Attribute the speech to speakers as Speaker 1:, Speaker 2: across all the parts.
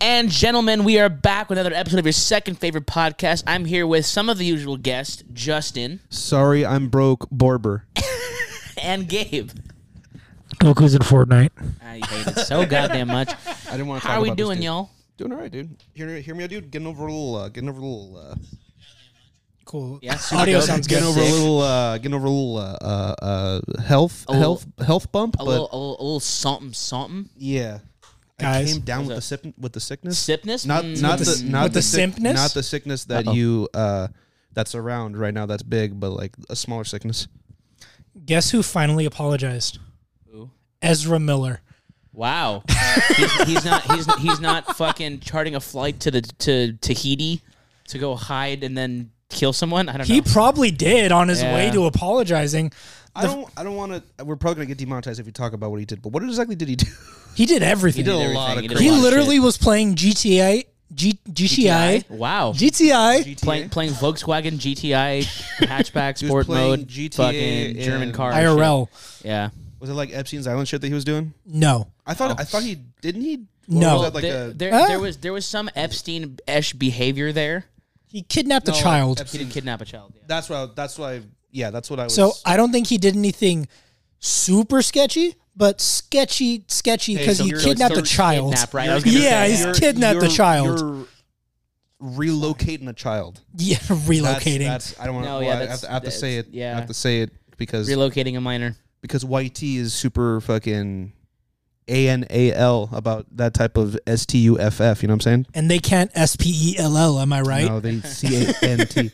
Speaker 1: and gentlemen, we are back with another episode of your second favorite podcast. I'm here with some of the usual guests, Justin
Speaker 2: Sorry, I'm broke, Borber.
Speaker 1: and Gabe.
Speaker 3: Goku's Oh, in Fortnite.
Speaker 1: I hate it so goddamn much.
Speaker 2: I didn't want to.
Speaker 1: How are we doing, y'all?
Speaker 2: Doing all right, dude. Hear, hear me out, dude. Getting over a little. Uh, getting over a little. Uh,
Speaker 3: Cool.
Speaker 1: Yeah, super
Speaker 3: Audio
Speaker 1: dope.
Speaker 3: sounds good.
Speaker 2: getting over a
Speaker 1: Sick.
Speaker 2: little. Uh, getting over a little. Uh, uh, uh, health,
Speaker 1: A
Speaker 2: health, health bump.
Speaker 1: A
Speaker 2: but
Speaker 1: little, a little, a little something, something.
Speaker 2: yeah, I
Speaker 3: Guys.
Speaker 2: came down with the
Speaker 1: What's
Speaker 2: sip, with the sickness.
Speaker 1: Sipness?
Speaker 2: Not
Speaker 1: Mm.
Speaker 2: not
Speaker 3: With the
Speaker 2: the
Speaker 3: s-
Speaker 2: not
Speaker 3: with the
Speaker 2: sick-
Speaker 3: simpness?
Speaker 2: Not the sickness that you uh that's around right now. That's big, but like a smaller sickness.
Speaker 3: Guess who finally apologized?
Speaker 1: Who?
Speaker 3: Ezra Miller.
Speaker 1: Wow, he's, he's not he's he's not fucking charting a flight to the to Tahiti to go hide and then kill someone. I don't
Speaker 3: He
Speaker 1: know.
Speaker 3: probably did on his
Speaker 1: Yeah.
Speaker 3: way to apologizing.
Speaker 2: I don't. I don't want to. We're probably gonna get demonetized if we talk about what he did. But what exactly did he do?
Speaker 3: He did everything. He,
Speaker 2: did a
Speaker 1: everything.
Speaker 2: lot of
Speaker 1: He did a
Speaker 2: crazy
Speaker 1: lot of
Speaker 3: literally was playing GTA, G, GTI,
Speaker 1: Wow.
Speaker 3: GTI.
Speaker 1: Playing playing Volkswagen GTI hatchback
Speaker 2: was
Speaker 1: sport
Speaker 2: playing
Speaker 1: mode
Speaker 2: GTA
Speaker 1: fucking German
Speaker 2: and-
Speaker 1: car and
Speaker 3: IRL.
Speaker 1: shit. Yeah.
Speaker 2: Was it like Epstein's Island shit that he was doing?
Speaker 3: No.
Speaker 2: I thought. I thought he didn't he. or
Speaker 3: No.
Speaker 2: was that Oh, like
Speaker 1: there,
Speaker 2: a-
Speaker 1: there,
Speaker 3: Ah.
Speaker 1: there was there was some Epstein esh behavior there.
Speaker 3: He kidnapped
Speaker 2: No,
Speaker 3: a child.
Speaker 2: Epstein-
Speaker 1: He didn't kidnap a child. Yeah.
Speaker 2: That's why. That's why. Yeah, that's what I was.
Speaker 3: so I don't think he did anything super sketchy, but sketchy, sketchy because
Speaker 2: so
Speaker 3: he
Speaker 2: you're- so
Speaker 3: kidnapped a
Speaker 1: it's
Speaker 3: child.
Speaker 1: kidnap, right? I was gonna
Speaker 3: Yeah,
Speaker 1: say,
Speaker 3: he's kidnapped the child.
Speaker 2: You're relocating a child.
Speaker 3: Yeah,
Speaker 2: That's-
Speaker 3: relocating.
Speaker 2: That's, I don't want
Speaker 1: No,
Speaker 2: well,
Speaker 1: yeah,
Speaker 2: I
Speaker 1: that's-
Speaker 2: have to, I have to
Speaker 1: that's-
Speaker 2: say it.
Speaker 1: yeah.
Speaker 2: I have to say it because
Speaker 1: relocating a minor.
Speaker 2: because YT is super fucking A N A L about that type of S T U F F. You know what I'm saying?
Speaker 3: and they can't S P E L L, am I right?
Speaker 2: No, they C A N T.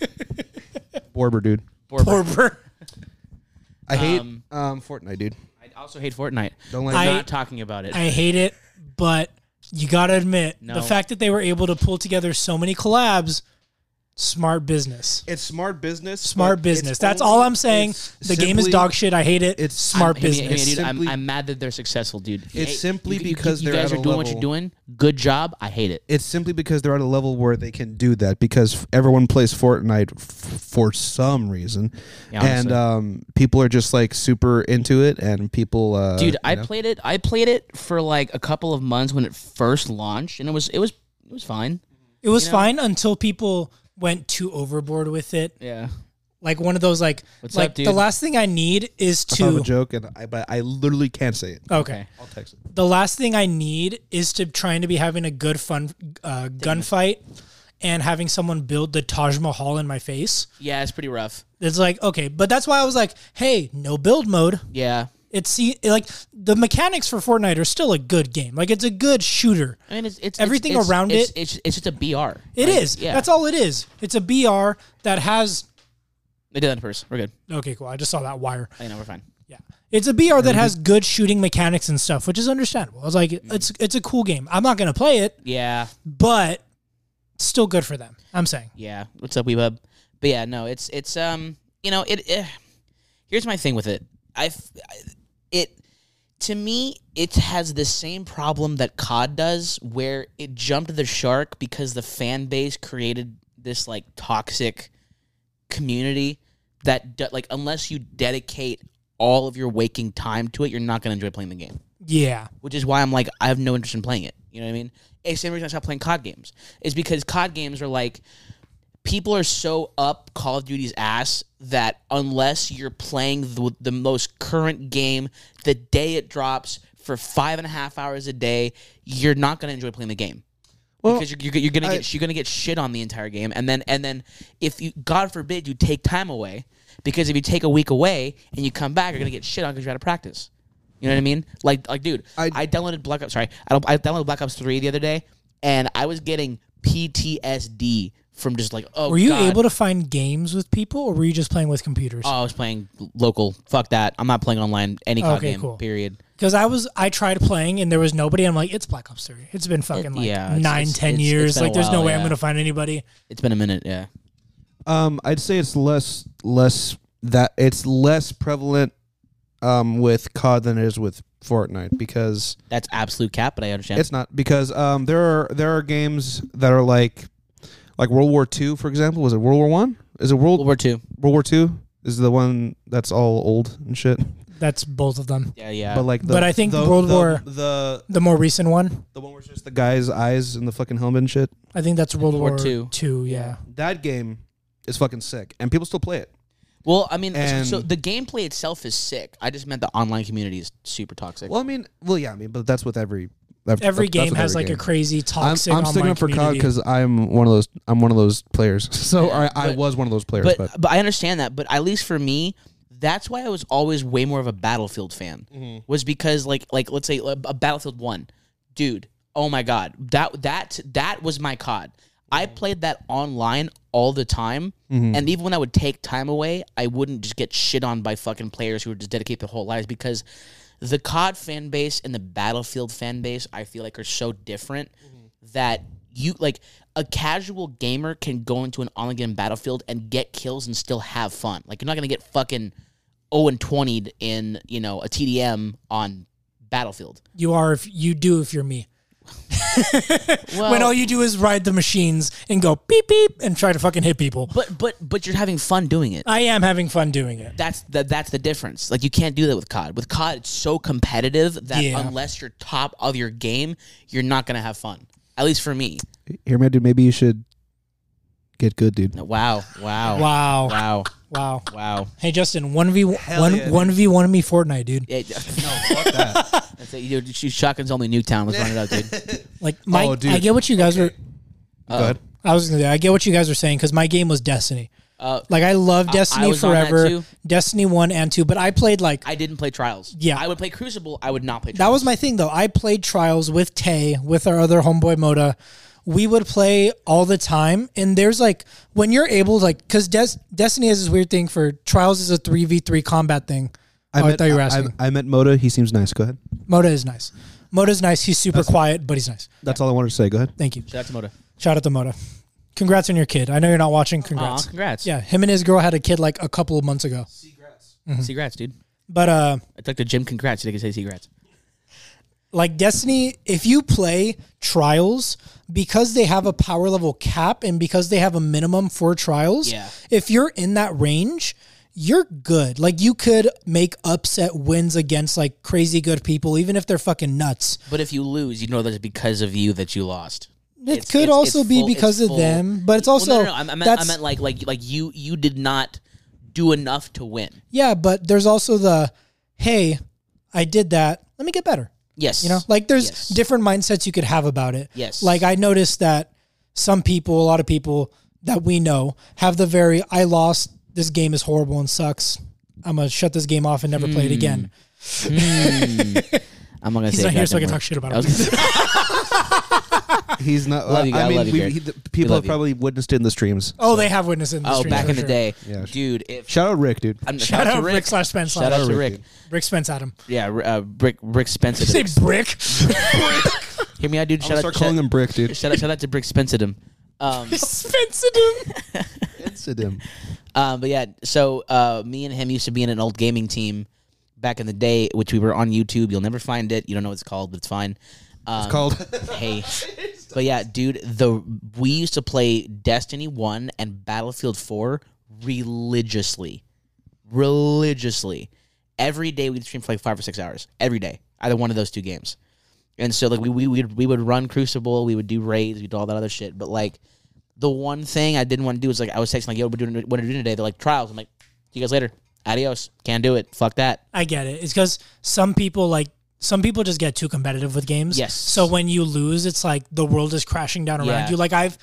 Speaker 2: Borber, dude.
Speaker 1: Borber.
Speaker 3: Or-
Speaker 2: I hate
Speaker 1: Um,
Speaker 2: um, Fortnite, dude.
Speaker 1: I also hate Fortnite.
Speaker 2: Don't like
Speaker 1: I'm
Speaker 3: I-
Speaker 1: not talking about it.
Speaker 3: I hate it, but you gotta admit
Speaker 1: No.
Speaker 3: the fact that they were able to pull together so many collabs, smart business.
Speaker 2: It's smart business.
Speaker 3: Smart
Speaker 2: but
Speaker 3: business.
Speaker 2: it's
Speaker 3: That's
Speaker 2: only-
Speaker 3: all I'm saying. The
Speaker 2: it's
Speaker 3: game is
Speaker 2: simply-
Speaker 3: dog shit. I hate it. It's
Speaker 2: it's-
Speaker 3: smart
Speaker 1: I mean- I mean,
Speaker 3: business.
Speaker 1: dude,
Speaker 2: simply-
Speaker 1: I'm, I'm mad that they're successful, dude. It's
Speaker 2: simply because
Speaker 1: you,
Speaker 2: they're
Speaker 1: guys
Speaker 2: at
Speaker 1: are
Speaker 2: a
Speaker 1: doing what you're
Speaker 2: level- Uh,
Speaker 1: doing. Good job. I hate it.
Speaker 2: it's simply because they're at a level where they can do that because everyone plays Fortnite f- for some reason,
Speaker 1: Yeah, honestly.
Speaker 2: and um, people are just like super into it, and people, uh,
Speaker 1: dude
Speaker 2: you
Speaker 1: i
Speaker 2: know.
Speaker 1: played it i played it for like a couple of months when it first launched and it was it was it was fine
Speaker 3: it was fine until people went too overboard with it.
Speaker 1: yeah
Speaker 3: Like one of those like
Speaker 1: What's
Speaker 3: like
Speaker 1: up, dude?
Speaker 3: the last thing I need is
Speaker 2: I thought of
Speaker 3: to
Speaker 2: a joke, and I, but I literally can't say it.
Speaker 3: okay.
Speaker 2: I'll text it.
Speaker 3: the last thing I need is to trying to be having a good fun uh, gunfight and having someone build the Taj Mahal in my face.
Speaker 1: yeah it's pretty rough
Speaker 3: It's like okay, but that's why I was like, hey, no build mode.
Speaker 1: yeah
Speaker 3: It's see, like the mechanics for Fortnite are still a good game. Like it's a good shooter.
Speaker 1: i mean it's it's
Speaker 3: Everything
Speaker 1: it's-
Speaker 3: around
Speaker 1: it's,
Speaker 3: it-
Speaker 1: it's, it's just a br
Speaker 3: It is.
Speaker 1: yeah
Speaker 3: That's all it is. It's a BR that has.
Speaker 1: they did that in person we're good
Speaker 3: Okay, cool. I just saw that wire.
Speaker 1: i know we're fine
Speaker 3: Yeah, it's a BR that has good shooting mechanics and stuff, which is understandable. I was like, it's it's a cool game. I'm not gonna play it,
Speaker 1: yeah
Speaker 3: but it's still good for them. I'm saying.
Speaker 1: yeah what's up weebub but yeah no it's it's um you know it, eh. here's my thing with it i f- I- it to me it has the same problem that cod does where it jumped the shark because the fan base created this like toxic community that de- like unless you dedicate all of your waking time to it you're not going to enjoy playing the game
Speaker 3: Yeah.
Speaker 1: which is why I'm like I have no interest in playing it. You know what I mean? It's the same reason I stopped playing COD games is because COD games are like people are so up Call of Duty's ass that unless you're playing the, the most current game the day it drops for five and a half hours a day, you're not gonna enjoy playing the game.
Speaker 2: Well,
Speaker 1: because you're, you're, you're gonna
Speaker 2: I-
Speaker 1: get you're gonna get shit on the entire game, and then and then if you God forbid you take time away, because if you take a week away and you come back, you're gonna get shit on because you're out of practice. You know what I mean? Like like dude, I,
Speaker 2: I-
Speaker 1: downloaded Black Ops. Sorry, I, don't- I downloaded Black Ops three the other day, and I was getting PTSD from just like oh.
Speaker 3: Were you
Speaker 1: God.
Speaker 3: able to find games with people, or were you just playing with computers?
Speaker 1: Oh, I was playing local. Fuck that. I'm not playing online any COD
Speaker 3: Okay,
Speaker 1: game.
Speaker 3: cool.
Speaker 1: Period.
Speaker 3: Because I was, I tried playing, and there was nobody. I'm like, it's Black Ops Three. It's been fucking like
Speaker 1: yeah,
Speaker 3: nine,
Speaker 1: it's- it's- it's-
Speaker 3: ten
Speaker 1: it's
Speaker 3: years.
Speaker 1: been a
Speaker 3: like, there's no
Speaker 1: while,
Speaker 3: way I'm
Speaker 1: yeah.
Speaker 3: gonna find anybody.
Speaker 1: It's been a minute. Yeah.
Speaker 2: Um, I'd say it's less less that it's less prevalent um with COD than it is with Fortnite because
Speaker 1: That's absolute cap, but I understand.
Speaker 2: it's not because um there are there are games that are like like World War Two for example was it World War One is it World
Speaker 1: World War Two.
Speaker 2: World War Two is the one that's all old and shit
Speaker 3: That's both of them.
Speaker 1: Yeah, yeah.
Speaker 2: But like, the,
Speaker 3: But I think
Speaker 2: the,
Speaker 3: World
Speaker 2: the-
Speaker 3: War-
Speaker 2: the
Speaker 3: The more recent one,
Speaker 2: the one where it's just the guy's eyes and the fucking helmet and shit.
Speaker 3: I think that's World
Speaker 1: War
Speaker 3: War,
Speaker 1: Two.
Speaker 3: Two.
Speaker 1: Yeah.
Speaker 3: yeah.
Speaker 2: That game is fucking sick, and people still play it.
Speaker 1: well, I mean, so- so
Speaker 2: and-
Speaker 1: the gameplay itself is sick. I just meant the online community is super toxic.
Speaker 2: Well, I mean, well, yeah, I mean, but that's with every that-
Speaker 3: Every
Speaker 2: that's
Speaker 3: game
Speaker 2: with
Speaker 3: has
Speaker 2: every
Speaker 3: like
Speaker 2: game.
Speaker 3: a crazy
Speaker 2: I'm,
Speaker 3: toxic.
Speaker 2: I'm sticking
Speaker 3: online
Speaker 2: up for COD
Speaker 3: community.
Speaker 2: because I'm one of those. I'm one of those players. So I, I
Speaker 1: but-
Speaker 2: was one of those players.
Speaker 1: but,
Speaker 2: But,
Speaker 1: but I understand that. But at least for me, that's why I was always way more of a Battlefield fan.
Speaker 2: Mm-hmm.
Speaker 1: Was because like like let's say like, a Battlefield One, dude. Oh my god, that that that was my COD. I
Speaker 2: Mm-hmm.
Speaker 1: played that online all the time, and even when I would take time away, I wouldn't just get shit on by fucking players who would just dedicate their whole lives because the COD fan base and the Battlefield fan base, I feel like, are so different
Speaker 2: Mm-hmm.
Speaker 1: that you like a casual gamer can go into an online game battlefield and get kills and still have fun. Like you're not gonna get fucking 0 and 20 in you know a TDM on Battlefield.
Speaker 3: you are if you do if you're me.
Speaker 1: Well,
Speaker 3: when all you do is ride the machines and go beep beep and try to fucking hit people.
Speaker 1: but but but you're having fun doing it.
Speaker 3: I am having fun doing it.
Speaker 1: That's the that's the difference. Like you can't do that with COD. With COD, it's so competitive that
Speaker 3: Yeah.
Speaker 1: unless you're top of your game, you're not gonna have fun. At least for me.
Speaker 2: here, man, dude, maybe you should get good, dude.
Speaker 1: Wow! Wow!
Speaker 3: Wow. Wow.
Speaker 1: Wow! Wow!
Speaker 3: Hey Justin, one v one
Speaker 2: yeah.
Speaker 3: one v one me Fortnite, dude.
Speaker 1: Yeah,
Speaker 2: Oh,
Speaker 1: no, fuck that. That's it. You, you, shotguns only Newtown. Let's run it out, dude.
Speaker 3: Like my,
Speaker 2: Oh, dude.
Speaker 3: I get what you guys were.
Speaker 2: Go ahead.
Speaker 3: I was gonna. Say, I get what you guys were saying because my game was Destiny.
Speaker 1: Uh,
Speaker 3: Like I love Destiny
Speaker 1: was on that
Speaker 3: forever.
Speaker 1: too.
Speaker 3: Destiny one and two, but I played like
Speaker 1: I didn't play Trials.
Speaker 3: Yeah.
Speaker 1: I would play Crucible. I would not play. Trials.
Speaker 3: that was my thing though. I played Trials with Tay, with our other homeboy Moda. We would play all the time, and there's like when you're able, like, because Des- Destiny has this weird thing for Trials is a three v three combat thing. oh, I
Speaker 2: met,
Speaker 3: thought you were
Speaker 2: I-
Speaker 3: asking.
Speaker 2: I, I met Moda. He seems nice. Go ahead.
Speaker 3: Moda is nice. Moda's nice. He's super quiet, but he's nice.
Speaker 2: That's all I wanted to say. Go ahead.
Speaker 3: Thank you.
Speaker 1: Shout out to Moda.
Speaker 3: Shout out to Moda. Congrats on your kid. I know you're not watching.
Speaker 1: Aw,
Speaker 3: Congrats.
Speaker 1: congrats.
Speaker 3: Yeah, him and his girl had a kid like a couple of months ago. Mm-hmm.
Speaker 1: Congrats, dude.
Speaker 3: But uh
Speaker 1: I took the gym congrats. You can say congrats.
Speaker 3: like Destiny, if you play trials because they have a power level cap and because they have a minimum for trials,
Speaker 1: Yeah.
Speaker 3: if you're in that range, you're good. Like you could make upset wins against like crazy good people, even if they're fucking nuts.
Speaker 1: But if you lose, you know that's because of you that you lost.
Speaker 3: It could also be because of them, but it's also
Speaker 1: Well, no, no, no. I, I meant, I
Speaker 3: that's
Speaker 1: meant like like like you you did not do enough to win.
Speaker 3: yeah. But there's also the hey, I did that. Let me get better.
Speaker 1: Yes.
Speaker 3: You know, like there's
Speaker 1: Yes.
Speaker 3: different mindsets you could have about it.
Speaker 1: Yes.
Speaker 3: Like I noticed that some people, a lot of people that we know, have the very I lost. This game is horrible and sucks. I'm gonna shut this game off and never
Speaker 1: Hmm.
Speaker 3: play it again.
Speaker 1: I'm not gonna
Speaker 3: He's
Speaker 1: say
Speaker 3: not
Speaker 1: a
Speaker 3: here, so
Speaker 1: goddamn
Speaker 3: I can
Speaker 1: word.
Speaker 3: talk shit about
Speaker 1: I was
Speaker 3: him.
Speaker 1: gonna say-
Speaker 2: He's not.
Speaker 1: Love you, guy.
Speaker 2: I mean,
Speaker 1: Love you,
Speaker 2: we-
Speaker 1: Garrett.
Speaker 2: he- the,
Speaker 1: We
Speaker 2: people
Speaker 1: love
Speaker 2: have
Speaker 1: you.
Speaker 2: probably witnessed it in the streams.
Speaker 3: Oh, they have witnessed it. In the
Speaker 1: oh,
Speaker 3: stream,
Speaker 1: back
Speaker 3: for
Speaker 1: in the
Speaker 3: sure.
Speaker 1: day,
Speaker 2: Yeah.
Speaker 1: dude. If
Speaker 2: Shout out Rick, dude.
Speaker 1: I'm,
Speaker 3: Shout out Rick slash Spence
Speaker 1: Shout out
Speaker 3: slash
Speaker 1: to Rick.
Speaker 2: Rick, dude.
Speaker 3: Rick Spence Adam.
Speaker 1: Yeah, uh, Rick Rick Spencer.
Speaker 3: Say brick.
Speaker 1: Hear me out, dude. Shout out.
Speaker 2: I'm gonna start
Speaker 1: shout-
Speaker 2: calling him Brick, dude.
Speaker 1: Shout out, shout out to Brick Spencer. Um,
Speaker 3: Spence Adam.
Speaker 2: Incident.
Speaker 1: Um, but yeah, so uh, me and him used to be in an old gaming team back in the day, which we were on YouTube. You'll never find it. You don't know what it's called, but it's fine. Um,
Speaker 2: It's called.
Speaker 1: Hey, but yeah, dude, the we used to play Destiny One and Battlefield Four religiously, religiously. Every day we'd stream for like five or six hours every day, either one of those two games. And so like we we we'd, we would run Crucible, we would do raids, we'd do all that other shit. But like the one thing I didn't want to do was like I was texting like, "Yo, we're doing what are we doing today?" They're like trials. I'm like, "See you guys later. Adios. Can't do it. Fuck that."
Speaker 3: I get it. It's because some people like some people just get too competitive with games.
Speaker 1: Yes.
Speaker 3: So when you lose, it's like the world is crashing down around
Speaker 1: Yeah.
Speaker 3: you. Like I've,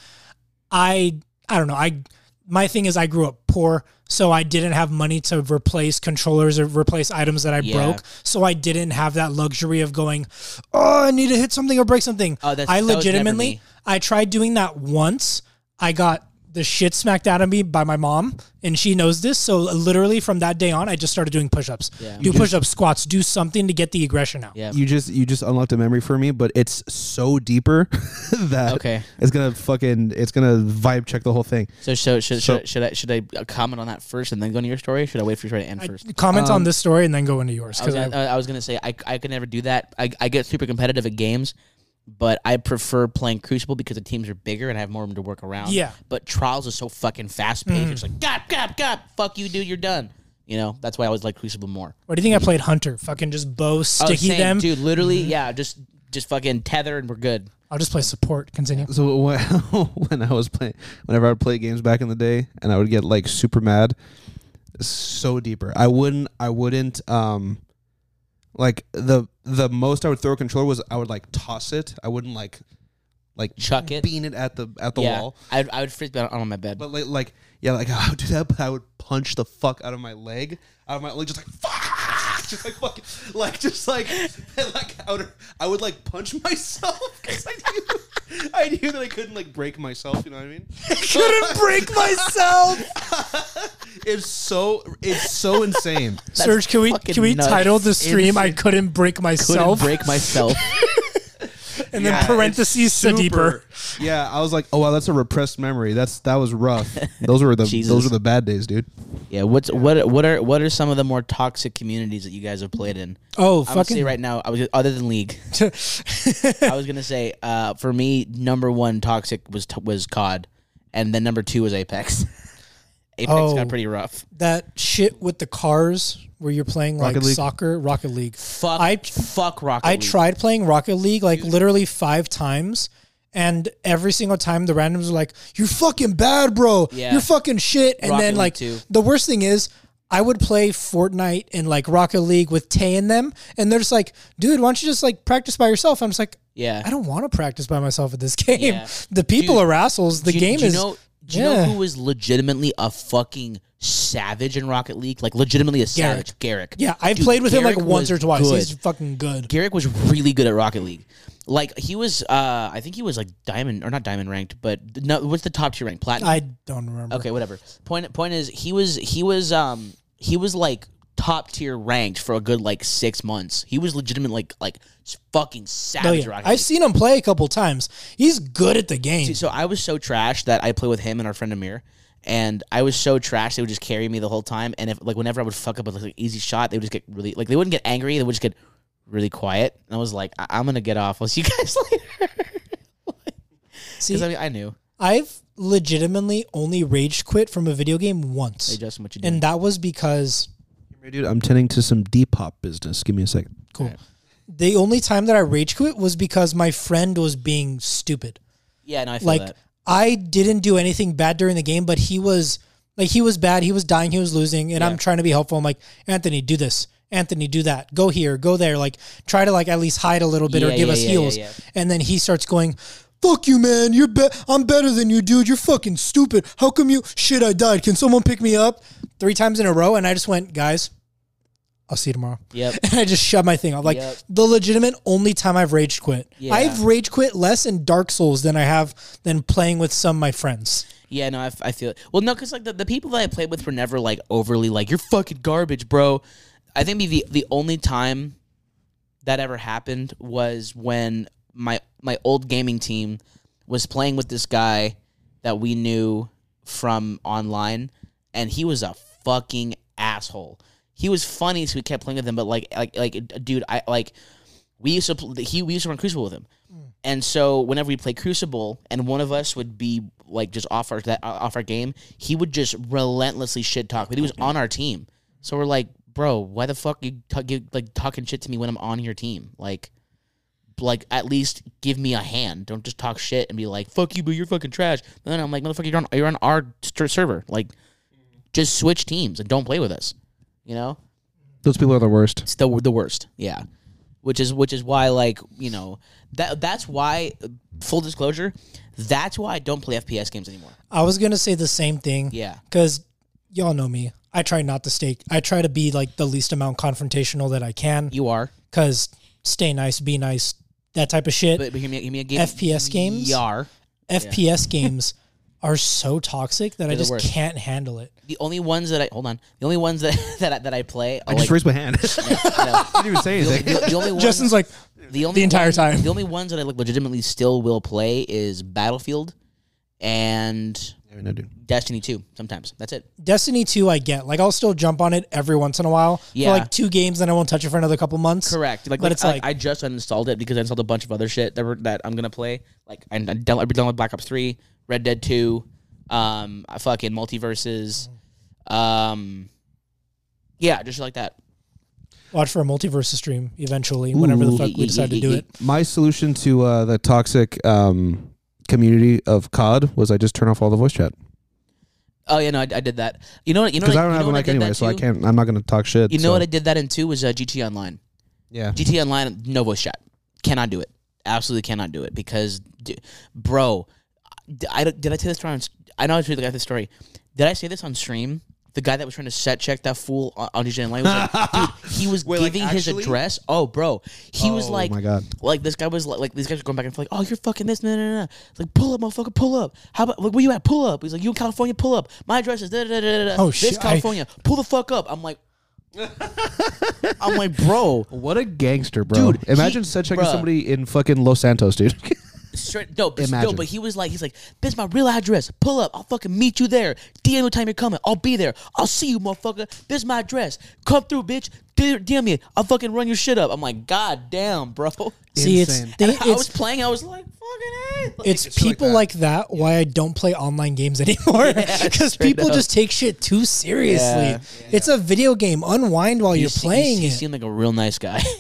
Speaker 3: I, I don't know. I my thing is I grew up poor, so I didn't have money to replace controllers or replace items that I
Speaker 1: Yeah.
Speaker 3: broke. So I didn't have that luxury of going, oh, I need to hit something or break something.
Speaker 1: Oh, that's-
Speaker 3: I
Speaker 1: that was never
Speaker 3: legitimately,
Speaker 1: me.
Speaker 3: I tried doing that once. I got the shit smacked out of me by my mom, and she knows this. So literally from that day on, I just started doing push-ups.
Speaker 1: Yeah.
Speaker 3: Do push-ups, squats, do something to get the aggression out.
Speaker 1: Yeah.
Speaker 2: You just you just unlocked a memory for me, but it's so deeper that
Speaker 1: Okay.
Speaker 2: it's gonna fucking it's gonna vibe check the whole thing.
Speaker 1: So, so, should,
Speaker 2: So-
Speaker 1: should, should I should I comment on that first and then go into your story? Should I wait for your story to end first?
Speaker 3: Comment on this story and then go into yours.
Speaker 1: I was,
Speaker 3: Because
Speaker 1: gonna, I was gonna say I, I could never do that. I, I get super competitive at games, but I prefer playing Crucible because the teams are bigger and I have more room to work around.
Speaker 3: Yeah.
Speaker 1: But Trials is so fucking fast paced. It's like God, God, God, fuck you, dude, you're done. You know, that's why I always like Crucible more.
Speaker 3: What do you think I played Hunter? Fucking just bow sticky
Speaker 1: Oh, same,
Speaker 3: them.
Speaker 1: dude. Literally, yeah. Just just fucking tether and we're good.
Speaker 3: I'll just play support. Continue.
Speaker 2: So when, when I was playing, whenever I would play games back in the day, and I would get like super mad, so deeper. I wouldn't. I wouldn't. Um, like the the most I would throw a controller was I would like toss it. I wouldn't like like
Speaker 1: Chuck it.
Speaker 2: bean it at the at the
Speaker 1: yeah,
Speaker 2: wall.
Speaker 1: I I would frisbee on, on my bed.
Speaker 2: But like like yeah, like I would do that. But I would punch the fuck out of my leg, out of my leg, just like fuck. Just like fucking, like just like, and, like I would, I would like punch myself because I knew, I knew that I couldn't like break myself. You know what I mean?
Speaker 3: Couldn't break myself.
Speaker 2: It's so it's so insane.
Speaker 3: Serge, can we
Speaker 1: fucking
Speaker 3: can we
Speaker 1: nuts.
Speaker 3: title the stream "I couldn't break
Speaker 1: Couldn't
Speaker 3: myself"
Speaker 1: break myself.
Speaker 3: and then
Speaker 2: Yeah,
Speaker 3: parentheses
Speaker 2: it's super-
Speaker 3: Sadiper.
Speaker 2: Yeah, I was like, oh wow, that's a repressed memory. That's that was rough. Those were the
Speaker 1: Jesus.
Speaker 2: those were the bad days, dude.
Speaker 1: yeah. What's what what are what are some of the more toxic communities that you guys have played in?
Speaker 3: Oh,
Speaker 1: I'm gonna say
Speaker 3: fucking
Speaker 1: right now. I was other than league. I was gonna say uh, for me, number one toxic was t- was COD, and then number two was Apex. Apex
Speaker 3: Oh.
Speaker 1: got pretty rough.
Speaker 3: that shit with the cars where you're playing like
Speaker 2: Rocket League.
Speaker 3: soccer, Rocket League.
Speaker 1: Fuck,
Speaker 3: I-
Speaker 1: fuck Rocket.
Speaker 3: I
Speaker 1: League.
Speaker 3: tried playing Rocket League like literally five times. And every single time the randoms were like, You're fucking bad, bro.
Speaker 1: Yeah.
Speaker 3: You're fucking shit. And
Speaker 1: Rocket
Speaker 3: then
Speaker 1: League
Speaker 3: like
Speaker 1: too.
Speaker 3: the worst thing is I would play Fortnite and like Rocket League with Tay and them, and they're just like, dude, why don't you just like practice by yourself? I'm just like,
Speaker 1: Yeah.
Speaker 3: I don't want to practice by myself at this game.
Speaker 1: Yeah.
Speaker 3: The people
Speaker 1: Dude,
Speaker 3: are assholes. The
Speaker 1: Do you-
Speaker 3: game
Speaker 1: do you
Speaker 3: is
Speaker 1: Know, do you know
Speaker 3: yeah.
Speaker 1: who was legitimately a fucking savage in Rocket League? Like legitimately a savage. Garrick.
Speaker 3: Yeah, I've
Speaker 1: Dude,
Speaker 3: played with him
Speaker 1: Garrick
Speaker 3: like once
Speaker 1: was
Speaker 3: or twice.
Speaker 1: good.
Speaker 3: He's fucking good.
Speaker 1: Garrick was really good at Rocket League. Like he was, uh, I think he was like diamond or not diamond ranked, but no, what's the top tier rank? Platinum.
Speaker 3: I don't remember.
Speaker 1: okay, whatever. Point point is he was he was um he was like top tier ranked for a good like six months. He was legitimate like like fucking
Speaker 3: Oh,
Speaker 1: savage.
Speaker 3: yeah.
Speaker 1: Rocket League.
Speaker 3: I've seen him play a couple times. He's good at the game.
Speaker 1: So I was so trash that I play with him and our friend Amir, and I was so trash they would just carry me the whole time. And if like whenever I would fuck up a like, easy shot, they would just get really like they wouldn't get angry. They would just get really quiet. And I was like, I- am gonna get off. I'll see you guys later.
Speaker 3: See,
Speaker 1: Because I mean, I knew.
Speaker 3: I've legitimately only rage quit from a video game
Speaker 1: Hey
Speaker 3: once,
Speaker 1: Justin, what you doing?
Speaker 3: and that was because
Speaker 2: Dude, I'm tending to some Depop business. Give me a second.
Speaker 3: cool. The only time that I rage quit was because my friend was being stupid.
Speaker 1: yeah, no, I feel
Speaker 3: Like
Speaker 1: that.
Speaker 3: I didn't do anything bad during the game, but he was like he was bad. He was dying. He was losing, and I'm trying to be helpful. I'm like Anthony, do this. Anthony, do that. Go here. Go there. Like try to like at least hide a little bit or
Speaker 1: Yeah,
Speaker 3: give
Speaker 1: yeah,
Speaker 3: us
Speaker 1: yeah,
Speaker 3: heals.
Speaker 1: yeah, yeah.
Speaker 3: And then he starts going. Fuck you, man. You're be- I'm better than you, dude. You're fucking stupid. How come you? Shit, I died. Can someone pick me up? Three times in a row, and I just went, guys. I'll see you tomorrow.
Speaker 1: Yep.
Speaker 3: And I just shut my thing off. Like
Speaker 1: Yep.
Speaker 3: the legitimate only time I've rage quit.
Speaker 1: Yeah.
Speaker 3: I've rage quit less in Dark Souls than I have than playing with some of my friends.
Speaker 1: Yeah, no, I, f- I feel it. Well, no, because like the, the people that I played with were never like overly like you're fucking garbage, bro. I think the the only time that ever happened was when my my old gaming team was playing with this guy that we knew from online, and he was a fucking asshole. He was funny, so we kept playing with him, but like like like dude, I like we used to pl- he we used to run Crucible with him, and so whenever we play Crucible, and one of us would be like just off our that, off our game, he would just relentlessly shit talk. But he was on our team, so we're like, bro, why the fuck you ta- give, like talking shit to me when I'm on your team? Like, like at least give me a hand. Don't just talk shit and be like, fuck you, boo, you're fucking trash. And then I'm like, motherfucker, you're on you're on our st- server. Like, just switch teams and don't play with us. You know
Speaker 2: Those people are the worst.
Speaker 1: it's the the worst. Yeah, which is which is why like you know that that's why full disclosure, that's why I don't play FPS games anymore.
Speaker 3: I was gonna say the same thing.
Speaker 1: Yeah,
Speaker 3: Cause y'all know me. I try not to stay I try to be like the least amount confrontational that I can.
Speaker 1: you are.
Speaker 3: Cause stay nice, be nice, that type of shit.
Speaker 1: But, but hear me, hear me again.
Speaker 3: FPS games?
Speaker 1: You are.
Speaker 3: FPS games are so toxic that I
Speaker 1: the
Speaker 3: just
Speaker 1: worst.
Speaker 3: can't handle it.
Speaker 1: The only ones that I hold on. The only ones that that I, that I play. Are
Speaker 2: I just
Speaker 1: like,
Speaker 2: raised my hand. I didn't even say anything.
Speaker 1: the, the only ones,
Speaker 3: Justin's like
Speaker 1: the, only
Speaker 3: the entire
Speaker 1: one-
Speaker 3: time.
Speaker 1: The only ones that I like legitimately still will play is Battlefield and
Speaker 2: Yeah, no, dude.
Speaker 1: Destiny Two. Sometimes that's it.
Speaker 3: Destiny 2 I get. Like I'll still jump on it every once in a while.
Speaker 1: Yeah.
Speaker 3: For like two games, then I won't touch it for another couple months.
Speaker 1: Correct. Like,
Speaker 3: But
Speaker 1: like,
Speaker 3: it's
Speaker 1: I,
Speaker 3: like-
Speaker 1: I just uninstalled it because I installed a bunch of other shit that were, that I'm gonna play. Like I, I down- I downloaded Black Ops Three, Red Dead Two, um, I fucking multiverses, um, Yeah, just like that.
Speaker 3: Watch for a multiverse stream eventually, whenever the
Speaker 2: Ooh.
Speaker 3: fuck we decide to do it.
Speaker 2: My solution to uh, the toxic um, community of COD was I just turn off all the voice chat
Speaker 1: Oh yeah, no, I, I did that. You know what? You know
Speaker 2: because
Speaker 1: what
Speaker 2: I don't
Speaker 1: you
Speaker 2: have
Speaker 1: know
Speaker 2: a
Speaker 1: what
Speaker 2: mic
Speaker 1: did
Speaker 2: anyway,
Speaker 1: that
Speaker 2: so I
Speaker 1: to?
Speaker 2: can't. I'm not gonna talk shit.
Speaker 1: You know
Speaker 2: so-
Speaker 1: what I did that in too was uh, GT Online.
Speaker 2: Yeah.
Speaker 1: GT Online, no voice chat. Cannot do it. Absolutely cannot do it because, d- bro, d- I, don't- did I say this on? I know I told the guy this story. Did I say this on stream? The guy that was trying to set check that fool on, on DJ Online was like, dude, he was
Speaker 2: Wait, like,
Speaker 1: giving his
Speaker 2: actually?
Speaker 1: address. Oh, bro, he was
Speaker 2: Oh
Speaker 1: like,
Speaker 2: my God.
Speaker 1: like this guy was like, like these guys were going back and forth, like, oh, you're fucking this, no, no, no, It's like pull up, motherfucker, pull up. How about like where you at? Pull up. He's like, you in California? Pull up. My address is da da da da da.
Speaker 3: Oh,
Speaker 1: this
Speaker 3: shit, I-
Speaker 1: California. pull the fuck up. I'm like, I'm like, bro,
Speaker 2: What a gangster, bro!
Speaker 1: Dude,
Speaker 2: Imagine
Speaker 1: he-
Speaker 2: set checking
Speaker 1: bruh.
Speaker 2: somebody in fucking Los Santos, dude.
Speaker 1: Straight, no, but, no,
Speaker 2: Imagine.
Speaker 1: but he was like, he's like, this is my real address. Pull up. I'll fucking meet you there. DM me what time you're coming. I'll be there. I'll see you, motherfucker. This is my address. Come through, bitch. D- DM me. I'll fucking run your shit up. I'm like, god damn, bro.
Speaker 3: See, it's
Speaker 2: Insane.
Speaker 3: the,
Speaker 1: And I was
Speaker 3: it's
Speaker 1: playing. I was like, fucking. A. Like,
Speaker 3: it's people like that. why I don't play online games anymore because
Speaker 1: straight
Speaker 3: people
Speaker 1: up.
Speaker 3: just take shit too seriously.
Speaker 1: Yeah.
Speaker 3: It's a video game. Unwind while you're
Speaker 1: se-
Speaker 3: playing
Speaker 1: He
Speaker 3: it.
Speaker 1: seemed like a real nice guy.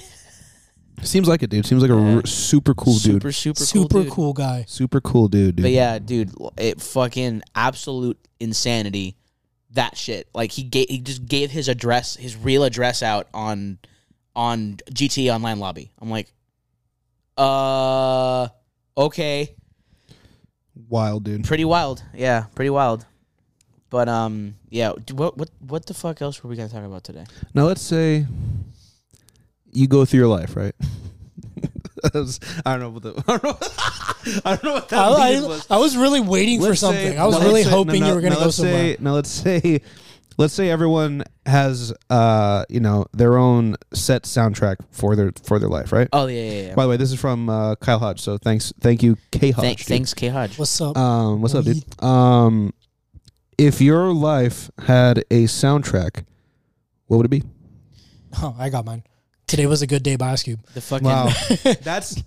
Speaker 2: Seems like it, dude. Seems like a r- super cool
Speaker 1: super,
Speaker 2: dude.
Speaker 1: super,
Speaker 3: Super
Speaker 1: cool.
Speaker 3: cool,
Speaker 1: dude.
Speaker 3: guy.
Speaker 2: Super cool dude, dude.
Speaker 1: But yeah, dude, it fucking absolute insanity. That shit. Like he gave, he just gave his address, his real address out on on GT online lobby. I'm like, uh, okay,
Speaker 2: Wild dude.
Speaker 1: pretty wild. Yeah, pretty wild. But um, yeah. d- What what what the fuck else were we gonna talk about today?
Speaker 2: Now let's say you go through your life, right? That was- I don't know what the I don't know, I don't know what that
Speaker 3: I,
Speaker 2: lead
Speaker 3: I-
Speaker 2: was.
Speaker 3: I was really waiting for
Speaker 2: Let's say-
Speaker 3: something. I was
Speaker 2: now
Speaker 3: really
Speaker 2: let's say-
Speaker 3: hoping
Speaker 2: now-
Speaker 3: you were going to
Speaker 2: now
Speaker 3: go
Speaker 2: let's
Speaker 3: somewhere.
Speaker 2: Say, now let's say, let's say everyone has, uh, you know, their own set soundtrack for their for their life, right?
Speaker 1: Oh yeah yeah yeah.
Speaker 2: By the way, this is from uh, Kyle Hodge, so thanks, thank you, K Hodge.
Speaker 1: Thank,
Speaker 2: dude.
Speaker 1: thanks, K Hodge.
Speaker 3: What's up?
Speaker 2: Um, what's up, dude? Um, if your life had a soundtrack, what would it be?
Speaker 3: oh, I got mine. Today was a good day, Bioscube. Cube.
Speaker 1: The fucking
Speaker 2: that's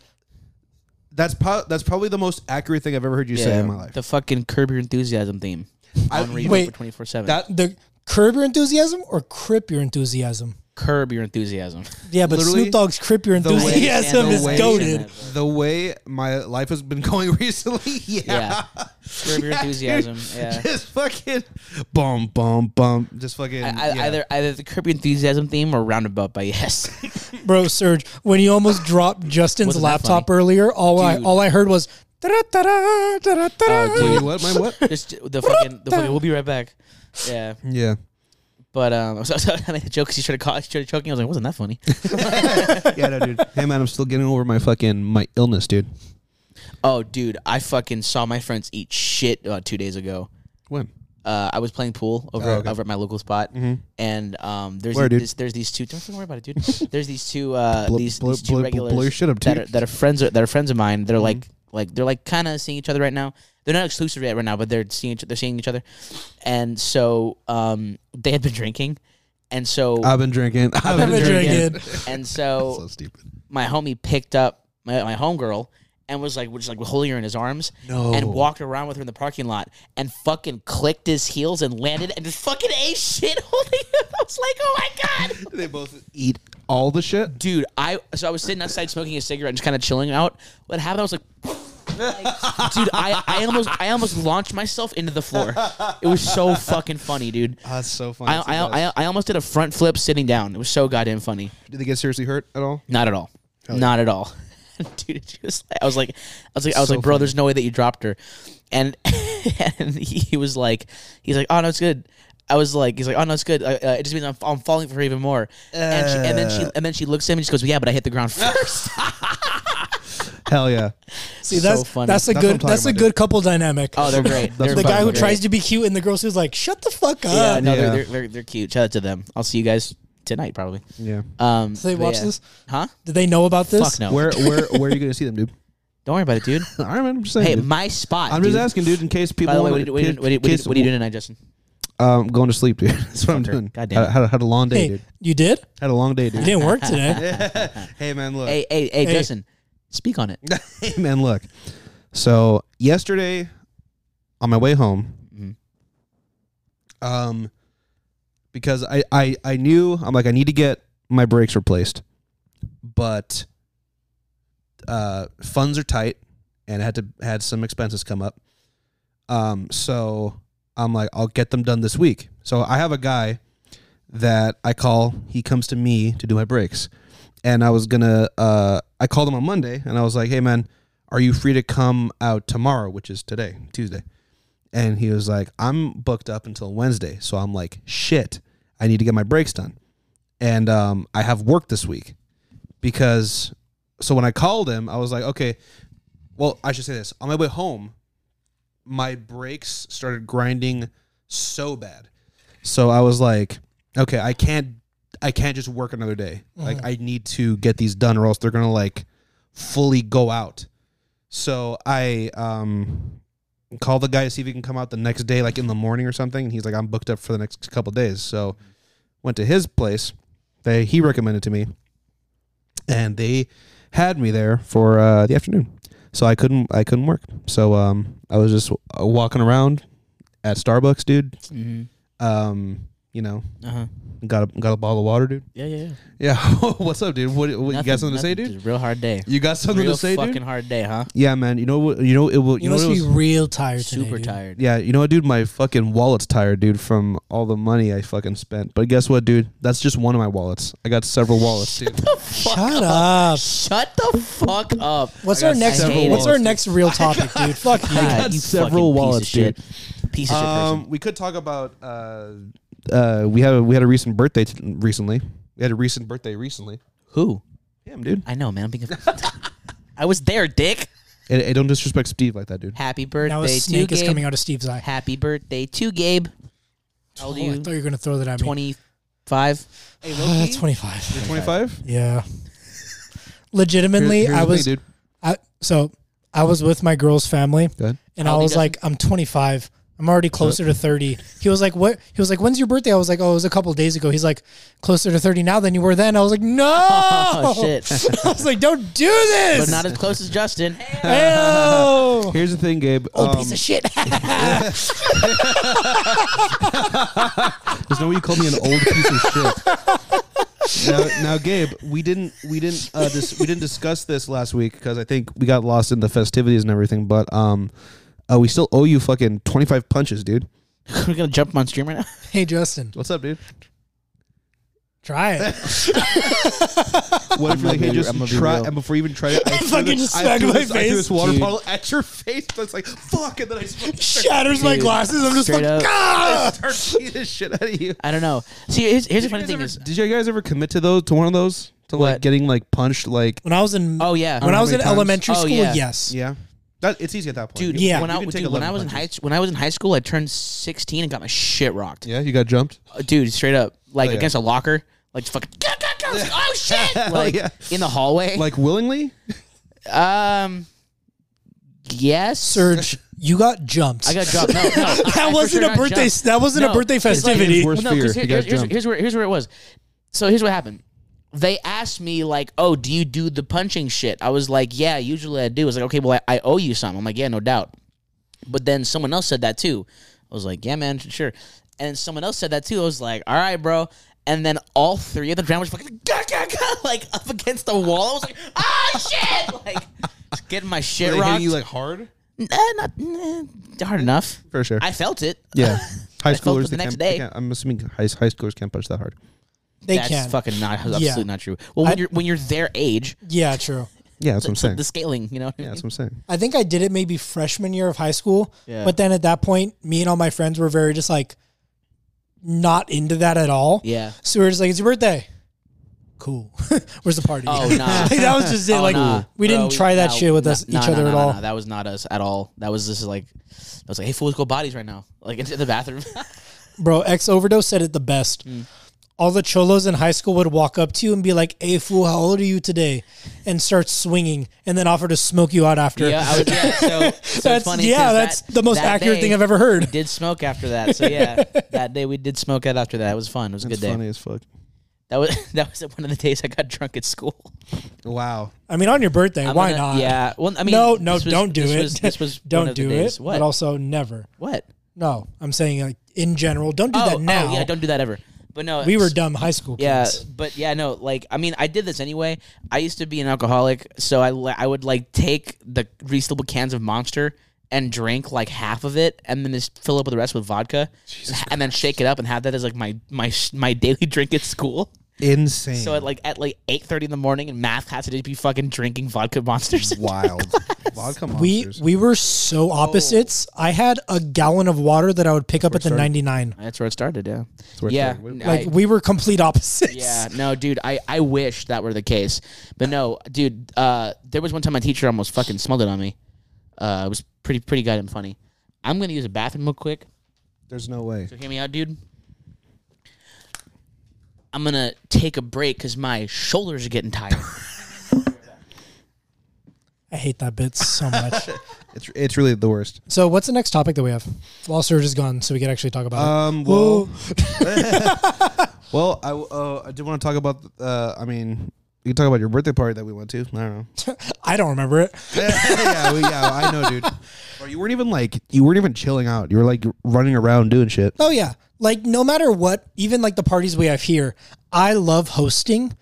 Speaker 2: that's po- that's probably the most accurate thing I've ever heard you
Speaker 1: yeah,
Speaker 2: say in my life.
Speaker 1: The fucking Curb Your Enthusiasm theme.
Speaker 2: I-
Speaker 1: on repeat
Speaker 3: wait,
Speaker 1: for twenty four seven.
Speaker 2: that
Speaker 3: The curb your enthusiasm or crip your enthusiasm?
Speaker 1: Curb Your Enthusiasm.
Speaker 3: Yeah, but
Speaker 2: Literally,
Speaker 3: Snoop Dogg's crip your
Speaker 2: the way-
Speaker 3: enthusiasm
Speaker 1: the
Speaker 3: is
Speaker 1: way-
Speaker 3: goaded.
Speaker 2: the way my life has been going recently. Yeah.
Speaker 1: Yeah. Curb Your
Speaker 2: Yeah, dude.
Speaker 1: Enthusiasm. Yeah.
Speaker 2: Just fucking bum bum bum. Just fucking
Speaker 1: I, I,
Speaker 2: yeah.
Speaker 1: Either either the Curb Your Enthusiasm theme or Roundabout by Yes.
Speaker 3: Bro, Serge, when you almost dropped Justin's
Speaker 1: Wasn't that
Speaker 3: laptop
Speaker 1: funny?
Speaker 3: earlier, all I
Speaker 1: Dude.
Speaker 3: all I heard was "Da-da-da-da, da-da-da-da."
Speaker 1: Oh,
Speaker 2: Wait, what? My what?
Speaker 1: Just the fucking the fucking. We'll be right back. Yeah,
Speaker 2: yeah.
Speaker 1: but um, so, so I made a joke because you started call, she started choking. I was like, wasn't that funny?
Speaker 2: Yeah, no, dude. Hey man, I'm still getting over my fucking my illness, dude.
Speaker 1: oh, dude, I fucking saw my friends eat shit about two days ago.
Speaker 2: When?
Speaker 1: Uh, I was playing pool over
Speaker 2: Oh, okay. Mm-hmm.
Speaker 1: over at my local spot, and um, there's
Speaker 2: Where, dude?
Speaker 1: this, there's these two. Don't fucking worry about it, dude. there's these two uh,
Speaker 2: Blow-
Speaker 1: these,
Speaker 2: blow-
Speaker 1: these two
Speaker 2: blow- blow
Speaker 1: regulars
Speaker 2: your shit up,
Speaker 1: that
Speaker 2: dude. Mm-hmm.
Speaker 1: are, that are friends that are friends of mine. They're like like they're like kind of seeing each other right now. They're not exclusive yet right now, but they're seeing each, they're seeing each other, and so um, they had been drinking, and so
Speaker 2: I've been drinking. I've,
Speaker 3: I've been drinking.
Speaker 1: and so
Speaker 2: So stupid.
Speaker 1: my homie picked up my, my homegirl and was like, was like holding her in his arms,
Speaker 2: No.
Speaker 1: and walked around with her in the parking lot, and fucking clicked his heels and landed, and just fucking ate shit holding him. I was like, oh my god,
Speaker 2: They both eat all the shit.
Speaker 1: dude. I so I was sitting outside smoking a cigarette, and just kind of chilling out. What happened? I was like. like, dude, I, I almost I almost launched myself into the floor. It was so fucking funny, dude.
Speaker 2: that's so funny.
Speaker 1: I, I, I, I almost did a front flip sitting down. It was so goddamn funny.
Speaker 2: Did they get seriously hurt at all?
Speaker 1: Not at all. Not at all. Dude, it was, I was like, I was like, I was
Speaker 2: So
Speaker 1: like, bro,
Speaker 2: funny.
Speaker 1: there's no way that you dropped her, and and he was like, he's like, oh no, it's good. I was like, he's like, oh no, it's good. Uh, uh, it just means I'm, I'm falling for her even more. and, she, and then
Speaker 2: Uh.
Speaker 1: she and then she looks at him and she goes, yeah, but I hit the ground first.
Speaker 2: Hell yeah.
Speaker 3: See, that's
Speaker 1: so funny.
Speaker 3: that's
Speaker 2: That's
Speaker 3: a
Speaker 2: what I'm
Speaker 3: good
Speaker 2: talking
Speaker 3: that's a
Speaker 2: about,
Speaker 3: good couple dynamic.
Speaker 1: oh, they're great.
Speaker 2: That's
Speaker 1: They're
Speaker 2: what
Speaker 3: the
Speaker 2: I'm
Speaker 3: guy who
Speaker 2: okay.
Speaker 1: fucking
Speaker 3: tries to be cute and the girl who's like, "Shut the fuck
Speaker 1: great. Yeah,
Speaker 3: up."
Speaker 1: no,
Speaker 2: Yeah.
Speaker 1: They're, they're, they're they're cute. Shout out to them. I'll see you guys tonight probably.
Speaker 2: Yeah.
Speaker 1: Um,
Speaker 3: Did they
Speaker 1: but
Speaker 3: watch
Speaker 1: yeah.
Speaker 3: this?
Speaker 1: Huh?
Speaker 3: Did they know about this?
Speaker 1: Fuck no.
Speaker 2: Where where where are you gonna see them, dude?
Speaker 1: Don't worry about it, dude.
Speaker 2: All right, man. I'm just saying.
Speaker 1: hey,
Speaker 2: dude.
Speaker 1: my spot.
Speaker 2: I'm
Speaker 1: dude.
Speaker 2: just asking, dude, in case people.
Speaker 1: By the way,
Speaker 2: wanna-
Speaker 1: what are you- what are you
Speaker 2: in
Speaker 1: what are you- what are you-
Speaker 2: case-
Speaker 1: what are you doing tonight, Justin?
Speaker 2: Um, going to sleep, dude. That's what I'm doing.
Speaker 1: God damn it.
Speaker 2: I had, had a long day,
Speaker 3: Hey,
Speaker 2: dude.
Speaker 3: you did?
Speaker 2: Had a long day,
Speaker 3: You
Speaker 2: dude.
Speaker 3: didn't work today.
Speaker 2: hey, man, look.
Speaker 1: Hey, hey, hey,
Speaker 3: Hey.
Speaker 1: Justin, speak on it.
Speaker 2: Hey, man, look. So yesterday, on my way home, um, because I, I I knew I'm like I need to get my brakes replaced, but uh, funds are tight, and I had to had some expenses come up. Um, so I'm like I'll get them done this week. So I have a guy that I call. He comes to me to do my brakes, and I was gonna uh, I called him on Monday, and I was like, Hey man, are you free to come out tomorrow, which is today, Tuesday? and he was like, "I'm booked up until Wednesday." So I'm like, "Shit, I need to get my breaks done," and um, I have work this week because. So when I called him, I was like, "Okay, well, I should say this. On my way home, my brakes started grinding so bad, so I was like, okay, I can't, I can't just work another day. Like, I need to get these done, or else they're gonna like fully go out." So I um call the guy to see if he can come out the next day, like in the morning or something. And he's like, I'm booked up for the next couple days. So went to his place that he recommended to me, and they had me there for uh, the afternoon. So I couldn't I couldn't work. So um, I was just uh, walking around at Starbucks, dude.
Speaker 1: Mm-hmm.
Speaker 2: Um, you know,
Speaker 1: Uh huh.
Speaker 2: got a, got a bottle of water, dude.
Speaker 1: Yeah, yeah. yeah.
Speaker 2: Yeah, what's up, dude? What, what you got something to say, dude?
Speaker 1: Just real hard day.
Speaker 2: You got something
Speaker 1: real
Speaker 2: to say,
Speaker 1: fucking
Speaker 2: dude?
Speaker 1: hard day, huh?
Speaker 2: Yeah, man. You know what? You know it will. You,
Speaker 3: You,
Speaker 2: know
Speaker 3: must
Speaker 2: what it
Speaker 3: be
Speaker 2: was-
Speaker 3: real tired today.
Speaker 1: Super
Speaker 3: dude.
Speaker 1: tired.
Speaker 2: Yeah, you know what, dude? My fucking wallet's tired, dude, from all the money I fucking spent. But guess what, dude? That's just one of my wallets. I got several wallets, dude.
Speaker 3: Shut up.
Speaker 1: Shut the fuck up.
Speaker 3: What's
Speaker 2: I
Speaker 3: our
Speaker 2: got
Speaker 3: next?
Speaker 1: several
Speaker 3: What's our
Speaker 2: wallets.
Speaker 3: next real topic, dude? Fuck you.
Speaker 1: God,
Speaker 2: got
Speaker 1: you
Speaker 2: several
Speaker 1: fucking
Speaker 2: wallets,
Speaker 1: piece of shit. Piece of shit
Speaker 2: um, we could talk about uh, uh, we had a, we had a recent birthday t- recently. We had a recent birthday recently.
Speaker 1: person. Who?
Speaker 2: Damn, dude.
Speaker 1: I know, man. I'm being I was there, dick.
Speaker 2: Hey, hey, don't disrespect Steve like that, dude.
Speaker 1: Happy
Speaker 3: Now a
Speaker 1: birthday to
Speaker 3: snake is coming
Speaker 1: Gabe.
Speaker 3: out of Steve's eye.
Speaker 1: Happy birthday to Gabe. How
Speaker 3: Oh,
Speaker 1: old are
Speaker 3: I
Speaker 1: you?
Speaker 3: thought you were gonna throw that at me.
Speaker 1: 25?
Speaker 3: Uh, Twenty-five.
Speaker 2: You're 25.
Speaker 3: Yeah. Legitimately, I was.
Speaker 2: dude.
Speaker 3: I, so I was with my girl's family,
Speaker 2: Go ahead.
Speaker 3: and
Speaker 1: How
Speaker 3: I
Speaker 1: old
Speaker 3: was
Speaker 1: he
Speaker 3: like, "I'm 25. I'm already closer to 30." He was like, "What?" He was like, "When's your birthday?" I was like, "Oh, it was a couple days ago." He's like, "Closer to 30 now than you were then." I was like, "No!"
Speaker 1: Oh, shit.
Speaker 3: I was like, "Don't do this!"
Speaker 1: but not as close as Justin.
Speaker 3: Ayo!
Speaker 2: Here's the thing, Gabe.
Speaker 3: Old
Speaker 2: Um,
Speaker 3: piece of shit.
Speaker 2: There's no way you called me an old piece of shit. Now, now, Gabe, we didn't we didn't uh, dis- we didn't discuss this last week because I think we got lost in the festivities and everything. But um, uh, we still owe you fucking 25 punches, dude.
Speaker 1: We're going to jump on stream right now.
Speaker 3: hey, Justin,
Speaker 2: What's up, dude?
Speaker 3: try it.
Speaker 2: What if you're like, hey,
Speaker 1: be-
Speaker 2: just
Speaker 1: I'm gonna be
Speaker 2: try,
Speaker 1: real.
Speaker 2: and before you even try it, I threw
Speaker 3: Fucking
Speaker 2: this-
Speaker 3: just
Speaker 2: I
Speaker 3: smacked
Speaker 2: threw
Speaker 3: my
Speaker 2: this- I threw
Speaker 3: face.
Speaker 2: this water
Speaker 1: Dude.
Speaker 2: bottle at your face. That's like fuck, and then I just fucking
Speaker 3: Shatters my
Speaker 1: Dude,
Speaker 3: glasses. I'm just
Speaker 1: straight up.
Speaker 3: like, "Ah!"
Speaker 2: start beating the shit out of you.
Speaker 1: I don't know. See, here's, here's the
Speaker 2: Did you
Speaker 1: funny
Speaker 2: guys
Speaker 1: thing
Speaker 2: ever-
Speaker 1: is.
Speaker 2: did you guys ever commit to those to one of those to like
Speaker 1: What?
Speaker 2: getting like punched like
Speaker 3: When I was in,
Speaker 1: Oh, yeah.
Speaker 3: when I
Speaker 2: how
Speaker 3: was
Speaker 2: many
Speaker 3: in
Speaker 2: times?
Speaker 3: elementary
Speaker 1: Oh,
Speaker 3: school,
Speaker 1: yeah.
Speaker 3: yes.
Speaker 2: yeah, that it's easy at that point.
Speaker 1: Dude,
Speaker 3: Yeah.
Speaker 1: when,
Speaker 2: You
Speaker 1: I,
Speaker 2: can take
Speaker 1: dude, when
Speaker 2: 11
Speaker 1: I was in
Speaker 2: punches.
Speaker 1: high s- when I was in high school, I turned 16 and got my shit rocked.
Speaker 2: Yeah, you got jumped.
Speaker 1: Uh, dude, straight up, like
Speaker 2: Oh, yeah.
Speaker 1: against a locker, like just fucking. I was like, oh shit! Like
Speaker 2: yeah.
Speaker 1: in the hallway.
Speaker 2: Like willingly?
Speaker 1: um, yes,
Speaker 3: Serge, you got jumped.
Speaker 1: I got dropped. No, no,
Speaker 3: that wasn't a birthday. That wasn't a birthday festivity.
Speaker 2: Worst
Speaker 1: Well, no, 'cause here-
Speaker 2: fear, he got
Speaker 1: here's, here's-
Speaker 2: jumped.
Speaker 1: here's where here's where it was. So here's what happened. They asked me like, "Oh, do you do the punching shit?" I was like, "Yeah, usually I do." I was like, "Okay, well, I, I owe you some." I'm like, "Yeah, no doubt." But then someone else said that too. I was like, "Yeah, man, sure." And someone else said that too. I was like, "All right, bro." And then all three of the drowners fucking gah, gah, gah, like up against the wall. I was like, "Ah, shit!" Like just getting my shit rocked.
Speaker 2: like hard?
Speaker 1: Nah, not nah, hard enough.
Speaker 2: For sure.
Speaker 1: I felt it.
Speaker 2: yeah. High
Speaker 1: felt it
Speaker 2: schoolers
Speaker 1: the
Speaker 2: they
Speaker 1: next
Speaker 2: can't, they
Speaker 1: day.
Speaker 2: can't- I'm assuming high, high schoolers can't punch that hard.
Speaker 3: They
Speaker 1: That's
Speaker 3: can.
Speaker 1: fucking not absolutely not true. Well, when
Speaker 3: I-
Speaker 1: you're when you're their age,
Speaker 3: yeah, true.
Speaker 2: Yeah, that's what I'm
Speaker 1: so
Speaker 2: saying.
Speaker 1: the scaling, you know. what I
Speaker 2: yeah, that's
Speaker 1: mean?
Speaker 2: what I'm saying.
Speaker 3: I think I did it maybe freshman year of high school.
Speaker 1: Yeah.
Speaker 3: But then at that point, me and all my friends were very just like not into that at all.
Speaker 1: Yeah.
Speaker 3: So we were just like, it's your birthday. Cool. Where's the party?
Speaker 1: Oh, nah.
Speaker 3: like, that was just it.
Speaker 1: Oh,
Speaker 3: like
Speaker 1: nah.
Speaker 3: we
Speaker 1: Bro,
Speaker 3: didn't try that
Speaker 1: nah,
Speaker 3: shit with
Speaker 1: nah,
Speaker 3: us
Speaker 1: nah,
Speaker 3: each
Speaker 1: nah,
Speaker 3: other
Speaker 1: nah,
Speaker 3: at
Speaker 1: nah,
Speaker 3: all.
Speaker 1: nah, that was not us at all. That was this is like, I was like, hey, fools, go bodies right now, like into the bathroom.
Speaker 3: Bro, ex overdose said it the best.
Speaker 1: Mm.
Speaker 3: All the cholos in high school would walk up to you and be like, "Hey fool, how old are you today?" and start swinging, and then offer to smoke you out after.
Speaker 1: yeah, I was, yeah. So, so
Speaker 3: that's
Speaker 1: it's funny.
Speaker 3: yeah,
Speaker 1: 'cause
Speaker 3: that's
Speaker 1: that-
Speaker 3: the most
Speaker 1: that
Speaker 3: accurate
Speaker 1: day,
Speaker 3: thing I've ever
Speaker 1: We
Speaker 3: heard.
Speaker 1: did smoke after that, so yeah, that day we did smoke out after that. It was fun. It was a
Speaker 2: That's
Speaker 1: good day.
Speaker 2: funny as fuck.
Speaker 1: That was that was one of the days I got drunk at school.
Speaker 2: Wow.
Speaker 3: I mean, on your birthday,
Speaker 1: I'm
Speaker 3: why
Speaker 1: gonna-
Speaker 3: not?
Speaker 1: Yeah. Well, I mean,
Speaker 3: no, no,
Speaker 1: this was-
Speaker 3: don't do
Speaker 1: this
Speaker 3: it.
Speaker 1: Was, this was one
Speaker 3: don't
Speaker 1: of the
Speaker 3: do
Speaker 1: days.
Speaker 3: it.
Speaker 1: What?
Speaker 3: But also, never.
Speaker 1: what?
Speaker 3: No, I'm saying like in general, don't do
Speaker 1: oh,
Speaker 3: that now.
Speaker 1: Oh, yeah, don't do that ever. But no,
Speaker 3: We were
Speaker 1: s-
Speaker 3: dumb high school
Speaker 1: Yeah,
Speaker 3: kids.
Speaker 1: but yeah, no, like I mean, I did this anyway. I used to be an alcoholic, so I li- I would like take the reasonable cans of Monster and drink like half of it, and then just fill up with the rest with vodka, and then shake it up and have that as like my my sh- my daily drink at school.
Speaker 2: Insane.
Speaker 1: So at like at like eight thirty in the morning in math class, I'd just be fucking drinking vodka monsters.
Speaker 2: wild. Vodka
Speaker 3: We
Speaker 2: monsters.
Speaker 3: we were so opposites.
Speaker 1: Oh.
Speaker 3: I had a gallon of water that I would pick up at the
Speaker 2: started.
Speaker 3: 99.
Speaker 1: That's where it started. Yeah,
Speaker 2: where it
Speaker 1: yeah,
Speaker 2: started.
Speaker 1: I-
Speaker 3: Like we were complete opposites.
Speaker 1: Yeah, no, dude, I, I wish that were the case. But no, dude, uh, there was one time my teacher almost fucking smelled it on me. Uh, it was pretty pretty goddamn funny. I'm gonna use a bathroom real quick.
Speaker 2: There's no way.
Speaker 1: So hear me out, dude. I'm gonna take a break because my shoulders are getting tired.
Speaker 3: I hate that bit so much.
Speaker 2: It's it's really the worst.
Speaker 3: so what's the next topic that we have? While Serge is gone, so we can actually talk about it.
Speaker 2: Um. Well. well, I uh, I did want to talk about. Uh, I mean, we can talk about your birthday party that we went to. I don't know.
Speaker 3: I don't remember it.
Speaker 2: yeah, we, yeah, I know, dude. Bro, you weren't even like you weren't even chilling out. You were like running around doing shit.
Speaker 3: Oh yeah. Like no matter what, even like the parties we have here, I love hosting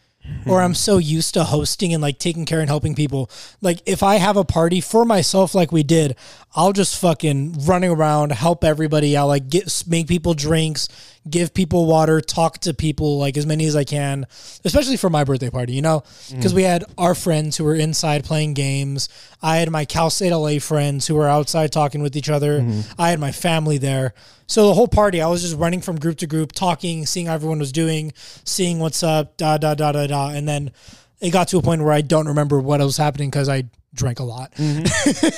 Speaker 3: or I'm so used to hosting and like taking care and helping people. Like if I have a party for myself like we did, I'll just fucking running around, help everybody out, like get make people drinks, give people water, talk to people like as many as I can, especially for my birthday party, you know? Cuz we had our friends who were inside playing games. I had my Cal State LA friends who were outside talking with each other. I had my family there. So the whole party, I was just running from group to group, talking, seeing how everyone was doing, seeing what's up, da da da da da, and then it got to a point where I don't remember what was happening because I drank a lot.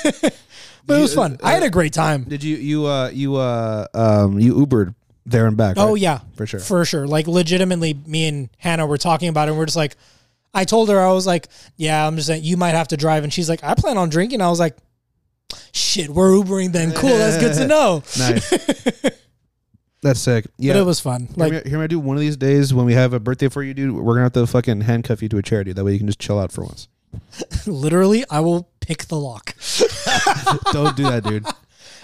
Speaker 3: but it was fun. I had a great time.
Speaker 2: Did you you uh you uh um you Ubered there and back?
Speaker 3: Oh
Speaker 2: right?
Speaker 3: yeah,
Speaker 2: for sure.
Speaker 3: for sure. Like legitimately, me and Hannah were talking about it. and We're just like, I told her I was like, yeah, I'm just saying you might have to drive, and she's like, I plan on drinking. I was like, shit, we're Ubering then. Cool, that's good to know.
Speaker 2: nice. That's sick. Yeah,
Speaker 3: But it was fun.
Speaker 2: Hear
Speaker 3: Like
Speaker 2: me- hear me, I do one of these days when we have a birthday for you, dude. We're gonna have to fucking handcuff you to a chair, dude. That way you can just chill out for once.
Speaker 3: literally, I will pick the lock.
Speaker 2: Don't do that, dude.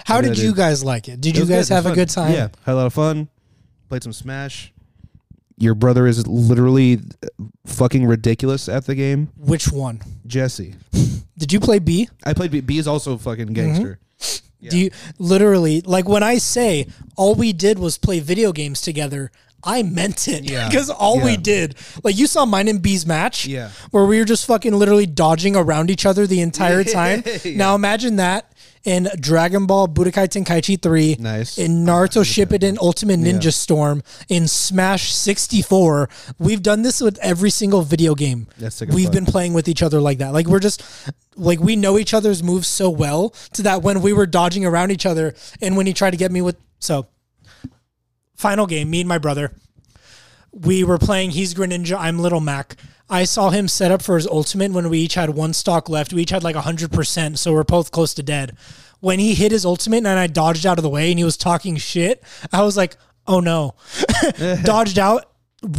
Speaker 3: How
Speaker 2: Yeah,
Speaker 3: did
Speaker 2: dude.
Speaker 3: you guys like it?
Speaker 2: It
Speaker 3: Did you
Speaker 2: was
Speaker 3: guys
Speaker 2: good. It was
Speaker 3: have a
Speaker 2: fun.
Speaker 3: good time?
Speaker 2: Yeah, had a lot of fun. Played some Smash. Your brother is literally fucking ridiculous at the game,
Speaker 3: Which one?
Speaker 2: Jesse.
Speaker 3: Did you play B?
Speaker 2: I played B. B is also
Speaker 3: Mm-hmm.
Speaker 2: fucking gangster.
Speaker 3: Do you literally like when I say all we did was play video games together? I meant it
Speaker 2: Yeah.
Speaker 3: because all we
Speaker 2: Yeah.
Speaker 3: did, like you saw mine and B's match,
Speaker 2: Yeah.
Speaker 3: where we were just fucking literally dodging around each other the entire time. Now imagine that in Dragon Ball Budokai Tenkaichi three,
Speaker 2: Nice.
Speaker 3: in Naruto Shippuden Ultimate Ninja Storm, in Smash sixty four. We've done this with every single video game
Speaker 2: That's sick as
Speaker 3: we've
Speaker 2: fuck.
Speaker 3: been playing with each other like that. Like we're just like we know each other's moves so well to that when we were dodging around each other and when he tried to get me with so final game, me and my brother. We were playing he's Greninja, I'm Little Mac. I saw him set up for his ultimate when we each had one stock left. We each had like 100%, so we're both close to dead. When he hit his ultimate and I dodged out of the way and he was talking shit, I was like, "Oh no." dodged out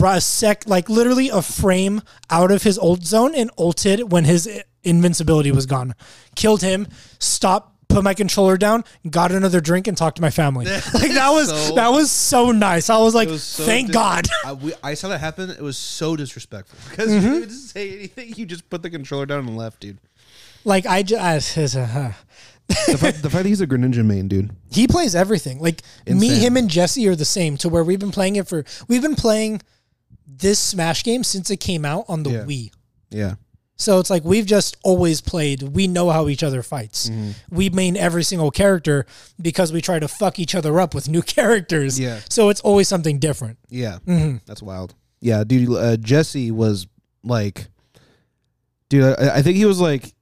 Speaker 3: a sec like literally a frame out of his old zone and ulted when his invincibility was gone killed him stopped put my controller down got another drink and talked to my family like that was
Speaker 2: So-
Speaker 3: that was so nice i was like
Speaker 2: was so
Speaker 3: thank
Speaker 2: dis-
Speaker 3: god Mm-hmm.
Speaker 2: I, we, I saw that happen. It was so disrespectful because you didn't say anything. You just put the controller down and left, dude.
Speaker 3: like i just uh,
Speaker 2: The fact, the fact that he's a Greninja main, dude.
Speaker 3: he plays everything like me
Speaker 2: Insane.
Speaker 3: him and jesse are the same to where we've been playing it for we've been playing this smash game since it came out on the
Speaker 2: Yeah.
Speaker 3: wii
Speaker 2: Yeah,
Speaker 3: So it's like we've just always played. We know how each other fights.
Speaker 2: Mm-hmm.
Speaker 3: We main every single character because we try to fuck each other up with new characters.
Speaker 2: Yeah.
Speaker 3: So it's always something different. Mm-hmm.
Speaker 2: yeah. That's wild. Yeah, dude. Uh, Jesse was like, dude. I, I think he was like,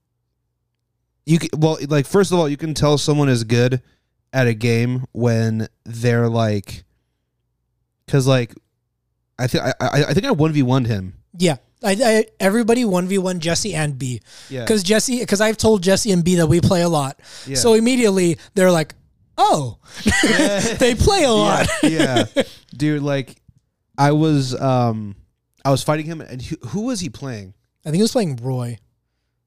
Speaker 2: you. c- Well, like first of all, you can tell someone is good at a game when they're like, because like, I think I I I think I one v one him.
Speaker 3: Yeah. I, I everybody one v one Jesse and B
Speaker 2: Yeah.
Speaker 3: because Jesse because I've told Jesse and B that we play a lot.
Speaker 2: Yeah.
Speaker 3: So immediately they're like, oh, they play a lot.
Speaker 2: yeah, dude. Like, I was um, I was fighting him, and who, who was he playing?
Speaker 3: I think he was playing Roy.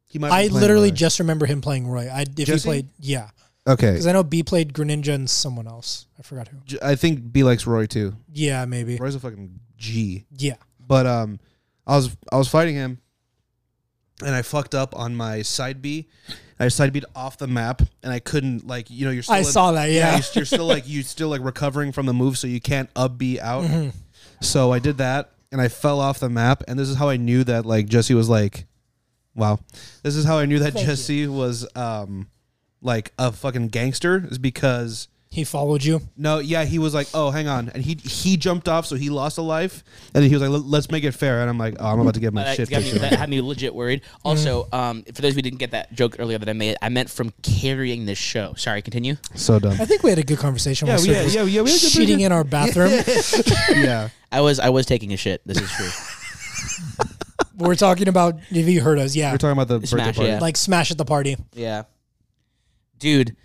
Speaker 2: He might. have
Speaker 3: I
Speaker 2: been playing
Speaker 3: literally
Speaker 2: Roy.
Speaker 3: just remember him playing Roy. I if
Speaker 2: Jesse?
Speaker 3: he played, yeah,
Speaker 2: Okay.
Speaker 3: Because I know B played Greninja and someone else. I forgot who.
Speaker 2: J- I think B likes Roy too.
Speaker 3: Yeah, maybe.
Speaker 2: Roy's a fucking G.
Speaker 3: Yeah.
Speaker 2: But um, I was I was fighting him, and I fucked up on my side B. I side beat off the map, and I couldn't like you know you're. Still
Speaker 3: I
Speaker 2: in-
Speaker 3: saw that, yeah.
Speaker 2: you're, you're still like you still like recovering from the move, so you can't up B out.
Speaker 3: Mm-hmm.
Speaker 2: So I did that, and I fell off the map, and this is how I knew that like Jesse was like, wow, this is how I knew that
Speaker 3: Thank you.
Speaker 2: Jesse was um like a fucking gangster is because
Speaker 3: He followed you.
Speaker 2: no, yeah, he was like, "Oh, hang on," and he he jumped off, so he lost a life, and then he was like, "Let's make it fair," and I'm like, "Oh, I'm about to get my
Speaker 1: That,
Speaker 2: shit
Speaker 1: got me,
Speaker 2: kicked."
Speaker 1: that had me legit worried. Also, um, for those who didn't get that joke earlier that I made, I meant from carrying this show. Sorry, continue.
Speaker 2: So dumb.
Speaker 3: I think we had a good conversation.
Speaker 2: Yeah,
Speaker 3: with
Speaker 2: we- yeah, yeah, yeah, we had a good-
Speaker 3: cheating in our bathroom.
Speaker 2: yeah,
Speaker 1: I was I was taking a shit. This is true.
Speaker 3: We're talking about if you heard us, yeah,
Speaker 2: we're talking about the
Speaker 1: Smash,
Speaker 2: birthday party.
Speaker 1: yeah.
Speaker 3: like smash at the party.
Speaker 1: yeah, dude.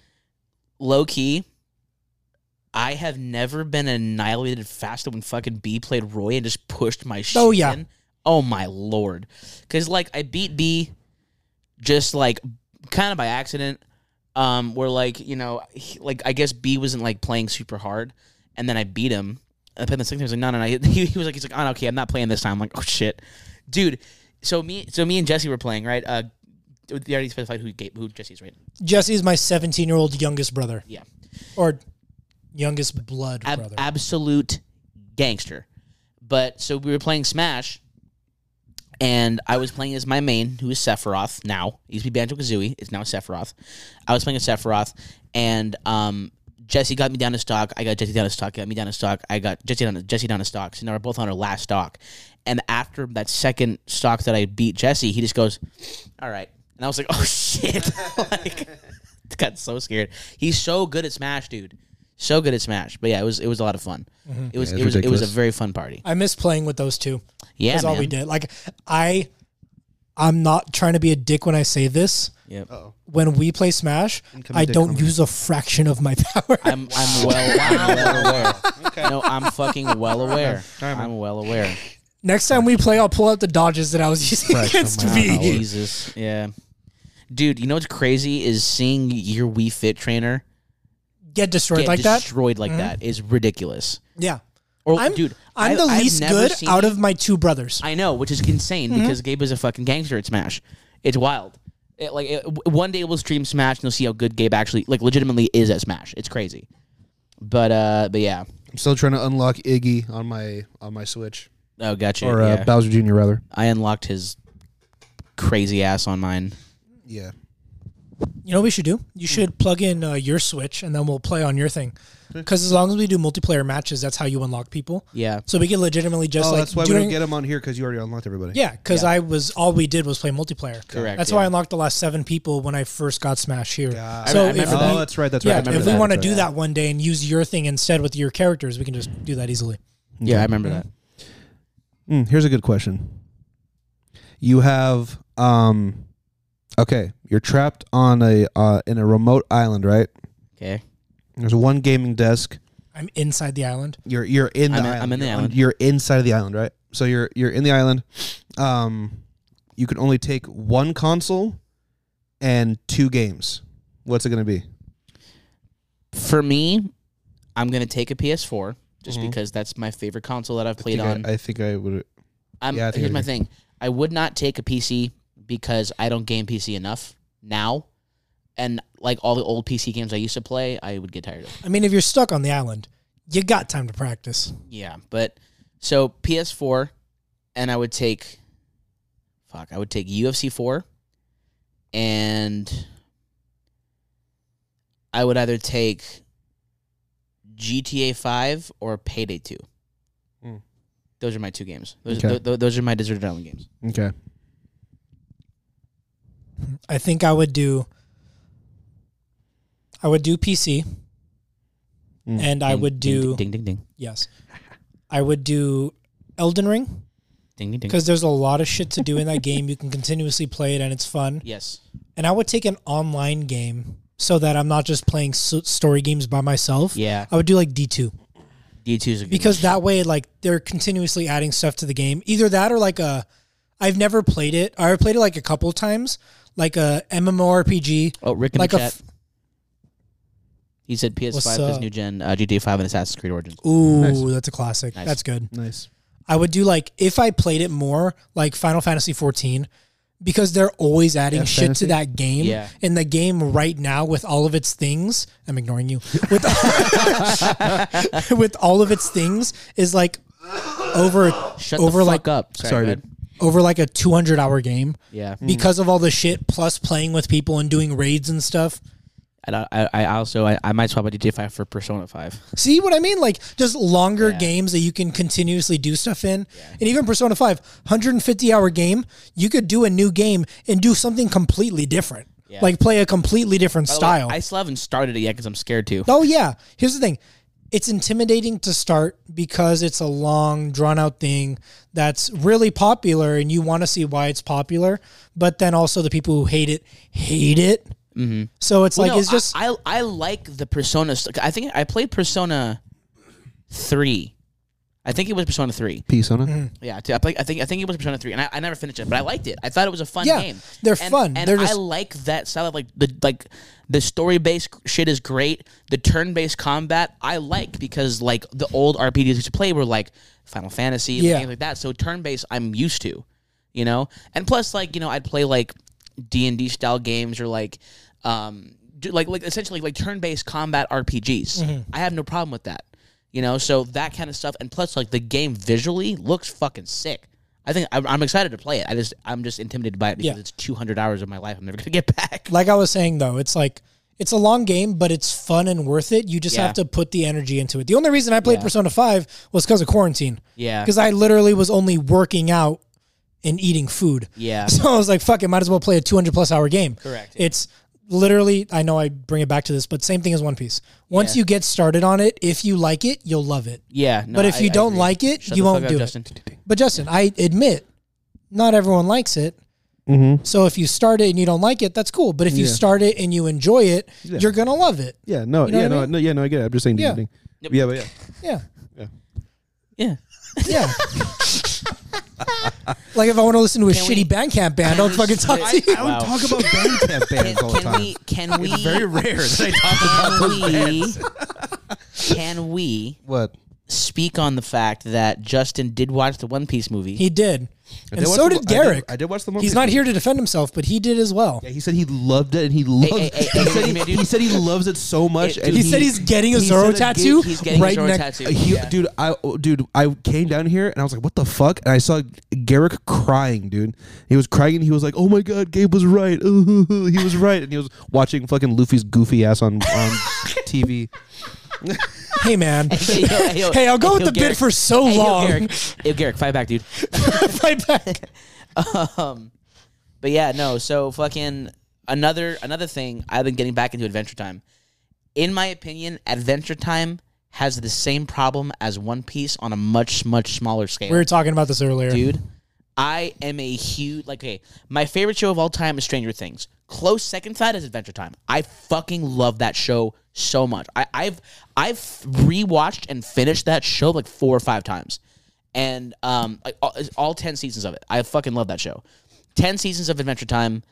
Speaker 1: Low key, I have never been annihilated faster when fucking B played Roy and just pushed my shit.
Speaker 3: Oh, yeah.
Speaker 1: in. Oh my lord, because like I beat B, just like kind of by accident. Um, where like you know, he, like I guess B wasn't like playing super hard, and then I beat him. And then the second time, I was like, no, no, no. He, he was like, he's like, oh, no, okay, I'm not playing this time. I'm like, oh shit, dude. So me, so me and Jesse were playing, right? Uh, we already specified who Gabe, who Jesse's, right?
Speaker 3: Jesse is my 17 year old youngest brother
Speaker 1: Yeah,
Speaker 3: or youngest blood
Speaker 1: Ab-
Speaker 3: brother.
Speaker 1: absolute gangster. But so we were playing Smash, and I was playing as my main, who is Sephiroth now. He used to be Banjo Kazooie. It's now Sephiroth. I was playing as Sephiroth, and um, Jesse got me down to stock. I got Jesse down to stock. Got me down to stock. I got Jesse down to Jesse down to stock. So now we're both on our last stock. And after that second stock that I beat Jesse, he just goes, "All right," and I was like, "Oh shit!" like, got so scared. He's so good at Smash, dude. So good at Smash. But yeah, it was it was a lot of fun. It was
Speaker 2: Mm-hmm.
Speaker 1: it was it
Speaker 2: Yeah, it's
Speaker 1: was a
Speaker 2: ridiculous.
Speaker 1: very fun party.
Speaker 3: I miss playing with those two.
Speaker 1: Yeah,
Speaker 3: That's all we
Speaker 1: man.
Speaker 3: did. Like I, I'm not trying to be a dick when I say this.
Speaker 1: Yep.
Speaker 3: When we play Smash, I
Speaker 2: dick
Speaker 3: don't
Speaker 2: coming.
Speaker 3: use a fraction of my power.
Speaker 1: I'm I'm well, I'm well aware. No, I'm fucking well aware. I'm well aware.
Speaker 3: Next time we play, I'll pull out the dodges that I was using
Speaker 2: Fraction of
Speaker 3: against
Speaker 2: my
Speaker 3: V.
Speaker 1: Jesus. Yeah. Dude, you know what's crazy is seeing your Wii Fit trainer
Speaker 3: Get destroyed
Speaker 1: get
Speaker 3: like that.
Speaker 1: destroyed like that is ridiculous.
Speaker 3: Yeah.
Speaker 1: Or
Speaker 3: I'm,
Speaker 1: Oh, dude,
Speaker 3: I'm
Speaker 1: I-
Speaker 3: the
Speaker 1: I've
Speaker 3: least
Speaker 1: never
Speaker 3: good
Speaker 1: seen-
Speaker 3: out of Mm-hmm. my two brothers.
Speaker 1: I know, which is insane because Gabe is a fucking gangster at Smash. It's wild. It, like it, w- one day we'll stream Smash and you'll see how good Gabe actually, like, legitimately is at Smash. It's crazy. But uh, but yeah.
Speaker 2: I'm still trying to unlock Iggy on my on my Switch
Speaker 1: Oh, gotcha.
Speaker 2: or
Speaker 1: yeah.
Speaker 2: uh, Bowser Jr. rather.
Speaker 1: I unlocked his crazy ass on mine.
Speaker 2: Yeah,
Speaker 3: You know what we should do? You should plug in uh, your Switch and then we'll play on your thing. Because as long as we do multiplayer matches, that's how you unlock people.
Speaker 1: Yeah.
Speaker 3: So we could legitimately just
Speaker 2: oh,
Speaker 3: like
Speaker 2: that's why we
Speaker 3: during-
Speaker 2: don't get him on here because you already unlocked everybody.
Speaker 3: yeah, because I was all we did was play multiplayer.
Speaker 1: Correct,
Speaker 3: That's why I
Speaker 1: yeah.
Speaker 3: unlocked the last seven people when I first got Smash here.
Speaker 2: Yeah.
Speaker 3: So
Speaker 1: I
Speaker 3: if
Speaker 1: remember
Speaker 3: we-
Speaker 1: that.
Speaker 2: Oh, that's right. That's
Speaker 3: yeah,
Speaker 2: right. I remember
Speaker 3: if we
Speaker 2: that.
Speaker 3: want to
Speaker 2: That's
Speaker 3: do
Speaker 2: right.
Speaker 3: that one day and use your thing instead with your characters, we can just do that easily.
Speaker 1: Yeah, I remember that.
Speaker 2: Mm, here's a good question. You have um, okay, you're trapped on a uh, in a remote island, right?
Speaker 1: Okay.
Speaker 2: There's one gaming desk.
Speaker 3: I'm inside the island.
Speaker 2: You're you're in the
Speaker 1: I'm in-
Speaker 2: island.
Speaker 1: I'm in the
Speaker 2: You're on-
Speaker 1: island.
Speaker 2: You're inside of the island, right? So you're you're in the island. Um, you can only take one console and two games. What's it gonna be?
Speaker 1: For me, I'm gonna take a PS4 just because Mm-hmm. that's my favorite console that I've played
Speaker 2: I,
Speaker 1: on.
Speaker 2: I think I would.
Speaker 1: I'm,
Speaker 2: Yeah, I think
Speaker 1: here's
Speaker 2: I
Speaker 1: my
Speaker 2: agree.
Speaker 1: thing. I would not take a PC because I don't game PC enough now, and like all the old PC games I used to play, I would get tired of.
Speaker 3: I mean, if you're stuck on the island, you got time to practice.
Speaker 1: Yeah, but so PS4, and I would take, fuck, I would take UFC 4, and I would either take GTA 5 or Payday 2.
Speaker 2: Mm.
Speaker 1: Those are my two games. Those,
Speaker 2: Okay.
Speaker 1: th- th- those are my Desert Island games.
Speaker 2: Okay.
Speaker 3: I think I would do. I would do PC.
Speaker 2: Mm.
Speaker 3: And I
Speaker 1: Hmm. Ding,
Speaker 3: would
Speaker 1: ding,
Speaker 3: do
Speaker 1: ding ding ding
Speaker 3: yes, I would do Elden Ring
Speaker 1: ding ding ding.
Speaker 3: because there's a lot of shit to do in that game. You can continuously play it and it's fun.
Speaker 1: yes,
Speaker 3: And I would take an online game so that I'm not just playing s story games by myself.
Speaker 1: yeah.
Speaker 3: I would do like D two
Speaker 1: D two is a good
Speaker 3: because that way like they're continuously adding stuff to the game either that or like a i've never played it i uh, played it like a couple times like a mmorpg
Speaker 1: one. Oh, Rick in
Speaker 3: like
Speaker 1: the
Speaker 3: a
Speaker 1: chat.
Speaker 3: f-
Speaker 1: He said
Speaker 3: What's
Speaker 1: PS5 is
Speaker 3: up?
Speaker 1: new gen, uh, GTA 5 and Assassin's Creed Origins.
Speaker 3: Ooh,
Speaker 2: Nice.
Speaker 3: that's a classic.
Speaker 1: Nice.
Speaker 3: That's good.
Speaker 2: Nice.
Speaker 3: I would do like if I played it more, like Final Fantasy 14, because they're always adding
Speaker 2: Yeah,
Speaker 3: shit
Speaker 2: fantasy.
Speaker 3: to that game.
Speaker 1: Yeah.
Speaker 3: And the game right now with all of its things, I'm ignoring you. With with all of its things is like over
Speaker 1: Shut
Speaker 3: over
Speaker 1: the fuck
Speaker 3: like
Speaker 1: up.
Speaker 2: Sorry,
Speaker 1: go ahead.
Speaker 2: dude.
Speaker 3: over like a 200 hour game
Speaker 1: Yeah. Hmm.
Speaker 3: because of all the shit plus playing with people and doing raids and stuff.
Speaker 1: And I, I, I also, I, I might swap out GTA 5 for Persona 5.
Speaker 3: See what I mean? Like just longer
Speaker 1: Yeah.
Speaker 3: games that you can continuously do stuff in. And even Persona 5, 150 hour game, you could do a new game and do something completely different.
Speaker 1: Yeah.
Speaker 3: Like play a completely different
Speaker 1: By the way,
Speaker 3: style.
Speaker 1: I still haven't started it yet because I'm scared to.
Speaker 3: oh yeah. Here's the thing. It's intimidating to start because it's a long, drawn out thing that's really popular and you want to see why it's popular, but then also the people who hate it hate it. Mm-hmm. So it's like,
Speaker 1: No,
Speaker 3: it's just,
Speaker 1: I, I I like the Persona. st- I think I played Persona three. I think it was Persona three.
Speaker 2: Peace on it.
Speaker 1: Yeah, I play, I think I think it was Persona three, and I, I never finished it, but I liked it. I thought it was a fun
Speaker 3: Yeah,
Speaker 1: game.
Speaker 3: they're
Speaker 1: And-
Speaker 3: fun.
Speaker 1: and
Speaker 3: They're
Speaker 1: I
Speaker 3: just-
Speaker 1: like that style of like the like the story based shit is great. The turn based combat I like because like the old RPGs we used to play were like Final Fantasy,
Speaker 3: Yeah.
Speaker 1: yeah. things like that. So turn based I'm used to, you know. And plus, like you know, I'd play like D and D style games or like um do, like like essentially like turn based combat RPGs.
Speaker 3: Mm-hmm.
Speaker 1: I have no problem with that. You know, so that kind of stuff, and plus, like the game visually looks fucking sick. I think I'm, I'm excited to play it. I just I'm just intimidated by it because
Speaker 3: Yeah.
Speaker 1: it's 200 hours of my life I'm never gonna get back.
Speaker 3: like I was saying though, it's like it's a long game, but it's fun and worth it. You just
Speaker 1: Yeah.
Speaker 3: have to put the energy into it. The only reason I played Persona Five was because of quarantine.
Speaker 1: Yeah.
Speaker 3: because I literally was only working out and eating food.
Speaker 1: Yeah.
Speaker 3: so I was like, "Fuck it, might as well play a 200 plus hour game."
Speaker 1: Correct.
Speaker 3: It's literally. I know I bring it back to this, but same thing as One Piece. Once you get started on it, if you like it, you'll love it.
Speaker 1: Yeah, no,
Speaker 3: But if
Speaker 1: I-
Speaker 3: you
Speaker 1: I
Speaker 3: don't
Speaker 1: agree.
Speaker 3: like it,
Speaker 1: Shut
Speaker 3: you
Speaker 1: the
Speaker 3: won't
Speaker 1: fuck
Speaker 3: do
Speaker 1: up,
Speaker 3: it.
Speaker 1: Justin.
Speaker 3: But Justin, I admit, not everyone likes it. So if you start it and you don't like it, that's cool. But if you
Speaker 2: Mm-hmm. Yeah.
Speaker 3: start it and you enjoy it, you're gonna love it.
Speaker 2: Yeah, no,
Speaker 3: know
Speaker 2: yeah,
Speaker 3: what I
Speaker 2: no,
Speaker 3: mean?
Speaker 2: no, yeah, no, I get it. I'm just saying,
Speaker 3: Yeah.
Speaker 2: yeah,
Speaker 1: Yep.
Speaker 2: yeah, but yeah.
Speaker 3: Yeah,
Speaker 1: Yeah,
Speaker 3: yeah. like if I want to listen to a
Speaker 1: Can
Speaker 3: shitty
Speaker 1: we-
Speaker 3: Bandcamp band, I'll
Speaker 1: we
Speaker 3: fucking talk
Speaker 1: switch-
Speaker 3: to you.
Speaker 1: I don't Wow.
Speaker 2: talk about band bands all the
Speaker 1: can
Speaker 2: time.
Speaker 1: we? Can we?
Speaker 2: Very rare that I talk about
Speaker 1: Can
Speaker 2: those bands.
Speaker 1: we? Can we
Speaker 2: What?
Speaker 1: speak on the fact that Justin did watch the One Piece movie?
Speaker 3: He did, and
Speaker 2: did
Speaker 3: so
Speaker 2: watch
Speaker 3: did
Speaker 2: the- I did-
Speaker 3: Garrick.
Speaker 2: I did watch the One
Speaker 3: He's
Speaker 2: Piece
Speaker 3: not
Speaker 2: movie.
Speaker 3: here to defend himself, but he did as well.
Speaker 2: Yeah, he said he loved it, and he loves.
Speaker 1: hey, hey,
Speaker 2: he,
Speaker 1: hey,
Speaker 2: said
Speaker 1: hey,
Speaker 2: he,
Speaker 1: dude.
Speaker 2: he said he loves it so much,
Speaker 1: Dude,
Speaker 2: and
Speaker 3: He
Speaker 2: he,
Speaker 3: said he's getting a
Speaker 2: he
Speaker 3: Zoro
Speaker 2: said
Speaker 3: tattoo
Speaker 1: He's getting
Speaker 3: right
Speaker 1: his own
Speaker 3: next-
Speaker 1: tattoo.
Speaker 2: He,
Speaker 1: Yeah.
Speaker 2: Dude, I oh, dude, I came down here and I was like, "What the fuck?" And I saw Garrick crying, dude. He was crying and he was like, "Oh my god, Gabe was right. Ooh, hoo, hoo, he was right." And he was watching fucking Luffy's goofy ass on on TV.
Speaker 3: Hey man,
Speaker 1: Hey, yo, hey, yo,
Speaker 3: hey, I'll go
Speaker 1: hey,
Speaker 3: with
Speaker 1: yo,
Speaker 3: the bit
Speaker 1: Garrick.
Speaker 3: for so
Speaker 1: Hey, yo,
Speaker 3: long.
Speaker 1: Garrick. Yo, Garrick, fight back, dude.
Speaker 3: Fight back.
Speaker 1: um, but yeah, no. So fucking another another thing. I've been getting back into Adventure Time. In my opinion, Adventure Time has the same problem as One Piece on a much much smaller scale,
Speaker 3: We were talking about this earlier.
Speaker 1: dude. I am a huge like. Okay, my favorite show of all time is Stranger Things. Close second thought is Adventure Time. I fucking love that show so much. I, I've I've rewatched and finished that show like four or five times, and um, like all, all ten seasons of it. I fucking love that show. Ten seasons of Adventure Time,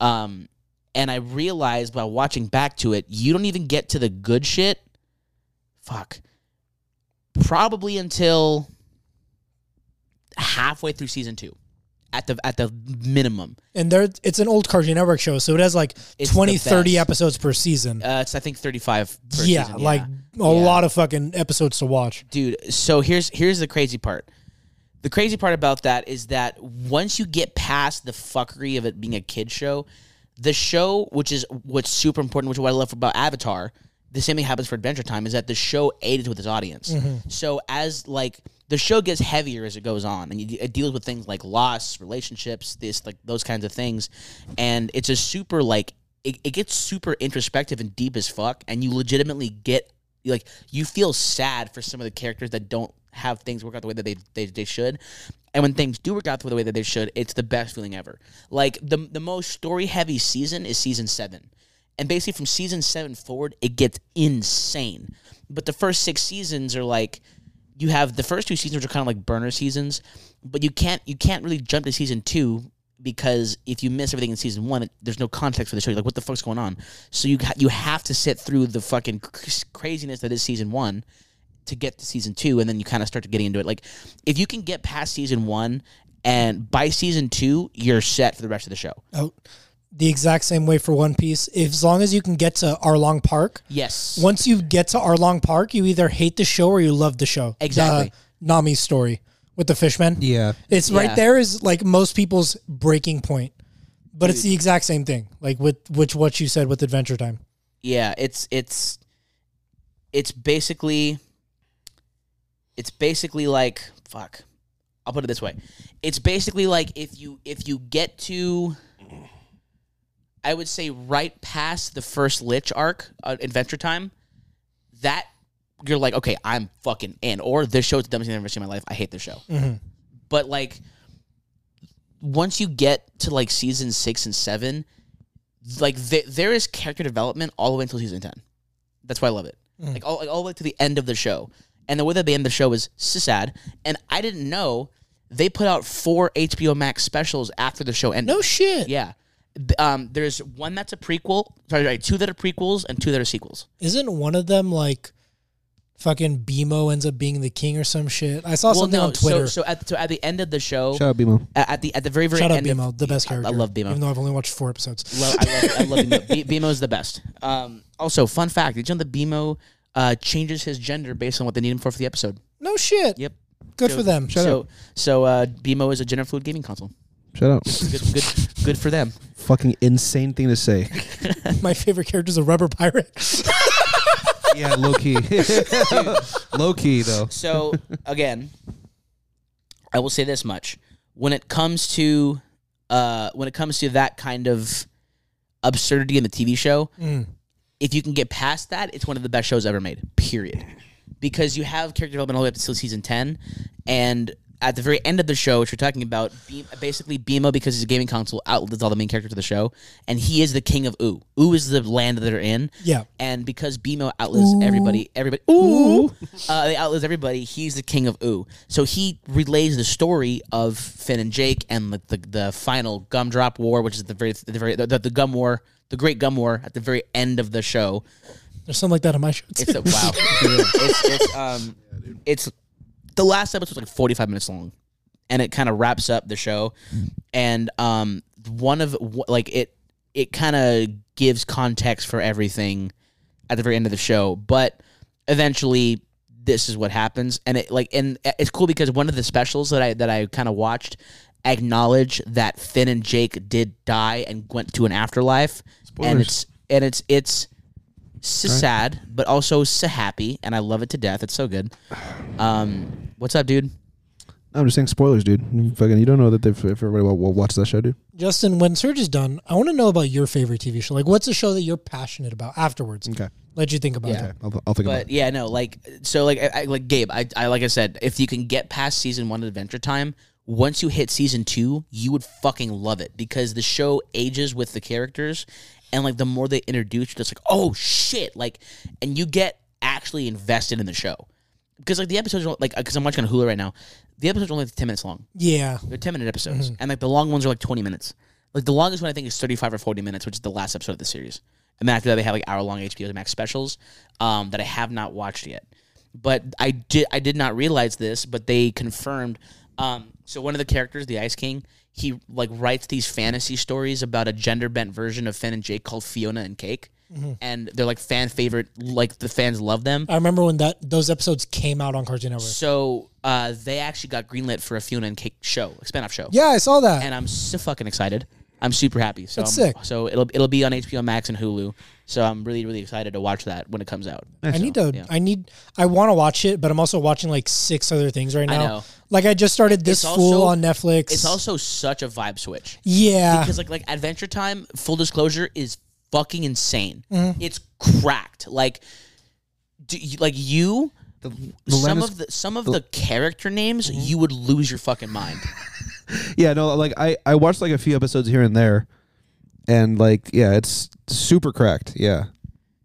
Speaker 1: um, and I realized by watching back to it, you don't even get to the good shit. Fuck. Probably until halfway through season two, at the at the minimum.
Speaker 3: and there it's an old Cartoon Network show, so it has like
Speaker 1: It's
Speaker 3: twenty,
Speaker 1: the
Speaker 3: thirty 20, 30
Speaker 1: best.
Speaker 3: episodes per season.
Speaker 1: Uh, it's I think thirty five.
Speaker 3: yeah,
Speaker 1: season,
Speaker 3: like a lot of fucking episodes to watch.
Speaker 1: dude. So here's here's the crazy part. The crazy part about that is that once you get past the fuckery of it being a kid show, the show, which is what's super important, which is what I love about Avatar, the same thing happens for Adventure Time, is that the show aids with its audience. So as like the show gets heavier as it goes on, and you, it deals with things like loss, relationships, this like those kinds of things, and it's a super like it, it gets super introspective and deep as fuck, and you legitimately get you, like you feel sad for some of the characters that don't have things work out the way that they, they, they should and when things do work out the way that they should it's the best feeling ever like the, the most story heavy season is season seven and basically from season seven forward it gets insane but the first six seasons are like you have the first two seasons which are kind of like burner seasons but you can't you can't really jump to season two because if you miss everything in season one, it- there's no context for the show. You're like, what the fuck's going on? So you ha- you have to sit through the fucking cr- craziness that is season one to get to season two, and then you kind of start to getting into it. Like, if you can get past season one, and by season two, you're set for the rest of the show.
Speaker 3: Oh, the exact same way for One Piece. If, as long as you can get to Arlong Park,
Speaker 1: Yes.
Speaker 3: once you get to Arlong Park, you either hate the show or you love the show.
Speaker 1: Exactly.
Speaker 3: The Nami story with the fishman.
Speaker 2: Yeah.
Speaker 3: It's
Speaker 1: Yeah.
Speaker 3: right there is like most people's breaking point. But it's the exact same thing, like with which what you said with Adventure Time.
Speaker 1: yeah it's it's it's basically it's basically like fuck i'll put it this way it's basically like if you if you get to i would say right past the first lich arc uh, adventure time that you're like okay i'm fucking in or this show's the dumbest thing i've ever seen in my life i hate this show but like once you get to like season six and seven like th- there is character development all the way until season 10 that's why i love it like, all, like all the way to the end of the show and the way that they end the show is so sad and i didn't know they put out four hbo max specials after the show ended
Speaker 3: No shit.
Speaker 1: yeah B- um, there's one that's a prequel sorry, sorry two that are prequels and two that are sequels
Speaker 3: Isn't one of them like fucking BMO ends up being the king or some shit? I saw something on Twitter.
Speaker 1: so so at, so at the end of the show
Speaker 2: Shout out BMO.
Speaker 1: at at the at the very very
Speaker 3: Shout out
Speaker 1: end of-
Speaker 3: BMO, the best character.
Speaker 1: I, I love BMO
Speaker 3: Even though I've only watched four episodes.
Speaker 1: Love, I love, I love BMO. B- BMO is the best. Um, also, fun fact: Did you know that BMO uh, changes his gender based on what they need him for for the episode?
Speaker 3: No shit.
Speaker 1: Yep.
Speaker 3: Good
Speaker 1: So-
Speaker 3: for them.
Speaker 1: so, so uh, BMO is a gender fluid gaming console.
Speaker 2: Shout out.
Speaker 1: Good, good, good for them.
Speaker 2: Fucking insane thing to say.
Speaker 3: My favorite character is a rubber pirate.
Speaker 2: yeah, low key. low key though.
Speaker 1: So, again, I will say this much: when it comes to uh, when it comes to that kind of absurdity in the TV show, if you can get past that, it's one of the best shows ever made. Period. Because you have character development all the way up until season ten, and at the very end of the show, which you're talking about, Be- basically Bimo, because he's a gaming console, outlives all the main characters of the show, and he is the king of Ooh. Ooh is the land that they're in.
Speaker 3: Yeah.
Speaker 1: And because Bimo outlives everybody, everybody, Ooh, uh, they outlives everybody. He's the king of Ooh. So he relays the story of Finn and Jake and the the, the final gumdrop war, which is the very the very the, the gum war, the great gum war at the very end of the show.
Speaker 3: There's something like that on my show. too.
Speaker 1: It's a, wow. it's, it's um, it's the last episode was like forty five minutes long, and it kind of wraps up the show, and um, one of wh- like it it kind of gives context for everything at the very end of the show, but eventually this is what happens, and it like and it's cool because one of the specials that I that I kind of watched acknowledge that Finn and Jake did die and went to an afterlife, and
Speaker 2: Spoilers.
Speaker 1: it's and it's it's so sad, but also so happy, and I love it to death. It's so good. Um, what's up, dude?
Speaker 2: I'm just saying spoilers, dude. You Fucking, you don't know that they've, if everybody will, will watch that show, dude.
Speaker 3: Justin, when Surge is done, I want to know about your favorite TV show. Like, what's a show that you're passionate about afterwards?
Speaker 2: Okay.
Speaker 3: Let you think about
Speaker 1: Yeah.
Speaker 3: it.
Speaker 2: I'll, I'll think about
Speaker 1: But
Speaker 2: it.
Speaker 1: yeah, no, like so, like I, I, like Gabe, I, I like I said, if you can get past season one of Adventure Time, once you hit season two, you would fucking love it because the show ages with the characters, and like the more they introduce, you, it's like oh shit, like, and you get actually invested in the show because like the episodes are like because I'm watching on Hulu right now, the episodes are only like ten minutes long.
Speaker 3: Yeah.
Speaker 1: They're 10 minute episodes. And like the long ones are like 20 minutes. Like the longest one I think is 35 or 40 minutes, which is the last episode of the series. And then after that they have like hour long HBO Max specials um, that I have not watched yet. But I did I did not realize this, but they confirmed um, so one of the characters, the Ice King, he like writes these fantasy stories about a gender bent version of Finn and Jake called Fiona and Cake. And they're like fan favorite, like the fans love them.
Speaker 3: I remember when that those episodes came out on Cartoon Network.
Speaker 1: So uh, they actually got greenlit for a Fiona and Cake show, a spinoff show
Speaker 3: Yeah, I saw that.
Speaker 1: and I'm so fucking excited. I'm super happy. So
Speaker 3: That's
Speaker 1: I'm-
Speaker 3: sick.
Speaker 1: So it'll it'll be on HBO Max and Hulu. So I'm really really excited to watch that when it comes out.
Speaker 3: I need to. I need. I want to watch it, but I'm also watching like six other things right
Speaker 1: I
Speaker 3: now.
Speaker 1: know.
Speaker 3: Like I just started this
Speaker 1: It's
Speaker 3: fool
Speaker 1: also-
Speaker 3: on Netflix.
Speaker 1: It's also such a vibe switch
Speaker 3: yeah.
Speaker 1: because like like Adventure Time. Full disclosure is fucking insane.
Speaker 3: Mm-hmm.
Speaker 1: It's cracked. Like, do you, like you.
Speaker 2: the
Speaker 1: some
Speaker 2: Lannis-
Speaker 1: of the some of the character names
Speaker 3: Mm-hmm.
Speaker 1: you would lose your fucking mind.
Speaker 2: Yeah, no, like I, I watched like a few episodes here and there, and like yeah, it's super cracked. Yeah,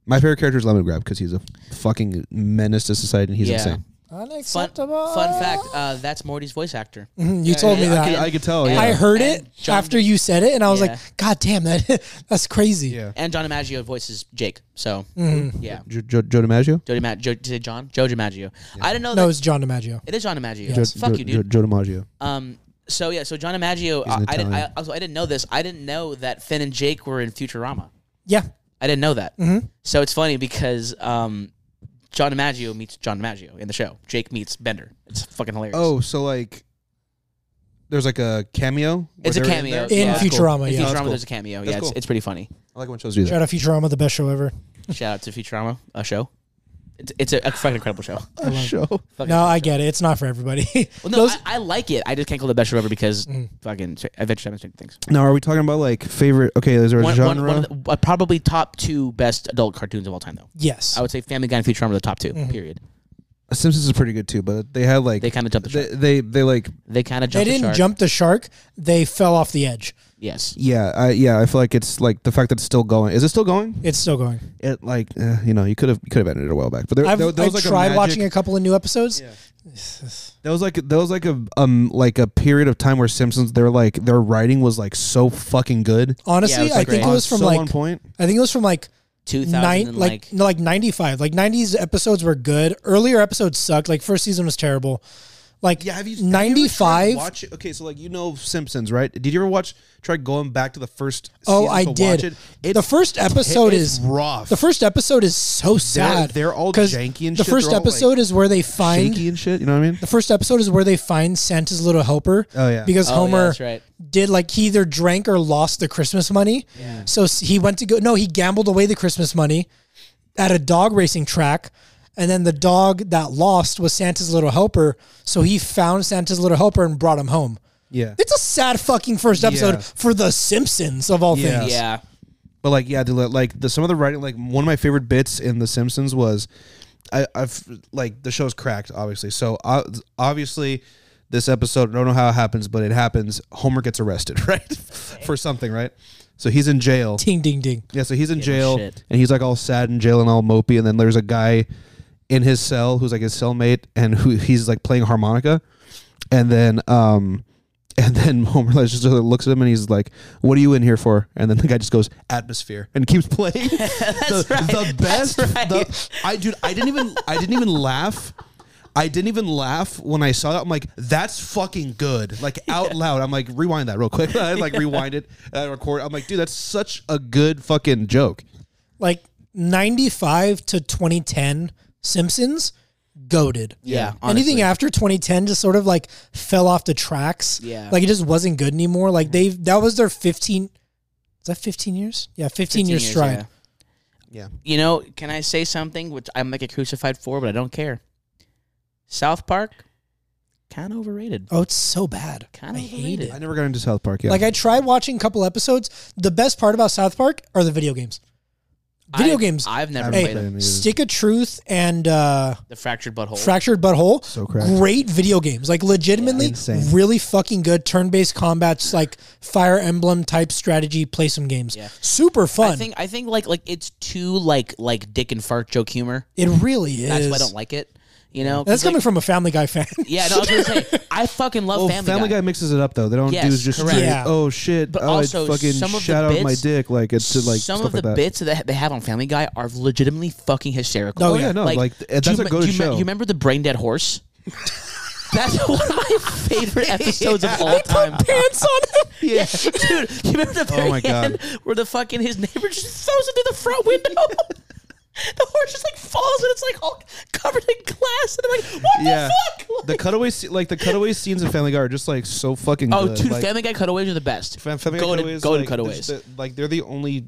Speaker 2: my favorite character is Lemon Grab because he's a fucking menace to society and he's
Speaker 1: yeah,
Speaker 2: insane.
Speaker 3: Unacceptable.
Speaker 1: Fun fact: uh, that's Morty's voice actor.
Speaker 3: Mhm, you told me
Speaker 1: yeah,
Speaker 3: that.
Speaker 2: I could, I could tell.
Speaker 1: Yeah.
Speaker 2: Yeah.
Speaker 3: I heard
Speaker 1: And
Speaker 3: it
Speaker 1: John-
Speaker 3: after you said it, and I was
Speaker 1: Yeah.
Speaker 3: like, "God damn that! that's crazy."
Speaker 2: yeah.
Speaker 1: And John DiMaggio voices Jake. So
Speaker 3: Mm-hmm.
Speaker 1: yeah,
Speaker 2: Jo- Jo- Joe DiMaggio.
Speaker 1: Joe DiMaggio. Joe, did I say John? Joe DiMaggio. I didn't know
Speaker 3: No,
Speaker 1: that.
Speaker 3: it's John DiMaggio.
Speaker 1: It is John DiMaggio.
Speaker 2: Jo-
Speaker 1: Fuck
Speaker 2: Jo-
Speaker 1: you,
Speaker 2: Jo-
Speaker 1: dude.
Speaker 2: Joe DiMaggio.
Speaker 1: Um. So yeah. So John DiMaggio.
Speaker 2: He's
Speaker 1: I,
Speaker 2: an
Speaker 1: I didn't. I,
Speaker 2: Italian.
Speaker 1: also, I didn't know this. I didn't know that Finn and Jake were in Futurama.
Speaker 3: Yeah, mm-hmm.
Speaker 1: I didn't know that. So it's funny because um, John DiMaggio meets John DiMaggio in the show. Jake meets Bender. It's fucking hilarious.
Speaker 2: Oh, so like, there's like a cameo. where
Speaker 1: it's a
Speaker 2: they're
Speaker 1: cameo
Speaker 2: there? Oh,
Speaker 3: In
Speaker 1: yeah.
Speaker 3: Future- Futurama,
Speaker 1: In
Speaker 3: yeah.
Speaker 1: Futurama,
Speaker 2: That's cool.
Speaker 1: there's a cameo.
Speaker 2: That's
Speaker 1: yeah, it's,
Speaker 2: cool.
Speaker 1: it's pretty funny.
Speaker 2: I like when shows do that.
Speaker 3: shout out Futurama, the best show ever.
Speaker 1: Shout out to Futurama, a show. It's, it's a, a fucking incredible show.
Speaker 2: A show.
Speaker 1: Fucking
Speaker 3: No, I get it. It's not for everybody.
Speaker 1: Well, no,
Speaker 3: Those- Mm.
Speaker 1: I, I like it. I just can't call it the best show ever because fucking Stra- Adventure Time and Stranger Things.
Speaker 2: Now, are we talking about like favorite? Okay, there's a
Speaker 1: One,
Speaker 2: genre.
Speaker 1: one, one of the, uh, probably top two best adult cartoons of all time, though.
Speaker 3: yes,
Speaker 1: I would say Family Guy and Futurama are the top 2
Speaker 3: Mm-hmm.
Speaker 1: Period.
Speaker 2: Simpsons is pretty good too, but they had like
Speaker 1: They kind of jumped the
Speaker 2: they,
Speaker 1: shark.
Speaker 2: they they like
Speaker 1: They kind of
Speaker 3: they
Speaker 1: jumped. the
Speaker 3: didn't
Speaker 1: shark.
Speaker 3: jump the shark. They fell off the edge.
Speaker 1: Yes.
Speaker 2: yeah I yeah I feel like it's like the fact that it's still going. Is it still going?
Speaker 3: It's still going.
Speaker 2: It like eh, you know you could have you could have ended it a while back, but there,
Speaker 3: I've
Speaker 2: there, there
Speaker 3: I've
Speaker 2: was like
Speaker 3: tried
Speaker 2: a magic,
Speaker 3: watching a couple of new episodes.
Speaker 2: There was like there was like a um like a period of time where Simpsons they're like their writing was like so fucking good.
Speaker 1: Yeah, it
Speaker 3: Honestly,
Speaker 1: was
Speaker 3: I
Speaker 1: great.
Speaker 3: think it
Speaker 2: On
Speaker 3: was from
Speaker 2: so on
Speaker 3: like
Speaker 2: point.
Speaker 3: I think it was from like
Speaker 1: 2000
Speaker 3: nine
Speaker 1: and,
Speaker 3: like no, like 95 like 90s episodes were good earlier episodes sucked like first season was terrible like
Speaker 2: Yeah, have you have you ever tried
Speaker 3: 95
Speaker 2: watch it? Okay, so like you know Simpsons, right? Did you ever watch try going back to the first?
Speaker 3: oh
Speaker 2: season
Speaker 3: i
Speaker 2: to
Speaker 3: did
Speaker 2: Watch it?
Speaker 3: the first episode
Speaker 2: it's
Speaker 3: is
Speaker 2: rough.
Speaker 3: the first episode is so sad
Speaker 2: they're all
Speaker 3: 'cause
Speaker 2: janky and
Speaker 3: the
Speaker 2: shit.
Speaker 3: first
Speaker 2: They're all, like,
Speaker 3: episode is where they find
Speaker 2: shaky and shit. You know what I mean?
Speaker 3: the first episode is where they find santa's little helper
Speaker 2: Oh, yeah.
Speaker 3: because
Speaker 1: Oh, yeah,
Speaker 3: homer
Speaker 1: that's right.
Speaker 3: did like he either drank or lost the christmas money so s- he went to go no he gambled away the christmas money at a dog racing track and then the dog that lost was santa's little helper so he found santa's little helper and brought him home
Speaker 2: Yeah.
Speaker 3: it's a sad fucking first episode
Speaker 2: Yeah.
Speaker 3: for the simpsons of all
Speaker 2: Yeah.
Speaker 3: things
Speaker 1: yeah.
Speaker 2: But like, yeah, dude, like the some of the writing, like one of my favorite bits in The Simpsons was, I, I've like the show's cracked, obviously. So uh, obviously, this episode, I don't know how it happens, but it happens. Homer gets arrested, right, for something, right? So he's in jail.
Speaker 3: ding ding ding
Speaker 2: Yeah, so he's in jail
Speaker 1: shit.
Speaker 2: and he's like all sad in jail and all mopey. And then there's a guy in his cell who's like his cellmate and who he's like playing harmonica. And then, um, and then Homer like, just like, looks at him and he's like, "What are you in here for?" And then the guy just goes, "Atmosphere," and keeps playing. the, the best. the- I dude, I didn't even, I didn't even laugh. I didn't even laugh when I saw that. I'm like, that's fucking good. Like out loud. I'm like, rewind that real quick. I like rewind it. And I record. I'm like, dude, that's such a good fucking joke.
Speaker 3: like 95 to 2010 simpsons goaded
Speaker 1: Yeah,
Speaker 3: anything
Speaker 1: honestly.
Speaker 3: after 2010 just sort of like fell off the tracks
Speaker 1: Yeah.
Speaker 3: like it just wasn't good anymore like they that was their 15 is that 15 years yeah 15,
Speaker 1: 15
Speaker 3: years
Speaker 1: years,
Speaker 3: stride
Speaker 1: yeah.
Speaker 2: Yeah.
Speaker 1: You know, can I say something which I might get crucified for, but I don't care. South Park, kind of overrated.
Speaker 3: oh it's so bad
Speaker 1: Kinda
Speaker 3: i hate
Speaker 1: overrated.
Speaker 3: it
Speaker 2: I never got into South Park yet.
Speaker 3: like i tried watching a couple episodes the best part about south park are the video games video
Speaker 1: I've-
Speaker 3: games
Speaker 1: I've never
Speaker 2: haven't
Speaker 3: Hey,
Speaker 1: played them.
Speaker 2: them either.
Speaker 3: stick of truth and uh
Speaker 1: The Fractured Butthole.
Speaker 3: Fractured Butthole.
Speaker 2: So cracked.
Speaker 3: Great video games. Like legitimately
Speaker 2: Insane.
Speaker 3: really fucking good turn based combats like Fire Emblem type strategy, play some games.
Speaker 1: Yeah.
Speaker 3: Super fun.
Speaker 1: I think I think like like it's too like like dick and fart joke humor.
Speaker 3: it really is.
Speaker 1: That's why I don't like it. You know,
Speaker 3: That's
Speaker 1: 'Cause,
Speaker 3: coming
Speaker 1: like-
Speaker 3: from a family guy fan.
Speaker 1: yeah. No, I was gonna say I fucking love
Speaker 2: Oh,
Speaker 1: Family, Guy.
Speaker 2: mixes it up though. They don't
Speaker 1: Yes,
Speaker 2: do just
Speaker 1: correct.
Speaker 2: straight,
Speaker 3: Yeah.
Speaker 2: oh shit.
Speaker 1: But
Speaker 2: oh, I
Speaker 1: also,
Speaker 2: fucking
Speaker 1: some of the
Speaker 2: shout out my
Speaker 1: bits-
Speaker 2: dick like it's to, like
Speaker 1: Some of
Speaker 2: stuff
Speaker 1: the
Speaker 2: like that.
Speaker 1: bits that they have on Family Guy are legitimately fucking hysterical.
Speaker 3: Oh, yeah,
Speaker 2: no, like, th- that's
Speaker 1: do you
Speaker 2: a
Speaker 1: me-
Speaker 2: good
Speaker 1: do you me-
Speaker 2: show.
Speaker 1: you remember the brain dead horse? that's one of my favorite episodes of all time.
Speaker 3: Pants on him.
Speaker 1: Yeah, dude, you remember the very
Speaker 2: Oh, my God.
Speaker 1: end where the fucking his neighbor just throws him through the front window. the horse just like falls and it's like all covered in glass, and I'm like, what
Speaker 2: yeah.
Speaker 1: the fuck? Like-
Speaker 2: The cutaway se- like the cutaway scenes in Family Guy are just like so fucking
Speaker 1: Oh,
Speaker 2: good.
Speaker 1: dude,
Speaker 2: like,
Speaker 1: Family Guy cutaways are the best.
Speaker 2: Fam- Family Guy
Speaker 1: go to
Speaker 2: cutaways,
Speaker 1: go to
Speaker 2: like, they're
Speaker 1: cutaways.
Speaker 2: just the- like they're the only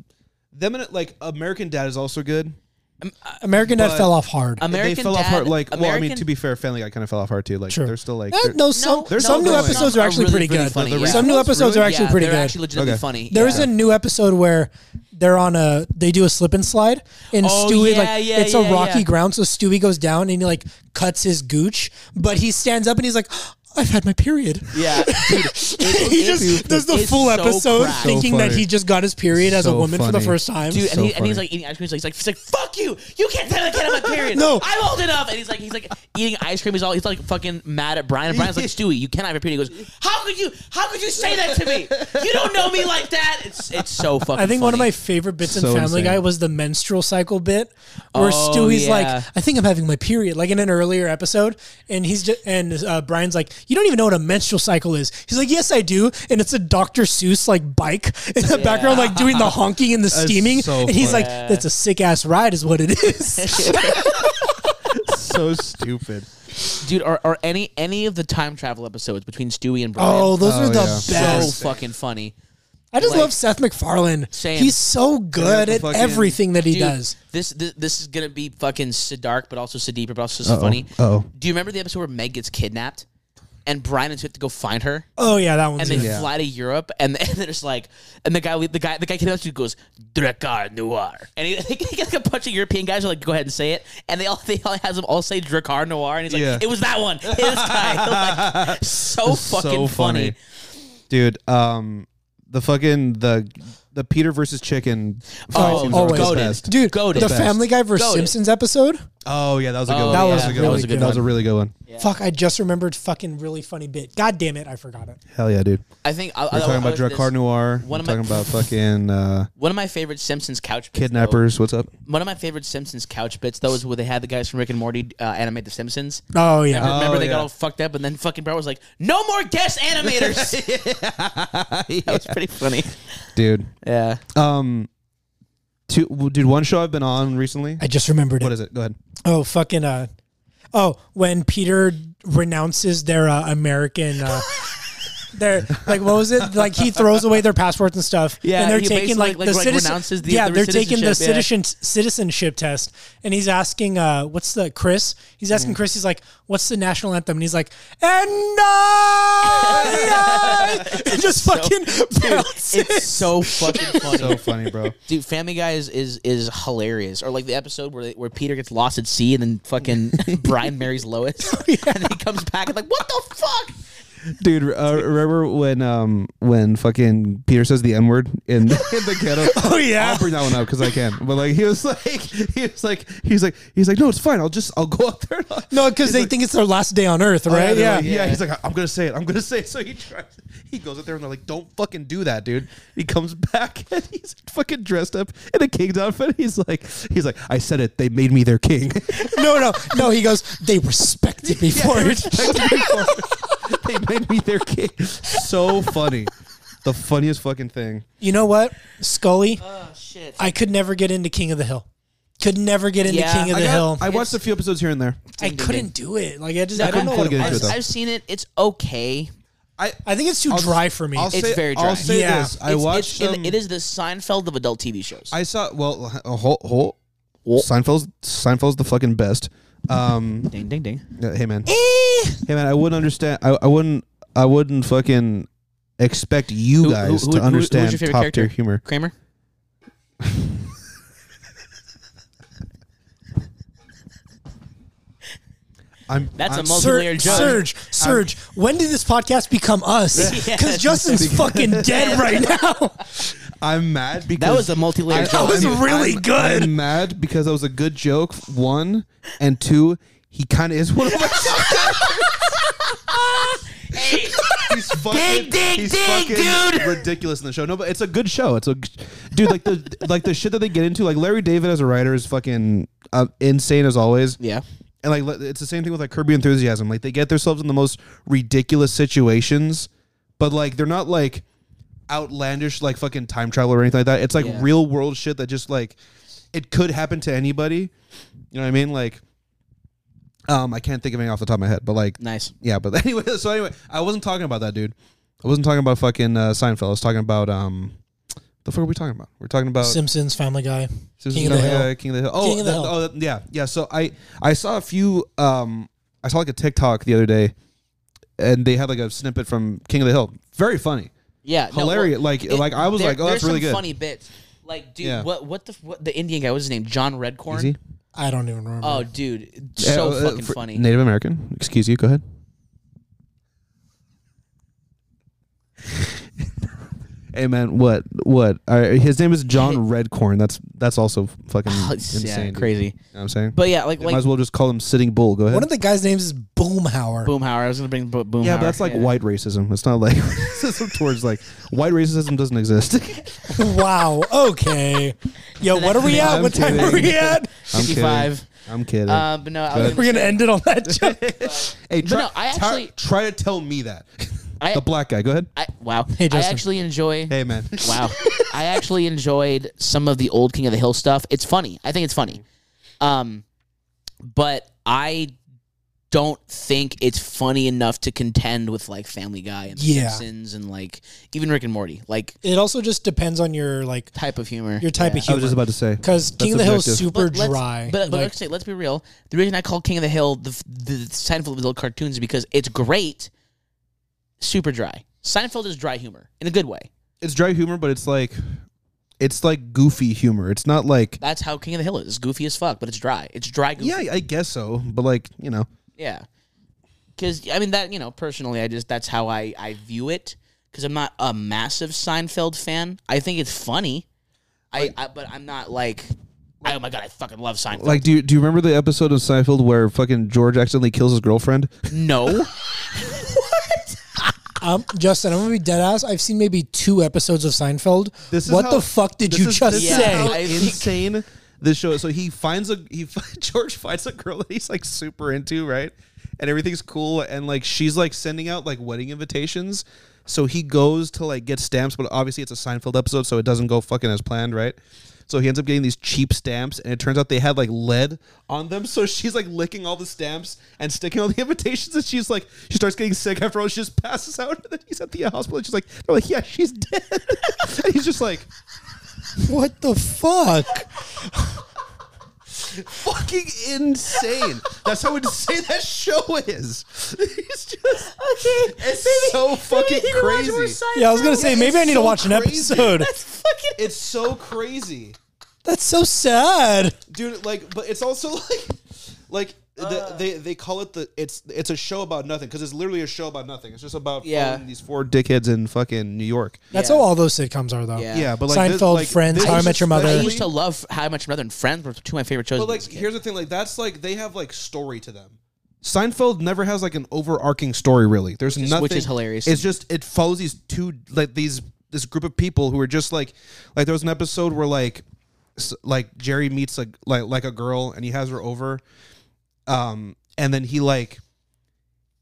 Speaker 2: them and like American Dad is also good.
Speaker 3: American Dad
Speaker 2: But-
Speaker 3: fell off hard.
Speaker 1: American
Speaker 2: they fell
Speaker 1: Dad,
Speaker 2: off hard. Like, well, I mean,
Speaker 1: American-
Speaker 2: to be fair, Family Guy kind of fell off hard too. Like,
Speaker 3: Sure.
Speaker 2: they're still like,
Speaker 3: Eh,
Speaker 2: they're-
Speaker 3: no, some
Speaker 1: no,
Speaker 3: some
Speaker 2: no,
Speaker 3: new
Speaker 2: some
Speaker 3: episodes
Speaker 1: are
Speaker 3: are actually
Speaker 1: really,
Speaker 3: pretty
Speaker 1: really
Speaker 3: good.
Speaker 1: funny,
Speaker 2: yeah.
Speaker 3: Some new
Speaker 2: Ones
Speaker 3: episodes
Speaker 2: really-
Speaker 3: are actually
Speaker 1: yeah,
Speaker 3: pretty
Speaker 1: they're
Speaker 3: good.
Speaker 1: actually legitimately
Speaker 2: Okay.
Speaker 1: funny.
Speaker 3: There
Speaker 1: yeah.
Speaker 3: was a new episode where they're on a they do a slip and slide and
Speaker 1: Oh,
Speaker 3: Stewie
Speaker 1: yeah,
Speaker 3: like
Speaker 1: yeah,
Speaker 3: it's
Speaker 1: yeah,
Speaker 3: a rocky
Speaker 1: yeah.
Speaker 3: ground so Stewie goes down and he like cuts his gooch but he stands up and he's like I've had my period.
Speaker 1: Yeah, dude, it-
Speaker 3: he
Speaker 1: it-
Speaker 3: just does the
Speaker 1: it's
Speaker 3: full
Speaker 1: so
Speaker 3: episode
Speaker 1: cracked.
Speaker 3: thinking that
Speaker 2: funny.
Speaker 3: he just got his period as a
Speaker 2: So
Speaker 3: woman for the
Speaker 2: funny.
Speaker 3: first time.
Speaker 1: Dude,
Speaker 2: so
Speaker 1: and, he, and he's
Speaker 2: funny.
Speaker 1: like eating ice cream. So he's like, he's like, fuck you! You can't tell that kid I'm a period.
Speaker 3: No.
Speaker 1: I'm old enough. And he's like, he's like eating ice cream. He's all, he's like fucking mad at Brian. And Brian's like, Stewie, you cannot have a period. He goes, how could you, how could you say that to me? You don't know me like that. It's it's so fucking.
Speaker 3: I think one of my
Speaker 1: funny.
Speaker 3: favorite bits in
Speaker 2: So
Speaker 3: Family
Speaker 2: insane.
Speaker 3: Guy was the menstrual cycle bit, where
Speaker 1: Oh,
Speaker 3: Stewie's like,
Speaker 1: yeah.
Speaker 3: "I think I'm having my period," like in an earlier episode, and he's just and uh, Brian's like, "You don't even know what a menstrual cycle is." He's like, "Yes, I do," and it's a Dr. Seuss like bike in the background, like doing the honking and the steaming,
Speaker 2: so
Speaker 3: and he's
Speaker 2: funny.
Speaker 3: like, "That's a sick ass ride, is what it is."
Speaker 2: so stupid.
Speaker 1: dude. Or, or any any of the time travel episodes between Stewie and Brian.
Speaker 3: oh, those
Speaker 2: Oh,
Speaker 3: are the
Speaker 2: yeah.
Speaker 1: so
Speaker 3: best.
Speaker 1: fucking funny.
Speaker 3: I just
Speaker 1: like-
Speaker 3: love Seth MacFarlane.
Speaker 1: Same.
Speaker 3: He's so good
Speaker 2: the
Speaker 3: at
Speaker 2: fucking-
Speaker 3: everything that he
Speaker 1: Dude,
Speaker 3: does.
Speaker 1: This, this this is gonna be fucking so dark, but also so deep, but also so
Speaker 2: Uh-oh.
Speaker 1: funny.
Speaker 2: Uh-oh.
Speaker 1: Do you remember the episode where Meg gets kidnapped, and Brian and Sue have to go find her?
Speaker 3: Oh yeah, that one's
Speaker 1: and they
Speaker 3: good.
Speaker 2: Yeah.
Speaker 1: fly to Europe, and, and they're just like, and the guy, the guy, the guy came up to you goes, Drakkar Noir, and he, he gets like a bunch of European guys who are like, go ahead and say it, and they all, they all has them all say Drakkar Noir, and he's like,
Speaker 2: Yeah.
Speaker 1: it was that one, it was this guy, like, so fucking funny.
Speaker 2: dude. Um, the fucking the the Peter versus Chicken.
Speaker 1: Oh,
Speaker 2: fight scenes are
Speaker 3: always.
Speaker 2: the
Speaker 1: Goated.
Speaker 2: best.
Speaker 3: Dude,
Speaker 1: Goated.
Speaker 3: the
Speaker 1: Best.
Speaker 3: Family Guy versus
Speaker 1: Goated.
Speaker 3: Simpsons episode.
Speaker 2: Oh yeah, that was a good
Speaker 1: Oh,
Speaker 2: one.
Speaker 1: That
Speaker 2: That
Speaker 1: was
Speaker 2: was
Speaker 1: yeah.
Speaker 2: a good
Speaker 1: really
Speaker 2: one.
Speaker 1: good
Speaker 2: that was a
Speaker 1: one.
Speaker 2: really good one.
Speaker 3: Fuck, I just remembered fucking really funny bit. God damn it, I forgot it.
Speaker 2: Hell yeah, dude.
Speaker 1: I think I,
Speaker 2: We're
Speaker 1: I,
Speaker 2: talking
Speaker 1: I,
Speaker 2: about Drakkar Noir.
Speaker 1: One
Speaker 2: We're
Speaker 1: of my-
Speaker 2: talking about fucking uh,
Speaker 1: One of my favorite Simpsons couch bits,
Speaker 2: kidnappers. What's up?
Speaker 1: Though, one of my favorite Simpsons couch bits though is where they had the guys from Rick and Morty uh, animate the Simpsons.
Speaker 3: Oh yeah.
Speaker 1: Remember
Speaker 2: Oh,
Speaker 1: they got
Speaker 2: yeah.
Speaker 1: all fucked up, and then fucking Bart was like, "No more guest animators." That was pretty funny.
Speaker 2: dude.
Speaker 1: Yeah.
Speaker 2: Um, two, w- dude. One show I've been on recently.
Speaker 3: I just remembered
Speaker 2: What
Speaker 3: it.
Speaker 2: is it? Go ahead.
Speaker 3: Oh fucking uh Oh, when Peter renounces their uh, American uh their like what was it? Like he throws away their passports and stuff.
Speaker 1: Yeah,
Speaker 3: and they're
Speaker 1: he
Speaker 3: taking
Speaker 1: basically,
Speaker 3: like,
Speaker 1: like,
Speaker 3: the
Speaker 1: like,
Speaker 3: citizen-
Speaker 1: renounces the-
Speaker 3: yeah,
Speaker 1: the
Speaker 3: they're taking the
Speaker 1: citizenship, yeah.
Speaker 3: citizen citizenship test, and he's asking uh what's the Chris? He's asking
Speaker 1: Mm.
Speaker 3: Chris. He's like, what's the national anthem? And he's like, and I, and just fucking bounces.
Speaker 1: It's so fucking funny.
Speaker 2: So funny, bro.
Speaker 1: Dude, Family Guy is, is is hilarious. Or like the episode where they, where Peter gets lost at sea and then fucking Brian marries Lois, and he comes back and like, what the fuck?
Speaker 2: Dude, uh, remember when um when fucking Peter says the N word in, in the ghetto?
Speaker 3: Oh, yeah.
Speaker 2: I'll bring that one up because I can. But like he was like he was like he's like he's like no, it's fine. I'll just I'll go up there.
Speaker 3: No, because they think it's their last day on Earth, right?
Speaker 2: they're
Speaker 3: yeah.
Speaker 2: like, Oh, yeah. He's like I- I'm gonna say it. I'm gonna say it. So he tries. He goes up there and they're like, don't fucking do that, dude. He comes back and he's fucking dressed up in a king's outfit. He's like he's like I said it. They made me their king.
Speaker 3: No, no, no. He goes. They respected me for it.
Speaker 2: they made me their king. So funny. The funniest fucking thing.
Speaker 3: You know what, Scully?
Speaker 1: Oh shit.
Speaker 3: I could never get into King of the Hill. Could never get into
Speaker 1: Yeah,
Speaker 3: King of
Speaker 2: I,
Speaker 3: the
Speaker 2: got-
Speaker 3: Hill.
Speaker 2: I watched a few episodes here and there.
Speaker 3: I couldn't do it. Like I just, I don't know.
Speaker 2: couldn't
Speaker 3: What
Speaker 2: get
Speaker 3: it was.
Speaker 2: into it,
Speaker 1: I've,
Speaker 2: though.
Speaker 1: I've seen it. It's okay.
Speaker 2: I
Speaker 3: I think it's too dry for me.
Speaker 2: I'll
Speaker 1: It's
Speaker 2: say,
Speaker 1: very dry.
Speaker 2: I'll say
Speaker 3: Yeah.
Speaker 2: this. I
Speaker 1: It's-
Speaker 2: watched.
Speaker 1: It's,
Speaker 2: um,
Speaker 1: it is the Seinfeld of adult TV shows.
Speaker 2: I saw. Well, a whole, whole Seinfeld's Seinfeld's the fucking best. Um,
Speaker 1: ding ding ding.
Speaker 2: yeah, hey
Speaker 3: Eh.
Speaker 2: man, hey man, I wouldn't understand. I, I wouldn't. I wouldn't fucking expect you
Speaker 1: Who- who-
Speaker 2: guys
Speaker 1: who- who-
Speaker 2: to
Speaker 1: who-
Speaker 2: understand
Speaker 1: who's your favorite
Speaker 2: top
Speaker 1: character?
Speaker 2: tier humor.
Speaker 1: Kramer.
Speaker 2: I'm.
Speaker 1: That's
Speaker 2: I'm,
Speaker 1: a multi- multi-layered
Speaker 3: Surge,
Speaker 1: joke.
Speaker 3: Surge, Surge. when did this podcast become us?
Speaker 1: Yeah.
Speaker 3: Because Justin's fucking dead right now.
Speaker 2: I'm mad because
Speaker 1: That was a multi-layered
Speaker 2: I-
Speaker 1: joke.
Speaker 3: That was
Speaker 2: I'm-
Speaker 3: really
Speaker 2: I'm-
Speaker 3: good.
Speaker 2: I'm mad because that was a good joke. One and two. He kind of is one of my.
Speaker 1: Hey,
Speaker 2: he's fucking,
Speaker 1: Dig, dig,
Speaker 2: he's
Speaker 1: dig,
Speaker 2: fucking
Speaker 1: dude.
Speaker 2: ridiculous in the show. No, but it's a good show. It's a g- dude like the like the shit that they get into. Like Larry David as a writer is fucking uh, insane as always.
Speaker 1: yeah.
Speaker 2: and like le- it's the same thing with like Kirby enthusiasm. Like they get themselves in the most ridiculous situations, but like they're not like outlandish like fucking time travel or anything like that. It's like
Speaker 1: Yeah.
Speaker 2: real world shit that just like it could happen to anybody. You know what I mean? Like. Um, I can't think of any off the top of my head, but like
Speaker 1: Nice.
Speaker 2: yeah, but anyway, so anyway, I wasn't talking about that, dude. I wasn't talking about fucking uh, Seinfeld. I was talking about um, the fuck are we talking about? We're talking about
Speaker 3: Simpsons, Family Guy,
Speaker 2: Simpsons,
Speaker 3: King of the
Speaker 2: Family
Speaker 3: Hill.
Speaker 2: Guy, King of the Hill. Oh,
Speaker 3: King of the
Speaker 2: that-
Speaker 3: Hill.
Speaker 2: oh, that- yeah, yeah. So I I saw a few. Um, I saw like a TikTok the other day, and they had like a snippet from King of the Hill. Very funny,
Speaker 1: Yeah. no, well,
Speaker 2: hilarious. like
Speaker 1: it-
Speaker 2: like I was
Speaker 1: there-
Speaker 2: like, oh, that's
Speaker 1: there's
Speaker 2: really
Speaker 1: some
Speaker 2: good.
Speaker 1: Funny bits. Like, dude,
Speaker 2: Yeah.
Speaker 1: what what the what the Indian guy? What's his name? John Redcorn.
Speaker 2: Is he?
Speaker 3: I don't even remember.
Speaker 1: Oh, dude, so
Speaker 2: Uh, uh,
Speaker 1: fucking
Speaker 2: for-
Speaker 1: funny.
Speaker 2: Native American. Excuse you. Go ahead. Hey man, what what? All right, his name is John Redcorn. That's that's also fucking
Speaker 1: It's- Oh, yeah,
Speaker 2: insane. dude.
Speaker 1: crazy.
Speaker 2: You know what I'm saying.
Speaker 1: But yeah, like
Speaker 2: Might
Speaker 1: like
Speaker 2: as well just call him Sitting Bull. Go ahead.
Speaker 3: One of the guys' names is Boomhauer.
Speaker 1: Boomhauer. I was gonna bring Bo- Boomhauer.
Speaker 2: yeah, but that's like white racism. It's not like racism towards like white racism doesn't exist.
Speaker 3: wow. Okay. Yo, what are we at?
Speaker 2: I'm
Speaker 3: what time are we
Speaker 2: kidding.
Speaker 3: at?
Speaker 2: I'm kidding.
Speaker 1: 55.
Speaker 2: I'm kidding.
Speaker 1: Uh, but no, I was
Speaker 2: Good.
Speaker 3: We're
Speaker 1: gonna,
Speaker 3: gonna end it on that joke.
Speaker 2: hey, try,
Speaker 1: no, I
Speaker 2: try-
Speaker 1: actually-
Speaker 2: try to tell me that.
Speaker 1: I-
Speaker 2: the black guy. Go ahead.
Speaker 1: I, wow. I
Speaker 3: Justin.
Speaker 1: actually enjoy.
Speaker 2: Hey man.
Speaker 1: Wow. I actually enjoyed some of the old King of the Hill stuff. It's funny. I think it's funny. Um, but I don't think it's funny enough to contend with like Family Guy and The
Speaker 3: Yeah.
Speaker 1: Simpsons and like even Rick and Morty, like
Speaker 3: It also just depends on your like
Speaker 1: type of humor.
Speaker 3: your type
Speaker 1: Yeah.
Speaker 3: of
Speaker 2: I
Speaker 3: humor.
Speaker 2: was just about to say.
Speaker 3: Because King of the Hill is
Speaker 2: objective.
Speaker 3: super
Speaker 1: let's-
Speaker 3: dry.
Speaker 1: But, but
Speaker 3: Like,
Speaker 1: actually, let's be real. The reason I call King of the Hill the the Seinfeld of the old cartoons is because it's great, super dry. Seinfeld is dry humor in a good way.
Speaker 2: It's dry humor, but it's like it's like goofy humor. It's not like
Speaker 1: That's how King of the Hill is. It's goofy as fuck, but it's dry. It's dry goofy.
Speaker 2: yeah, I guess so, but like you know,
Speaker 1: Yeah. Because, I mean, that, you know, personally, I just, that's how I, I view it. Because I'm not a massive Seinfeld fan. I think it's funny. I, I but I'm not like, oh my God, I fucking love Seinfeld.
Speaker 2: like do you, do you remember the episode of Seinfeld where fucking George accidentally kills his girlfriend?
Speaker 1: no.
Speaker 3: um, Justin, I'm gonna be dead ass. I've seen maybe two episodes of Seinfeld.
Speaker 2: This is
Speaker 3: what
Speaker 2: how-
Speaker 3: the fuck did
Speaker 2: this
Speaker 3: you
Speaker 2: is-
Speaker 3: just
Speaker 2: this is
Speaker 1: Yeah,
Speaker 3: say?
Speaker 2: how
Speaker 1: I think-
Speaker 2: insane this show. is. So he finds a he fi- George finds a girl that he's like super into, right? And everything's cool, and like she's like sending out like wedding invitations. So he goes to like get stamps, but obviously it's a Seinfeld episode, so it doesn't go fucking as planned, right? So he ends up getting these cheap stamps, and it turns out they had like lead on them. So she's like licking all the stamps and sticking all the invitations, and she's like, she starts getting sick after all. She just passes out, and then he's at the hospital. And she's like, they're like, yeah, she's dead. and he's just like,
Speaker 3: What the fuck?
Speaker 2: fucking insane. That's how insane that show is. It's just it's so fucking crazy.
Speaker 3: Yeah, I was gonna say
Speaker 2: Yeah,
Speaker 3: maybe
Speaker 2: it's
Speaker 3: I need to
Speaker 2: so
Speaker 3: watch an
Speaker 2: crazy.
Speaker 3: episode.
Speaker 2: It's so crazy.
Speaker 3: That's so sad.
Speaker 2: Dude, like but it's also like like the,
Speaker 1: Uh.
Speaker 2: they they call it the it's it's a show about nothing because it's literally a show about nothing. It's just about
Speaker 1: Yeah.
Speaker 2: following these four dickheads in fucking New York.
Speaker 3: That's
Speaker 1: Yeah.
Speaker 3: how all those sitcoms are, though.
Speaker 1: Yeah.
Speaker 2: Yeah, but like this-
Speaker 3: Seinfeld,
Speaker 2: like,
Speaker 3: Friends,
Speaker 2: this
Speaker 3: How I
Speaker 2: is
Speaker 3: Met Your Mother.
Speaker 1: I
Speaker 2: especially-
Speaker 1: used to love How Much Mother and Friends were two of my favorite shows.
Speaker 2: But
Speaker 1: when I
Speaker 2: like,
Speaker 1: was a kid.
Speaker 2: here's the thing: like, that's like they have like story to them. Seinfeld never has like an overarching story, really. There's nothing,
Speaker 1: which is hilarious.
Speaker 2: It's just it follows these two like these this group of people who are just like like there was an episode where like s- like Jerry meets a like like a girl and he has her over, um, and then he like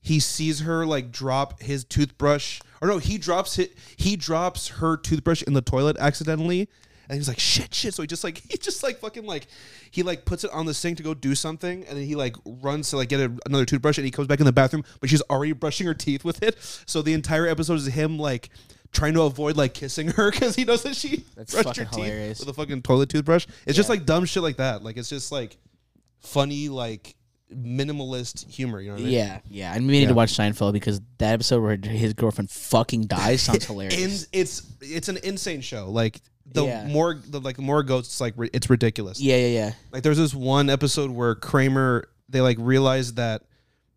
Speaker 2: he sees her like drop his toothbrush or no he drops it he drops her toothbrush in the toilet accidentally and he's like shit shit so he just like he just like fucking like he like puts it on the sink to go do something and then he like runs to like get a, another toothbrush and he comes back in the bathroom but she's already brushing her teeth with it so the entire episode is him like trying to avoid like kissing her because he knows that she
Speaker 1: That's
Speaker 2: brushed
Speaker 1: fucking
Speaker 2: her teeth
Speaker 1: hilarious.
Speaker 2: with a fucking toilet toothbrush it's just like dumb shit like that like it's just like funny like minimalist humor you know what I mean?
Speaker 1: Yeah, yeah. And we need to watch Seinfeld because that episode where his girlfriend fucking dies sounds hilarious.
Speaker 2: in, it's it's an insane show. Like the
Speaker 1: Yeah.
Speaker 2: more the like the more it goes, it's like ri- it's ridiculous.
Speaker 1: yeah, yeah, yeah.
Speaker 2: Like there's this one episode where Kramer they like realize that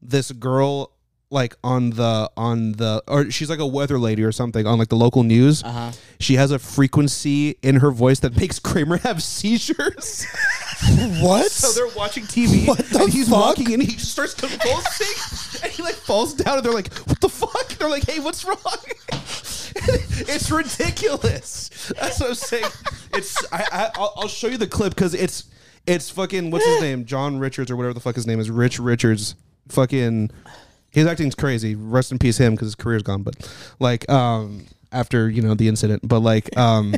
Speaker 2: this girl like on the on the or she's like a weather lady or something on like the local news.
Speaker 1: Uh-huh.
Speaker 2: She has a frequency in her voice that makes Kramer have seizures.
Speaker 3: What?
Speaker 2: So they're watching TV.
Speaker 3: What the
Speaker 2: and he's
Speaker 3: fuck?
Speaker 2: walking and he just starts convulsing and he like falls down and they're like, what the fuck? They're like, hey, what's wrong? it's ridiculous. That's what I'm saying. It's I, I I'll, I'll show you the clip because it's it's fucking what's his name? John Richards or whatever the fuck his name is. Rich Richards. Fucking his acting's crazy. Rest in peace him because his career's gone. But like um after you know the incident, but like um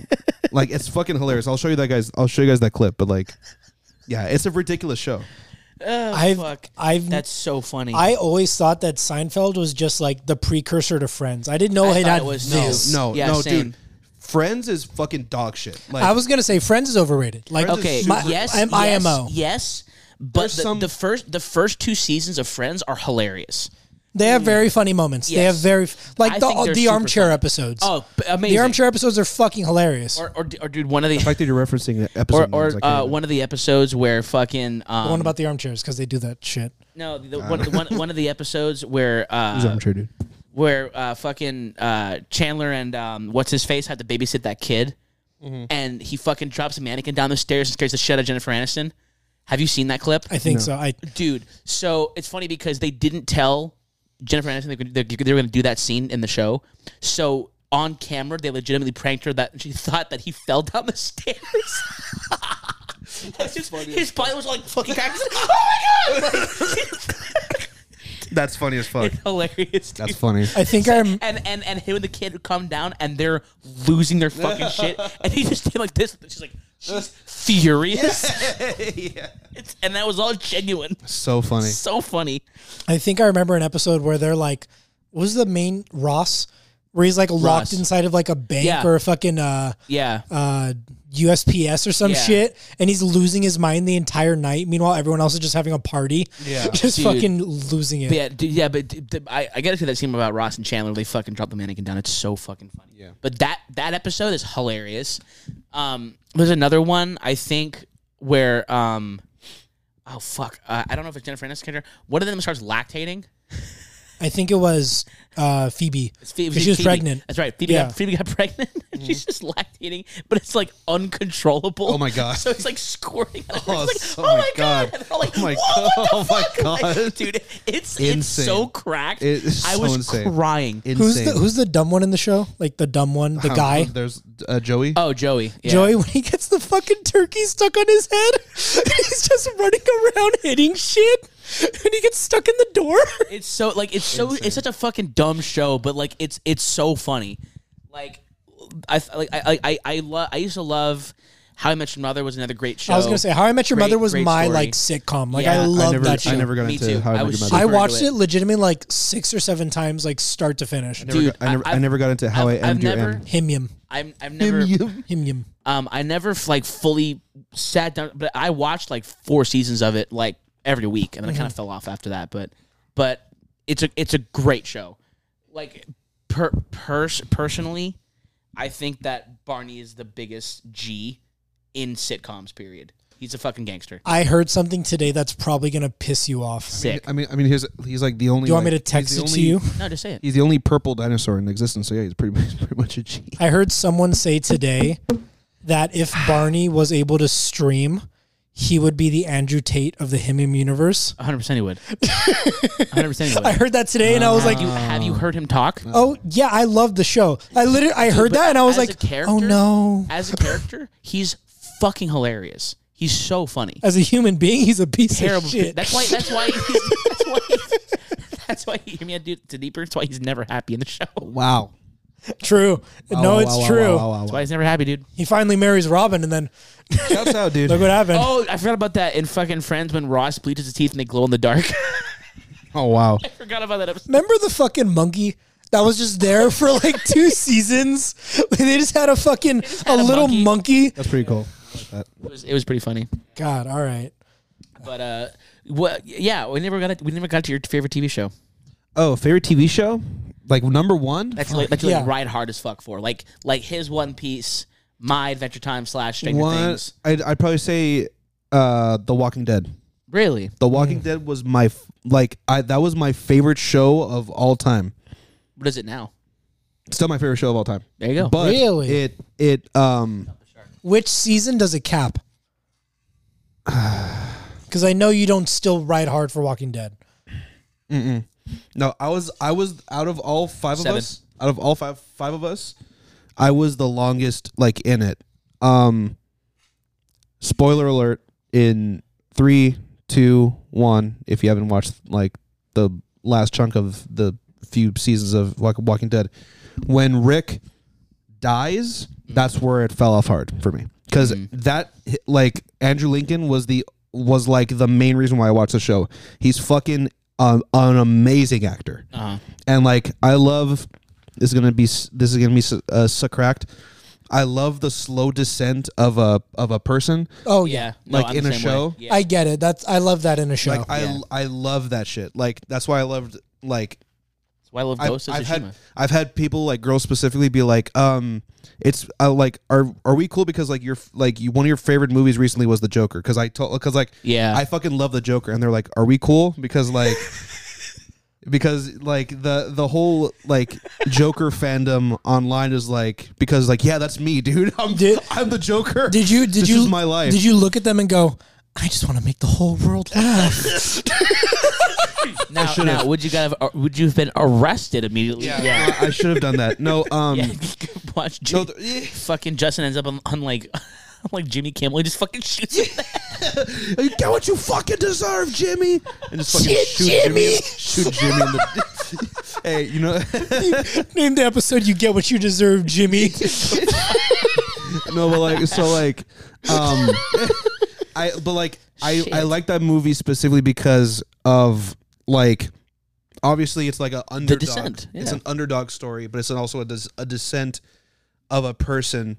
Speaker 2: like it's fucking hilarious. I'll show you that guys. I'll show you guys that clip. But like. Yeah, it's a ridiculous show.
Speaker 3: I've,
Speaker 1: fuck.
Speaker 3: I've,
Speaker 1: That's so funny.
Speaker 3: I always thought that Seinfeld was just like the precursor to Friends. I didn't know
Speaker 1: I
Speaker 3: it
Speaker 1: thought
Speaker 3: had
Speaker 1: it was- no,
Speaker 3: this.
Speaker 2: No,
Speaker 1: Yeah,
Speaker 2: no,
Speaker 1: same.
Speaker 2: dude. Friends is fucking dog shit. Like
Speaker 3: I was gonna say Friends is overrated. Like,
Speaker 2: Friends is
Speaker 1: okay,
Speaker 2: super-
Speaker 3: my-
Speaker 1: yes,
Speaker 3: I'm
Speaker 1: yes,
Speaker 3: IMO.
Speaker 1: yes. But
Speaker 2: There's
Speaker 1: the,
Speaker 2: some-
Speaker 1: the first the first two seasons of Friends are hilarious.
Speaker 3: They have very funny moments. They
Speaker 1: Yes.
Speaker 3: have very f- like
Speaker 1: I
Speaker 3: the,
Speaker 1: think
Speaker 3: uh,
Speaker 1: they're
Speaker 3: the
Speaker 1: super
Speaker 3: armchair
Speaker 1: funny.
Speaker 3: episodes.
Speaker 1: Oh, b- amazing!
Speaker 3: the armchair episodes are fucking hilarious.
Speaker 1: or, or, or dude, one of
Speaker 2: the
Speaker 1: the
Speaker 2: fact that you're referencing the
Speaker 1: or,
Speaker 2: episode
Speaker 1: or
Speaker 2: names, I can't
Speaker 1: uh,
Speaker 2: even-
Speaker 1: one of the episodes where fucking um,
Speaker 3: the one about the armchairs because they do that shit.
Speaker 1: no the, one, the one one of the episodes where uh,
Speaker 2: I'm sure, dude.
Speaker 1: where uh, fucking uh, Chandler and um, what's his face had to babysit that kid,
Speaker 2: Mm-hmm.
Speaker 1: and he fucking drops a mannequin down the stairs and scares the shit out of Jennifer Aniston. Have you seen that clip?
Speaker 3: I think so. I
Speaker 1: dude. So it's funny because they didn't tell Jennifer Aniston they, could- they, they were going to do that scene in the show. So on camera, they legitimately pranked her that she thought that he fell down the stairs. That's just, his body was like fucking cracked. He's like, oh my god!
Speaker 2: That's funny as fuck.
Speaker 1: Hilarious. Dude.
Speaker 2: That's funny.
Speaker 3: I think I'm.
Speaker 1: and and and him and the kid come down and they're losing their fucking shit. And he just did like this. She's like, she's furious. It's, and that was all genuine.
Speaker 2: So funny.
Speaker 1: So funny.
Speaker 3: I think I remember an episode where they're like, what was the main Ross, where he's like locked
Speaker 1: Ross.
Speaker 3: inside of like a bank
Speaker 1: Yeah.
Speaker 3: or a fucking uh,
Speaker 1: Yeah.
Speaker 3: uh, USPS or some
Speaker 1: Yeah.
Speaker 3: shit, and he's losing his mind the entire night. Meanwhile, everyone else is just having a party,
Speaker 2: Yeah.
Speaker 3: just
Speaker 1: Dude.
Speaker 3: fucking losing it.
Speaker 1: But yeah, d- yeah, but d- d- I, I gotta say that scene about Ross and Chandler. They fucking drop the mannequin down. It's so fucking funny.
Speaker 2: Yeah.
Speaker 1: But that that episode is hilarious. Um, there's another one I think where um, oh fuck, uh, I don't know if it's Jennifer Aniston. character. One of them starts lactating.
Speaker 3: I think it was uh, Phoebe.
Speaker 1: It's Phoebe-
Speaker 3: 'Cause she was
Speaker 1: Phoebe.
Speaker 3: pregnant.
Speaker 1: That's right. Phoebe,
Speaker 3: Yeah.
Speaker 1: got, Phoebe got pregnant. and She's just lactating, but it's like uncontrollable.
Speaker 2: Mm-hmm. Oh my God.
Speaker 1: So it's like squirting. Out of her.
Speaker 2: Oh,
Speaker 1: It's
Speaker 2: so
Speaker 1: like, oh my god! And they're all like,
Speaker 2: Oh my
Speaker 1: "Whoa, what
Speaker 2: God.
Speaker 1: the
Speaker 2: Oh my
Speaker 1: fuck?" Like,
Speaker 2: God.
Speaker 1: dude! It's it's
Speaker 2: Insane.
Speaker 1: so cracked.
Speaker 2: It is
Speaker 1: I
Speaker 2: so
Speaker 1: was
Speaker 2: insane.
Speaker 1: crying.
Speaker 2: Insane.
Speaker 3: Who's the Who's the dumb one in the show? Like the dumb one, the
Speaker 1: Uh-huh.
Speaker 2: Um,
Speaker 3: guy.
Speaker 2: There's uh, Joey.
Speaker 1: Oh, Joey. Yeah.
Speaker 3: Joey, when he gets the fucking turkey stuck on his head, he's just running around hitting shit, and he gets stuck in the door.
Speaker 1: It's so like it's so it's such a fucking dumb show, but like it's it's so funny. Like I th- like I I I, I love I used to love How I Met Your Mother was another great show.
Speaker 3: I was gonna say, How I Met Your
Speaker 1: Great-
Speaker 3: Mother was
Speaker 1: great
Speaker 3: my
Speaker 1: story.
Speaker 3: like sitcom. Like
Speaker 1: Yeah.
Speaker 3: I
Speaker 1: I
Speaker 3: love
Speaker 2: I never,
Speaker 3: that show.
Speaker 2: I never got
Speaker 1: Me
Speaker 2: into
Speaker 1: too.
Speaker 2: How I,
Speaker 1: I
Speaker 2: Met
Speaker 1: was
Speaker 2: Your
Speaker 1: super-
Speaker 2: Mother.
Speaker 3: I
Speaker 1: into
Speaker 3: watched
Speaker 1: it.
Speaker 3: it legitimately like six or seven times, like start to finish.
Speaker 1: Dude,
Speaker 2: I, never, I,
Speaker 1: I've-
Speaker 2: never got into How I
Speaker 1: I've- I've
Speaker 2: Met Your
Speaker 1: never-
Speaker 2: End.
Speaker 3: Himyum,
Speaker 1: I'm I've never
Speaker 3: himyum.
Speaker 1: um I never like fully sat down, but I watched like four seasons of it like every week, and then I kind of fell off after that. But but it's a it's a great show. Like per pers- personally, I think that Barney is the biggest G in sitcoms. Period. He's a fucking gangster.
Speaker 3: I heard something today that's probably gonna piss you off.
Speaker 1: Sick.
Speaker 2: I mean, I mean, he's he's like the only.
Speaker 3: Do you want me
Speaker 2: like-
Speaker 3: to text
Speaker 2: he's
Speaker 3: it
Speaker 2: the
Speaker 3: to
Speaker 2: only-
Speaker 3: you?
Speaker 1: No, just say it.
Speaker 2: He's the only purple dinosaur in existence. So yeah, he's pretty much pretty much a G.
Speaker 3: I heard someone say today that if Barney was able to stream, he would be the Andrew Tate of the himyum universe.
Speaker 1: 100 percent he would. 100 percent he would.
Speaker 3: I heard that today, and I was like,
Speaker 1: you, have you heard him talk?
Speaker 3: "Oh yeah, I love the show." I literally I heard that, and I was
Speaker 1: as a
Speaker 3: like,
Speaker 1: character-
Speaker 3: "Oh no!"
Speaker 1: As a character, he's fucking hilarious. He's so funny.
Speaker 3: As a human being, he's a piece
Speaker 1: Terrible.
Speaker 3: of shit.
Speaker 1: That's why. That's why. He's, that's why. He's, that's why. Hear me out, dude. To deeper. That's why he's never happy in the show. That's
Speaker 2: Wow.
Speaker 3: true.
Speaker 2: Oh,
Speaker 3: no, it's true.
Speaker 1: why he's never happy, dude.
Speaker 3: He finally marries Robin, and then
Speaker 2: Shouts out, dude.
Speaker 3: look what happened.
Speaker 1: Oh, I forgot about that in fucking Friends when Ross bleaches his teeth and they glow in the dark.
Speaker 2: Oh wow.
Speaker 1: forgot about that episode.
Speaker 3: Remember the fucking monkey that was just there for like two seasons? they just had a fucking
Speaker 1: had
Speaker 3: a
Speaker 1: a
Speaker 3: little monkey.
Speaker 2: That's pretty cool. I like that.
Speaker 1: It was, it was pretty funny.
Speaker 3: God, all right.
Speaker 1: But uh, what? Yeah, we never got. We never got to your favorite TV show.
Speaker 2: Oh, favorite TV show? Like number one?
Speaker 1: That's like, that's like
Speaker 3: Yeah.
Speaker 1: ride hard as fuck for. Like like his One Piece, my Adventure Time slash Stranger
Speaker 2: one.
Speaker 1: Things.
Speaker 2: I'd, I'd probably say uh, The Walking Dead.
Speaker 1: Really?
Speaker 2: The Walking Dead was my f- like I that was my favorite show of all time.
Speaker 1: What is it now?
Speaker 2: Still my favorite show of all time.
Speaker 1: There you go.
Speaker 2: But
Speaker 3: Really?
Speaker 2: it it um
Speaker 3: Which season does it cap? Because I know you don't still ride hard for Walking Dead.
Speaker 2: no I was I was out of all five
Speaker 1: Seven.
Speaker 2: of us out of all five five of us I was the longest like in it. Um spoiler alert in three two one if you haven't watched like the last chunk of the few seasons of Walk- Walking Dead when Rick dies, that's where it fell off hard for me because that like Andrew Lincoln was the was like the main reason why I watched the show. He's fucking um, an amazing actor,
Speaker 1: Uh-huh.
Speaker 2: and like I love this is gonna be s- this is gonna be s- uh, so cracked. I love the slow descent of a of a person.
Speaker 3: Oh yeah,
Speaker 1: yeah. No,
Speaker 2: Like
Speaker 1: I'm
Speaker 2: in
Speaker 1: the
Speaker 2: a
Speaker 1: same
Speaker 2: show?
Speaker 1: way. Yeah.
Speaker 3: I get it. That's I love that in a show.
Speaker 2: Like I I love that shit. Like that's why I loved like
Speaker 1: That's why I love Ghost of
Speaker 2: I've, I've
Speaker 1: Tsushima.
Speaker 2: had I've had people like girls specifically be like, um, it's uh, like are are we cool because like your like you, one of your favorite movies recently was the Joker because I told because like
Speaker 1: Yeah.
Speaker 2: I fucking love the Joker and they're like, are we cool because like because like the the whole like Joker fandom online is like because like yeah that's me dude I'm
Speaker 3: Did-
Speaker 2: I'm the Joker
Speaker 3: Did you? Did
Speaker 2: This
Speaker 3: you?
Speaker 2: is my life
Speaker 3: Did you look at them and go? I just want to make the whole world laugh.
Speaker 1: Now, now would you guys have, would you have been arrested immediately?
Speaker 2: yeah I, I should have done that no um
Speaker 1: Yeah, watch
Speaker 2: no
Speaker 1: Jimmy,
Speaker 2: th-
Speaker 1: fucking Justin ends up on, on like on like Jimmy Kimmel. He just fucking shoots him.
Speaker 2: You get what you fucking deserve, Jimmy. And just fucking shoot Jimmy. shoot Jimmy in the. hey, you know,
Speaker 3: Name the episode. You get what you deserve, Jimmy.
Speaker 2: no, but like, so like, um, I but like, I I
Speaker 1: Shit.
Speaker 2: like that movie specifically because of like, obviously it's like a underdog.
Speaker 1: descent,
Speaker 2: It's
Speaker 1: yeah.
Speaker 2: an underdog story, but it's also a, des- a descent of a person,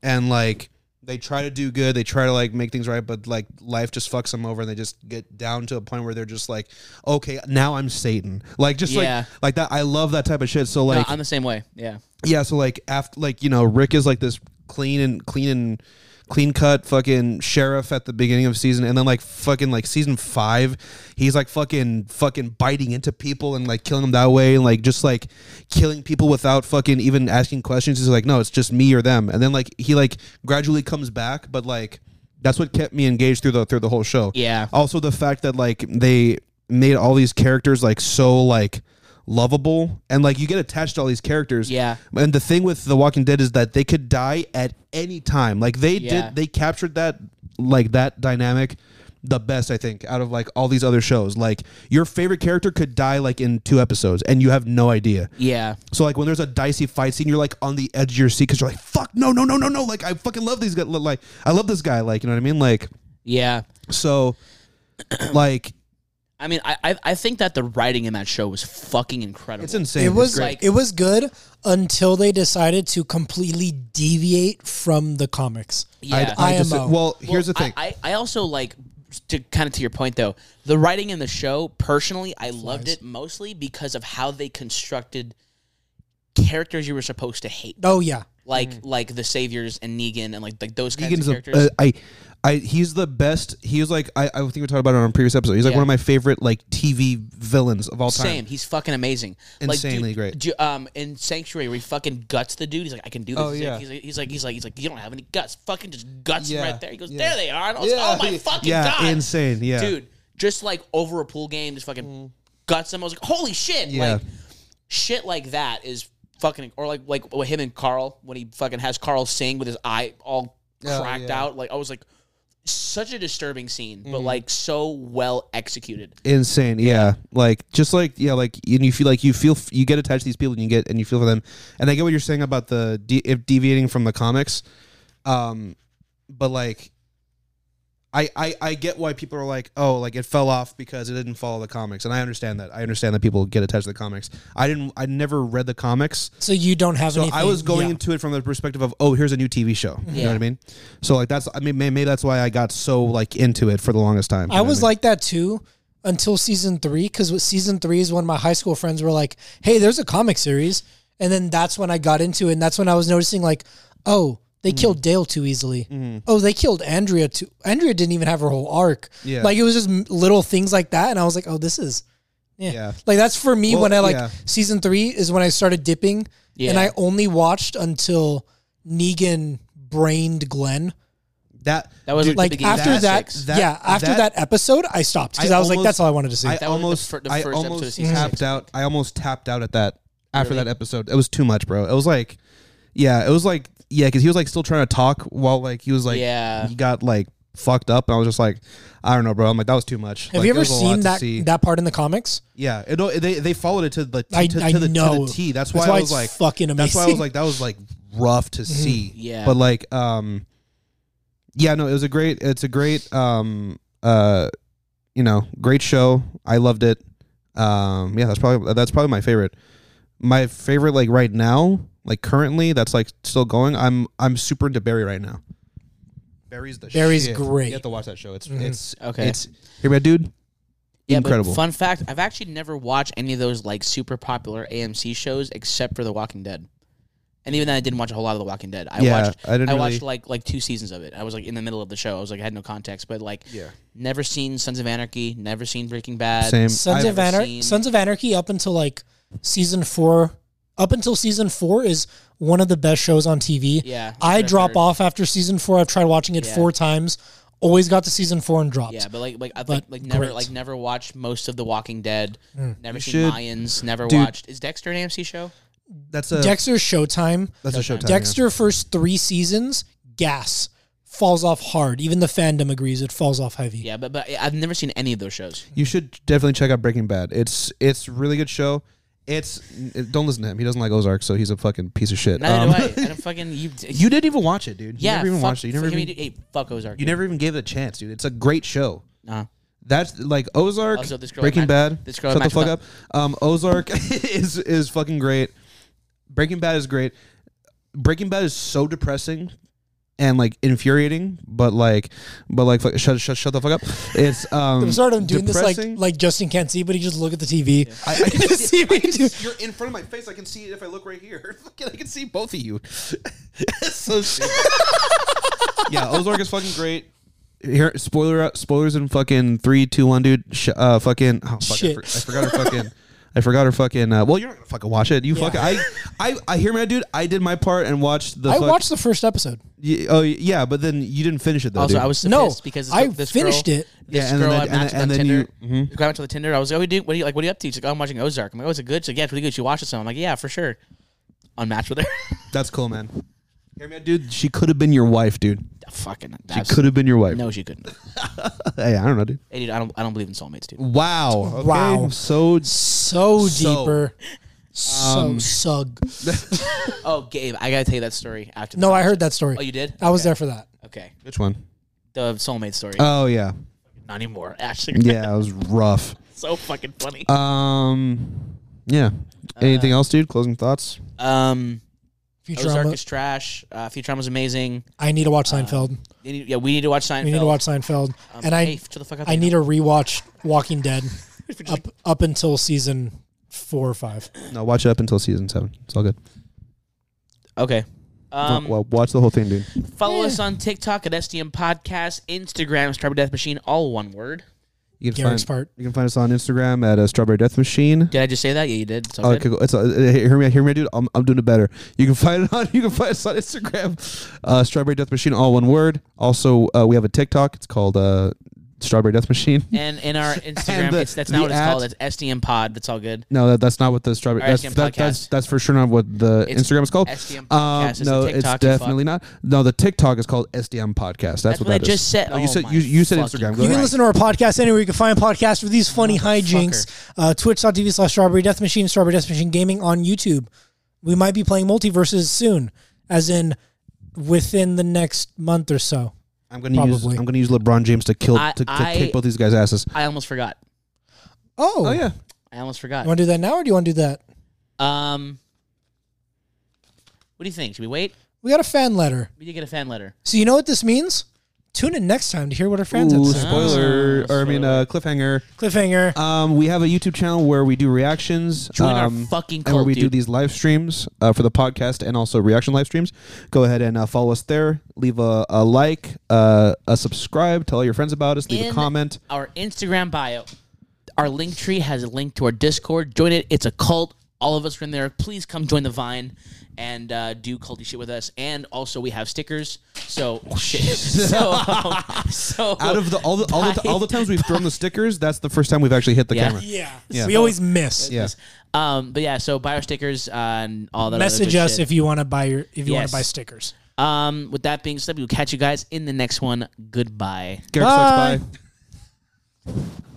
Speaker 2: and like they try to do good, they try to like make things right, but like life just fucks them over, and they just get down to a point where they're just like, okay, now I'm Satan, like just
Speaker 1: Yeah.
Speaker 2: like like that. I love that type of shit. So
Speaker 1: No,
Speaker 2: like,
Speaker 1: I'm the same way. Yeah.
Speaker 2: yeah, so like after like you know Rick is like this clean and clean and clean cut fucking sheriff at the beginning of season and then like fucking like season 5 he's like fucking fucking biting into people and like killing them that way and like just like killing people without fucking even asking questions he's like no it's just me or them and then like he like gradually comes back but like that's what kept me engaged through the through the whole show
Speaker 1: Yeah.
Speaker 2: also the fact that like they made all these characters like so like lovable and like you get attached to all these characters
Speaker 1: Yeah.
Speaker 2: and the thing with the walking dead is that they could die at any time like they
Speaker 1: Yeah.
Speaker 2: did they captured that like that dynamic the best i think out of like all these other shows like your favorite character could die like in two episodes and you have no idea
Speaker 1: Yeah.
Speaker 2: so like when there's a dicey fight scene, you're like on the edge of your seat because you're like, "Fuck, no, no, no, no, no!" Like I fucking love these guys. Like I love this guy. Like you know what I mean? Like
Speaker 1: Yeah.
Speaker 2: so, like
Speaker 1: I mean, I, I I think that the writing in that show was fucking incredible.
Speaker 2: it's insane.
Speaker 3: It was
Speaker 1: great.
Speaker 3: it was good until they decided to completely deviate from the comics.
Speaker 1: yeah.
Speaker 2: I, I
Speaker 3: IMO.
Speaker 2: just, well, here's the
Speaker 1: Well,
Speaker 2: thing.
Speaker 1: I, I, I also like to kind of to your point though, the writing in the show, personally, I loved it mostly because of how they constructed characters you were supposed to hate.
Speaker 3: Oh yeah,
Speaker 1: Like like the saviors and Negan and like like those kinds
Speaker 2: Negan's
Speaker 1: of
Speaker 2: a,
Speaker 1: characters.
Speaker 2: uh, I, I, he's the best. He was like, I, I think we talked about it on a previous episode. He's like
Speaker 1: Yeah.
Speaker 2: one of my favorite like TV villains of all time.
Speaker 1: Same. He's fucking amazing. like, dude,
Speaker 2: Insanely great.
Speaker 1: du- um, in Sanctuary, where he fucking guts the dude. He's like, I can do this.
Speaker 2: Oh,
Speaker 1: He's,
Speaker 2: yeah.
Speaker 1: like, he's like, he's like, he's like, you don't have any guts. Fucking just guts
Speaker 2: Yeah.
Speaker 1: right there. He goes,
Speaker 2: Yeah.
Speaker 1: there they are. And I was like, oh my fucking
Speaker 2: yeah,
Speaker 1: god,
Speaker 2: insane. Yeah, Mm.
Speaker 1: dude. Just like over a pool game, just fucking guts him. I was like, holy shit.
Speaker 2: Yeah.
Speaker 1: Like shit like that is fucking or like like with him and Carl when he fucking has Carl sing with his eye all
Speaker 2: Oh,
Speaker 1: cracked
Speaker 2: yeah. Mm.
Speaker 1: out. Like I was like. Such a disturbing scene, but like so well executed.
Speaker 2: insane. Yeah. like just like yeah, like and you feel like you feel you get attached to these people and you get and you feel for them. And I get what you're saying about the de- if deviating from the comics, um, but like. I, I, I get why people are like, oh, like it fell off because it didn't follow the comics, and I understand that. I understand that people get attached to the comics. I didn't. I never read the comics,
Speaker 3: so you don't have
Speaker 2: so
Speaker 3: anything.
Speaker 2: I was going
Speaker 3: Yeah.
Speaker 2: into it from the perspective of, oh, here's a new TV show. You
Speaker 1: Yeah.
Speaker 2: know what I mean? So like that's I mean may- maybe that's why I got so like into it for the longest time.
Speaker 3: I was like that too until season three because with season three is when my high school friends were like, "Hey, there's a comic series," and then that's when I got into it. And that's when I was noticing like, oh.
Speaker 2: Mm.
Speaker 3: They killed Dale too easily.
Speaker 2: Mm-hmm.
Speaker 3: Oh, they killed Andrea too. Andrea didn't even have her whole arc.
Speaker 2: Yeah.
Speaker 3: Like it was just m- little things like that, and I was like, "Oh, this is
Speaker 2: yeah.
Speaker 3: Like that's for me
Speaker 2: Well,
Speaker 3: when I like
Speaker 2: yeah.
Speaker 3: season three is when I started dipping,
Speaker 1: Yeah.
Speaker 3: and I only watched until Negan brained Glenn.
Speaker 2: That
Speaker 1: That was
Speaker 2: dude,
Speaker 1: the
Speaker 3: Like
Speaker 1: beginning of
Speaker 3: after
Speaker 1: season
Speaker 3: that,
Speaker 1: six.
Speaker 2: That-
Speaker 3: yeah, after
Speaker 2: that-
Speaker 3: that, episode, I stopped because
Speaker 2: I
Speaker 3: I, was like,
Speaker 2: almost-
Speaker 3: that's all I wanted to see.
Speaker 2: I
Speaker 1: That was the
Speaker 2: almost
Speaker 1: fir- the
Speaker 2: I
Speaker 1: first episode of
Speaker 2: almost
Speaker 1: season six, I
Speaker 2: tapped out. I almost tapped out at that after that episode. It was too much, bro. It was like, yeah, it was like yeah, because he was like still trying to talk while like he was like
Speaker 1: Yeah.
Speaker 2: he got like fucked up, and I was just like, I don't know, bro. I'm like that was too much.
Speaker 3: Have
Speaker 2: Like,
Speaker 3: you
Speaker 2: it
Speaker 3: ever
Speaker 2: was a lot
Speaker 3: seen
Speaker 2: to
Speaker 3: that
Speaker 2: see.
Speaker 3: that part in the comics?
Speaker 2: Yeah, it, no, they they followed it to the to,
Speaker 3: I-
Speaker 2: to,
Speaker 3: I
Speaker 2: to the, to
Speaker 3: know.
Speaker 2: the T. That's
Speaker 3: That's
Speaker 2: why,
Speaker 3: why
Speaker 2: I was
Speaker 3: it's
Speaker 2: like
Speaker 3: fucking
Speaker 2: That's why I was
Speaker 3: amazing. Mm-hmm.
Speaker 2: like that was like rough to see.
Speaker 1: Yeah.
Speaker 2: but like um, yeah, no, it was a great. It's a great um uh, you know, great show. I loved it. Um, yeah, that's probably that's probably my favorite. My favorite, like right now, like currently, that's like still going. I'm I'm super into Barry right now. Barry's the
Speaker 3: Barry's
Speaker 2: shit.
Speaker 3: great. Mm-hmm.
Speaker 2: You have to watch that show. It's it's
Speaker 1: Okay.
Speaker 2: It's hear me, out, dude.
Speaker 1: Yeah, but
Speaker 2: Incredible.
Speaker 1: fun fact: I've actually never watched any of those like super popular AMC shows except for The Walking Dead, And even then, I didn't watch a whole lot of The Walking Dead. I
Speaker 2: Yeah,
Speaker 1: watched
Speaker 2: I didn't really-
Speaker 1: watched like like two seasons of it. I was like in the middle of the show. I was like I had no context, but like
Speaker 2: Yeah.
Speaker 1: never seen Sons of Anarchy, never seen Breaking Bad.
Speaker 2: Same.
Speaker 3: Sons
Speaker 2: I-
Speaker 3: of Anar-
Speaker 1: seen-
Speaker 3: Sons of Anarchy up until like season four, up until season four is one of the best shows on TV.
Speaker 1: Yeah,
Speaker 3: I
Speaker 1: I've
Speaker 3: drop
Speaker 1: heard.
Speaker 3: off after season four. I've tried watching it
Speaker 1: Yeah.
Speaker 3: four times. Always got to season four and dropped.
Speaker 1: Yeah, but like like I like,
Speaker 3: But
Speaker 1: like never
Speaker 3: great. Hmm.
Speaker 1: like never watched most of The Walking Dead. Never seen
Speaker 2: should-
Speaker 1: Mayans. Never
Speaker 2: Dude.
Speaker 1: watched. Is Dexter an AMC show?
Speaker 2: That's a
Speaker 3: Dexter's Showtime.
Speaker 2: that's a showtime. yeah.
Speaker 3: Dexter first three seasons, gas falls off hard. Even the fandom agrees it falls off heavy.
Speaker 1: Yeah, but but I've never seen any of those shows.
Speaker 2: You should definitely check out Breaking Bad. It's it's a really good show. It's it- don't listen to him. He doesn't like Ozark, so he's a fucking piece of shit.
Speaker 1: Neither
Speaker 2: Um,
Speaker 1: do I. I don't fucking you.
Speaker 2: you didn't even watch it, dude. You
Speaker 1: yeah,
Speaker 2: never even
Speaker 1: fuck,
Speaker 2: watched it. You never
Speaker 1: fuck,
Speaker 2: even,
Speaker 1: I mean, hey, fuck Ozark.
Speaker 2: you never even gave it a chance, dude. It's a great show.
Speaker 1: Uh-huh.
Speaker 2: That's like Ozark,
Speaker 1: Also, this girl
Speaker 2: Breaking
Speaker 1: I matched-
Speaker 2: Bad.
Speaker 1: this girl I
Speaker 2: Shut the
Speaker 1: matched
Speaker 2: fuck
Speaker 1: with-
Speaker 2: up. Um, Ozark is is fucking great. Breaking Bad is great. Breaking Bad is so depressing and like infuriating, but like, but like, fuck, shut shut shut the fuck up. It's um.
Speaker 3: I'm sorry I'm doing this
Speaker 2: depressing.
Speaker 3: like like Justin can't see, but he just look at the TV.
Speaker 2: I, I can see,
Speaker 3: See
Speaker 2: it. I
Speaker 3: me
Speaker 2: can
Speaker 3: do-
Speaker 2: see- you're in front of my face. I can see it if I look right here. Fucking, I can see both of you. It's so stupid. yeah, Ozark is fucking great. Here, spoiler, spoilers in fucking three, two, one, dude. Sh- uh, fucking oh, fuck, I,
Speaker 3: Shit.
Speaker 2: for- I forgot her fucking. I forgot her fucking. Uh, well, you're not gonna fucking watch it. You
Speaker 3: Yeah.
Speaker 2: fucking. I, I, I hear me, out, dude. I did my part and watched the.
Speaker 3: I
Speaker 2: fuck-
Speaker 3: watched the first episode.
Speaker 2: y- oh yeah, but then you didn't finish it though.
Speaker 1: Also,
Speaker 2: dude.
Speaker 1: I was so
Speaker 3: No,
Speaker 1: pissed because this,
Speaker 3: I
Speaker 1: this
Speaker 3: finished
Speaker 1: girl,
Speaker 3: it.
Speaker 1: This
Speaker 2: Yeah, and
Speaker 1: girl
Speaker 2: then-
Speaker 1: I
Speaker 2: and-
Speaker 1: matched with
Speaker 2: and
Speaker 1: on
Speaker 2: then
Speaker 1: Tinder.
Speaker 2: you- mhm.
Speaker 1: I went to the Tinder. I was like, "Oh, dude, what do you like? What are you up to?" She's like, "Oh, "I'm watching Ozark." I'm like, "Oh, is it good?" She's like, "Yeah, it's pretty good." She watched it, so I'm like, "Yeah, for sure." Unmatched with her.
Speaker 2: That's cool, man. Hear me, out, dude. She could have been your wife, dude.
Speaker 1: Fucking.
Speaker 2: She
Speaker 1: That was,
Speaker 2: could have been your wife.
Speaker 1: no, she couldn't.
Speaker 2: Hey, I don't know, dude.
Speaker 1: Hey, dude, I don't. I don't believe in soulmates,
Speaker 2: Mm.
Speaker 1: dude.
Speaker 2: Wow.
Speaker 3: Wow.
Speaker 2: So
Speaker 3: So
Speaker 2: So. um,
Speaker 3: deeper. So sug.
Speaker 1: Oh, Gabe, I gotta tell you that story after. the
Speaker 3: No, I
Speaker 1: podcast.
Speaker 3: heard that story.
Speaker 1: Oh, you did?
Speaker 3: I was there for that.
Speaker 1: Okay,
Speaker 2: Which one?
Speaker 1: the soulmate story.
Speaker 2: Oh yeah,
Speaker 1: Not anymore. Actually,
Speaker 2: yeah. Uh, It was rough.
Speaker 1: so fucking funny.
Speaker 2: Um, yeah. Anything else, dude? Closing thoughts.
Speaker 1: Um, Ozark
Speaker 3: Futurama.
Speaker 1: is trash. Uh, Futurama's amazing.
Speaker 3: I need to watch Seinfeld.
Speaker 1: They need- yeah, we need to watch Seinfeld.
Speaker 3: We need to watch Seinfeld.
Speaker 1: Um,
Speaker 3: and I
Speaker 1: hey, chill the fuck out
Speaker 3: I
Speaker 1: there.
Speaker 3: need to rewatch Walking Dead up up until season four or five.
Speaker 2: No, watch it up until season seven. It's all good.
Speaker 1: Okay. Um,
Speaker 2: well, watch the whole thing, dude.
Speaker 1: Follow us on TikTok at SDM Podcast, Instagram, Strawberry Death Machine, all one word.
Speaker 2: You can
Speaker 3: Garrick's
Speaker 2: find
Speaker 3: part.
Speaker 2: you can find us on Instagram at uh, Strawberry Death Machine.
Speaker 1: Did I just say that? Yeah, you did. It's all
Speaker 2: Oh,
Speaker 1: good.
Speaker 2: okay, cool. It's uh, hear me, out, hear me, out, dude. I'm, I'm doing it better. You can find it on you can find us on Instagram, uh, Strawberry Death Machine, all one word. Also, uh, we have a TikTok. It's called uh, Strawberry Death Machine.
Speaker 1: And in our Instagram,
Speaker 2: the-
Speaker 1: it's, that's not
Speaker 2: the
Speaker 1: what it's
Speaker 2: ad-
Speaker 1: called. It's SDM Pod. That's all good.
Speaker 2: No, that, that's not what the strawberry.
Speaker 1: Alright,
Speaker 2: That's,
Speaker 1: SDM
Speaker 2: that, that's
Speaker 1: podcast.
Speaker 2: that's for sure not what the
Speaker 1: It's
Speaker 2: Instagram is called.
Speaker 1: SDM
Speaker 2: Um,
Speaker 1: podcast. It's a
Speaker 2: no, it's
Speaker 1: TikTok, you fuck.
Speaker 2: definitely not. No, the TikTok is called SDM podcast. That's,
Speaker 1: That's what I
Speaker 2: that is.
Speaker 1: just said.
Speaker 2: No, you
Speaker 1: Oh
Speaker 2: said
Speaker 1: my
Speaker 2: you, you said
Speaker 1: fucking
Speaker 2: Instagram. Go
Speaker 1: Christ.
Speaker 3: You
Speaker 2: ahead.
Speaker 3: can listen to our podcast anywhere you can find podcasts for these funny hijinks. Uh, Twitch.tv slash Strawberry Death Machine, Strawberry Death Machine Gaming on YouTube. We might be playing multiverses soon, as in within the next month or so.
Speaker 2: I'm going to use
Speaker 3: Probably.
Speaker 2: I'm going to use LeBron James to kill
Speaker 1: I-
Speaker 2: to, to
Speaker 1: I-
Speaker 2: kick both these guys' asses.
Speaker 1: I almost forgot.
Speaker 3: Oh,
Speaker 2: Oh yeah,
Speaker 1: I almost forgot.
Speaker 3: You want to do that now or do you want to do that?
Speaker 1: Um, what do you think? Should we wait?
Speaker 3: We got a fan letter.
Speaker 1: We did get a fan letter.
Speaker 3: So you know what this means? Tune in next time to hear what our fans have
Speaker 2: Ooh,
Speaker 3: to say.
Speaker 2: spoiler or I mean
Speaker 1: Spoiler.
Speaker 2: uh, cliffhanger.
Speaker 3: Cliffhanger.
Speaker 2: Um, we have a YouTube channel where we do reactions.
Speaker 1: Join our
Speaker 2: um,
Speaker 1: fucking
Speaker 2: and where
Speaker 1: cult,
Speaker 2: we do
Speaker 1: dude.
Speaker 2: these live streams uh, for the podcast and also reaction live streams. Go ahead and uh, follow us there. Leave a, a like, uh, a subscribe. Tell all your friends about us. Leave a
Speaker 1: In
Speaker 2: comment.
Speaker 1: Our Instagram bio, our link tree has a link to our Discord. Join it. It's a cult. All of us are in there. Please come join the Vine and uh, do culty shit with us. And also, we have stickers. So shit. So, so
Speaker 2: Oh, out of the all the all the, all the times we've thrown the stickers, that's the first time we've actually hit the
Speaker 1: Yeah.
Speaker 2: camera.
Speaker 3: yeah.
Speaker 2: Yeah.
Speaker 3: We always miss.
Speaker 2: Yeah.
Speaker 1: um, but yeah. So buy our stickers uh, and all that.
Speaker 3: Message us if you want to buy your if you want
Speaker 1: Yes.
Speaker 3: to buy stickers.
Speaker 1: if. Um, with that being said, we'll catch you guys in the next one. Goodbye.
Speaker 2: Garrick sucks,
Speaker 3: Bye.
Speaker 2: bye.